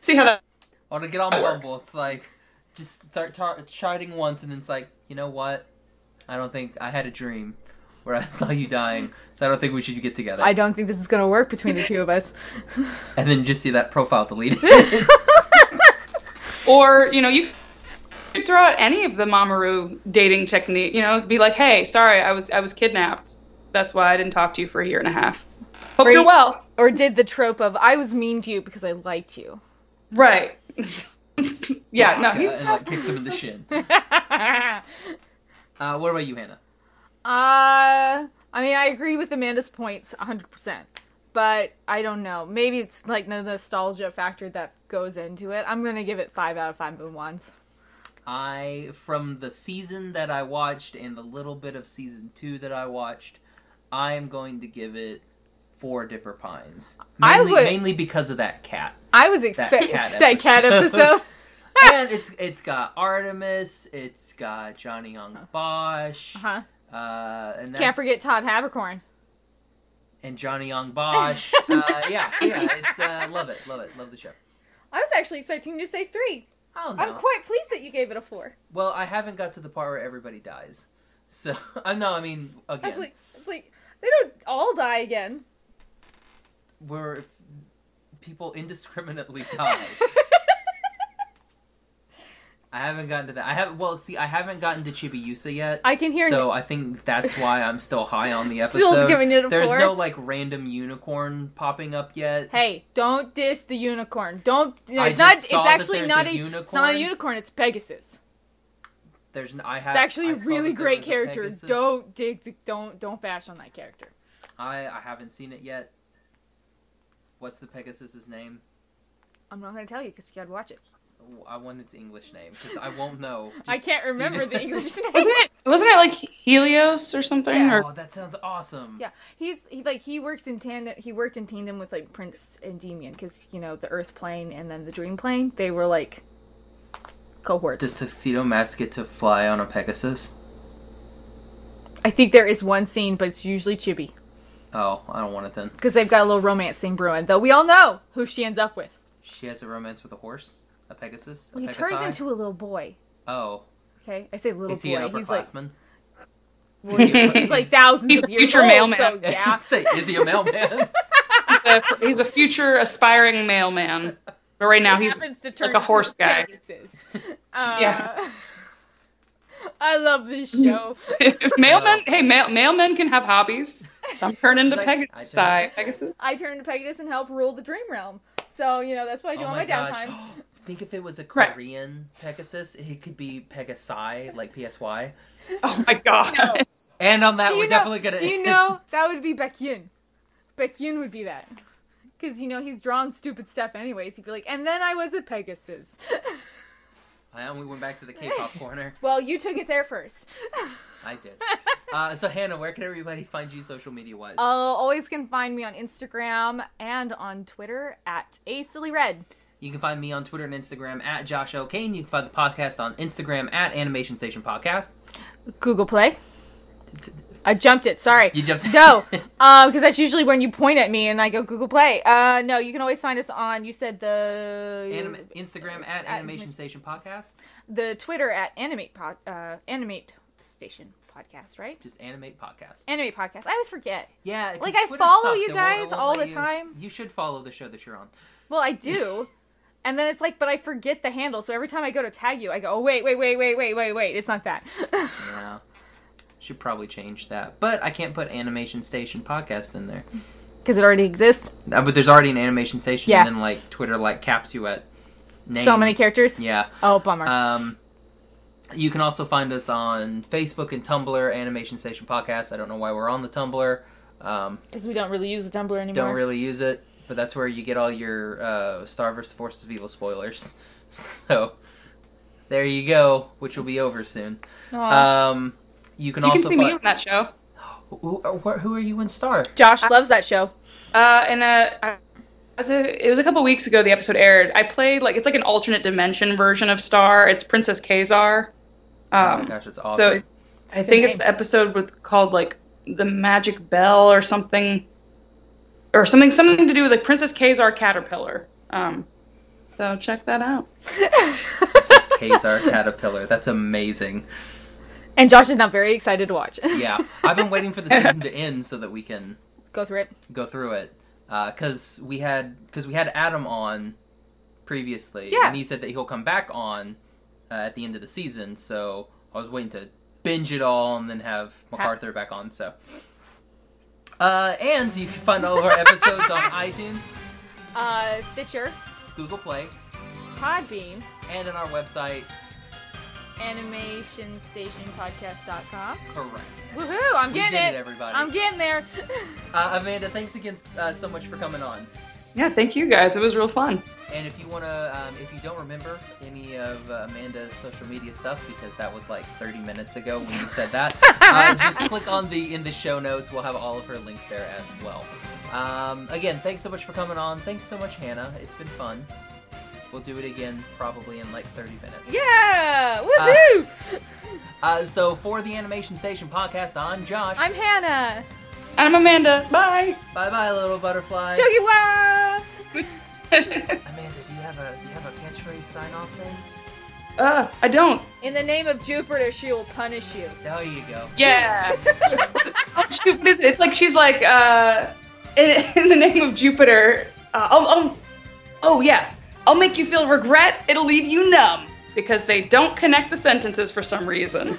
Speaker 4: See how that.
Speaker 3: I want to get on Bumble. It's like just start tar- chatting once, and then it's like, you know what? I don't think I had a dream where I <laughs> saw you dying, so I don't think we should get together.
Speaker 2: I don't think this is gonna work between the two of
Speaker 4: <laughs>
Speaker 2: us.
Speaker 3: And then just see that profile deleted.
Speaker 2: <laughs>
Speaker 4: Or, you know, you could throw out any of the Mamoru dating technique, you know, be like, hey, sorry, I was I was kidnapped. That's why I didn't talk to you for a year and a half. Hope
Speaker 2: Right.
Speaker 4: you're well.
Speaker 2: or did the trope of I was mean to you because I liked you.
Speaker 4: Right. <laughs> yeah, no,
Speaker 3: <laughs>
Speaker 4: he's
Speaker 3: and like kicks him in
Speaker 2: <laughs>
Speaker 3: the shin. Uh, what about you, Hannah?
Speaker 2: Uh, I mean, I agree with Amanda's points 100%, but I don't know. Maybe it's like the nostalgia factor that goes into it. I'm going to give it 5 out of 5 moon wands.
Speaker 3: I from the season that I watched and the little bit of season two that I watched, I am going to give it four Dipper Pines.
Speaker 2: I
Speaker 3: Mainly,
Speaker 2: would-
Speaker 3: mainly because of that cat.
Speaker 2: I was expecting
Speaker 3: cat
Speaker 2: that, cat
Speaker 3: episode.
Speaker 2: episode.
Speaker 3: <laughs> and it's it's got Artemis, it's got Johnny Young Bosch,
Speaker 2: Huh?
Speaker 3: uh, and
Speaker 2: Uh-huh. Can't
Speaker 3: that's-
Speaker 2: forget Todd Habercorn.
Speaker 3: and Johnny Young
Speaker 2: <laughs>
Speaker 3: Bosch. uh, yeah, so yeah, it's uh, love it, love it, love the show.
Speaker 2: I was actually expecting you to say 3.
Speaker 3: Oh
Speaker 2: I'm
Speaker 3: no.
Speaker 2: quite pleased that you gave it a 4.
Speaker 3: well, I haven't got to the part where everybody dies. So <laughs> I no, I mean
Speaker 2: I was
Speaker 3: again,
Speaker 2: like it's like they don't all die again.
Speaker 3: where people indiscriminately die. I haven't gotten to that. I have well, see, I haven't gotten to Chibiusa yet.
Speaker 2: I can hear
Speaker 3: so I think that's why I'm still
Speaker 2: <laughs>
Speaker 3: high on the episode.
Speaker 2: Still giving it a
Speaker 3: There's
Speaker 2: four.
Speaker 3: no like random unicorn popping up yet.
Speaker 2: Hey, don't diss the unicorn. Don't. No,
Speaker 3: I
Speaker 2: it's not.
Speaker 3: just
Speaker 2: It's
Speaker 3: saw that
Speaker 2: actually
Speaker 3: there's
Speaker 2: not
Speaker 3: a
Speaker 2: a. It's not a
Speaker 3: unicorn.
Speaker 2: unicorn. It's Pegasus.
Speaker 3: There's n I have.
Speaker 2: It's actually
Speaker 3: I
Speaker 2: a
Speaker 3: saw
Speaker 2: really
Speaker 3: that there
Speaker 2: great
Speaker 3: was a
Speaker 2: character.
Speaker 3: Pegasus.
Speaker 2: Don't dig. The, don't don't bash on that character.
Speaker 3: I I haven't seen it yet. What's the Pegasus's name?
Speaker 2: I'm not gonna tell you because you gotta watch it.
Speaker 3: I want its English name because I won't know.
Speaker 2: I
Speaker 3: Just-
Speaker 2: can't remember <laughs> the English name.
Speaker 4: wasn't it wasn't it like Helios or something?
Speaker 2: Yeah.
Speaker 4: Or
Speaker 3: Oh, that sounds awesome.
Speaker 2: Yeah, he's he like he works in tandem. He worked in tandem with like Prince Endymion because you know the Earth plane and then the Dream plane. They were like cohorts.
Speaker 3: Does Tuxedo Mask get to fly on a Pegasus?
Speaker 2: I think there is one scene, but it's usually Chibi
Speaker 3: Oh, I don't want it then.
Speaker 2: because they've got a little romance thing brewing. Though we all know who she ends up with.
Speaker 3: She has a romance with a horse, a Pegasus. a
Speaker 2: Well, he
Speaker 3: Pegasi?
Speaker 2: turns into a little boy.
Speaker 3: Oh,
Speaker 2: Okay, I say little
Speaker 3: is he an
Speaker 2: boy. He's like
Speaker 3: upperclassman? <laughs>
Speaker 2: he's like thousands
Speaker 4: He's
Speaker 2: of
Speaker 4: a
Speaker 2: years
Speaker 4: future
Speaker 2: old,
Speaker 4: mailman.
Speaker 2: so
Speaker 3: I was <laughs>
Speaker 2: yeah.
Speaker 3: gonna say, is he
Speaker 2: <laughs>
Speaker 3: a mailman?
Speaker 4: he's, a, he's a future aspiring mailman, but right now he's
Speaker 2: Happens to turn
Speaker 4: like a horse
Speaker 2: into
Speaker 4: guy.
Speaker 2: Pegasus. Uh, <laughs>
Speaker 4: <laughs> Yeah.
Speaker 2: I love this
Speaker 4: <laughs>
Speaker 2: show.
Speaker 4: mailmen, hey, mail, mailmen can have hobbies. Some turn into
Speaker 3: Like,
Speaker 4: Pegasus.
Speaker 3: I
Speaker 4: Pegasus.
Speaker 2: I turn into Pegasus and help rule the dream realm. So you know that's what I do
Speaker 3: oh
Speaker 2: on
Speaker 3: my
Speaker 2: my,
Speaker 3: gosh!
Speaker 2: downtime.
Speaker 3: <gasps> Think if it was a
Speaker 4: Right.
Speaker 3: Korean Pegasus, it could be Pegasi, like PSY.
Speaker 4: Oh my god.
Speaker 3: And on that,
Speaker 2: do
Speaker 3: we're
Speaker 2: you know?
Speaker 3: definitely gonna.
Speaker 2: Do
Speaker 3: <laughs>
Speaker 2: you know that would be Baekhyun? Baekhyun would be that. Because, you know, he's drawn stupid stuff anyways. He'd be like, and then I was a Pegasus. <laughs>
Speaker 3: and we went back to the K-pop corner.
Speaker 2: well, you took it there first. <laughs>
Speaker 3: I did. Uh, so Hannah, where can everybody find you social media wise?
Speaker 2: Oh, always can find me on Instagram and on Twitter at a silly red.
Speaker 3: You can find me on Twitter and Instagram at Josh O'Kane. You can find the podcast on Instagram at Animation Station Podcast.
Speaker 2: Google Play. I jumped it. Sorry.
Speaker 3: You jumped. <laughs>
Speaker 2: no, because that's usually when you point at me and I go Google Play. Uh, no, you can always find us on. You said the
Speaker 3: Anim- Instagram at uh, Animation Station Podcast.
Speaker 2: the Twitter at animate pod, uh, animate station podcast, right?
Speaker 3: Just animate podcast.
Speaker 2: Animate podcast. I always forget.
Speaker 3: Yeah, 'cause
Speaker 2: Like, I
Speaker 3: Twitter
Speaker 2: follow
Speaker 3: sucks.
Speaker 2: you
Speaker 3: It won't- it
Speaker 2: guys
Speaker 3: won't
Speaker 2: all
Speaker 3: let
Speaker 2: the
Speaker 3: you-
Speaker 2: time.
Speaker 3: You should follow the show that you're on.
Speaker 2: Well, I
Speaker 3: <laughs>
Speaker 2: do. And then it's like, but I forget the handle. So every time I go to tag you, I go, oh, wait, wait, wait, wait, wait, wait, wait. It's not that. <laughs>
Speaker 3: Yeah. Should probably change that, but I can't put Animation Station podcast in there.
Speaker 2: Because it already exists.
Speaker 3: Uh, but there's already an Animation Station,
Speaker 2: Yeah.
Speaker 3: and then like Twitter like caps you at name.
Speaker 2: So many characters.
Speaker 3: Yeah.
Speaker 2: Oh, bummer.
Speaker 3: Um, you can also find us on Facebook and Tumblr, Animation Station Podcast. I don't know why we're on the Tumblr. Um,
Speaker 2: Because we don't really use the Tumblr anymore.
Speaker 3: don't really use it, but that's where you get all your uh, Star vs. Forces of Evil spoilers. <laughs> So there you go, which will be over soon.
Speaker 2: Aw.
Speaker 3: Um, you can
Speaker 4: You
Speaker 3: also
Speaker 4: can see me
Speaker 3: find-
Speaker 4: on that show.
Speaker 3: Who, who- who are you in Star?
Speaker 2: Josh loves that show.
Speaker 4: Uh, and uh, I was a, it was a couple weeks ago the episode aired. I played like it's like an alternate dimension version of Star. It's Princess Kazar.
Speaker 3: Oh my
Speaker 4: Um,
Speaker 3: gosh, it's awesome.
Speaker 4: <laughs> so it- I
Speaker 2: a good
Speaker 4: think it's
Speaker 2: name.
Speaker 4: the episode with called like the Magic Bell or something, or something something to do with like Princess Kazar Caterpillar. Um, so check that out.
Speaker 3: Princess Kazar Caterpillar. That's amazing.
Speaker 2: And Josh is now very excited to watch.
Speaker 3: Yeah, I've been waiting for the season to end so that we can
Speaker 2: <laughs> Go through it.
Speaker 3: go through it because we had because we had Adam on previously,
Speaker 2: Yeah.
Speaker 3: and he said that he'll come back on uh, at the end of the season. So I was waiting to binge it all and then have MacArthur back on. So, Uh, and you can find all of our episodes on iTunes,
Speaker 2: Uh, Stitcher,
Speaker 3: Google Play,
Speaker 2: Podbean,
Speaker 3: and on our website.
Speaker 2: animationstationpodcast.com.
Speaker 3: Correct.
Speaker 2: Woohoo! I'm
Speaker 3: We
Speaker 2: getting
Speaker 3: did it,
Speaker 2: it.
Speaker 3: everybody.
Speaker 2: I'm getting <laughs> there.
Speaker 3: Uh, Amanda, thanks again uh, so much for coming on.
Speaker 4: Yeah, thank you guys. It was real fun.
Speaker 3: And if you want to, um, if you don't remember any of uh, Amanda's social media stuff, because that was like 30 minutes ago when you said
Speaker 2: <laughs>
Speaker 3: that, uh, just click on the in the show notes. We'll have all of her links there as well. Um, again, thanks so much for coming on. Thanks so much, Hannah. It's been fun. We'll do it again probably in like 30 minutes.
Speaker 2: Yeah! Woohoo!
Speaker 3: Uh, so for the Animation Station podcast, I'm Josh.
Speaker 2: I'm Hannah.
Speaker 4: I'm Amanda. Bye. <laughs>
Speaker 3: bye bye, little butterfly.
Speaker 2: Chuggy wah!
Speaker 3: Amanda, do you have a do you have a catchphrase sign off thing?
Speaker 4: uh, I don't.
Speaker 2: In the name of Jupiter, she will punish <laughs> you.
Speaker 3: There you go.
Speaker 4: Yeah. <laughs> oh, shoot, what is it? It's like she's like, uh, in, in the name of Jupiter. Uh, oh, oh, oh, yeah. I'll make you feel regret. It'll leave you numb because they don't connect the sentences for some reason.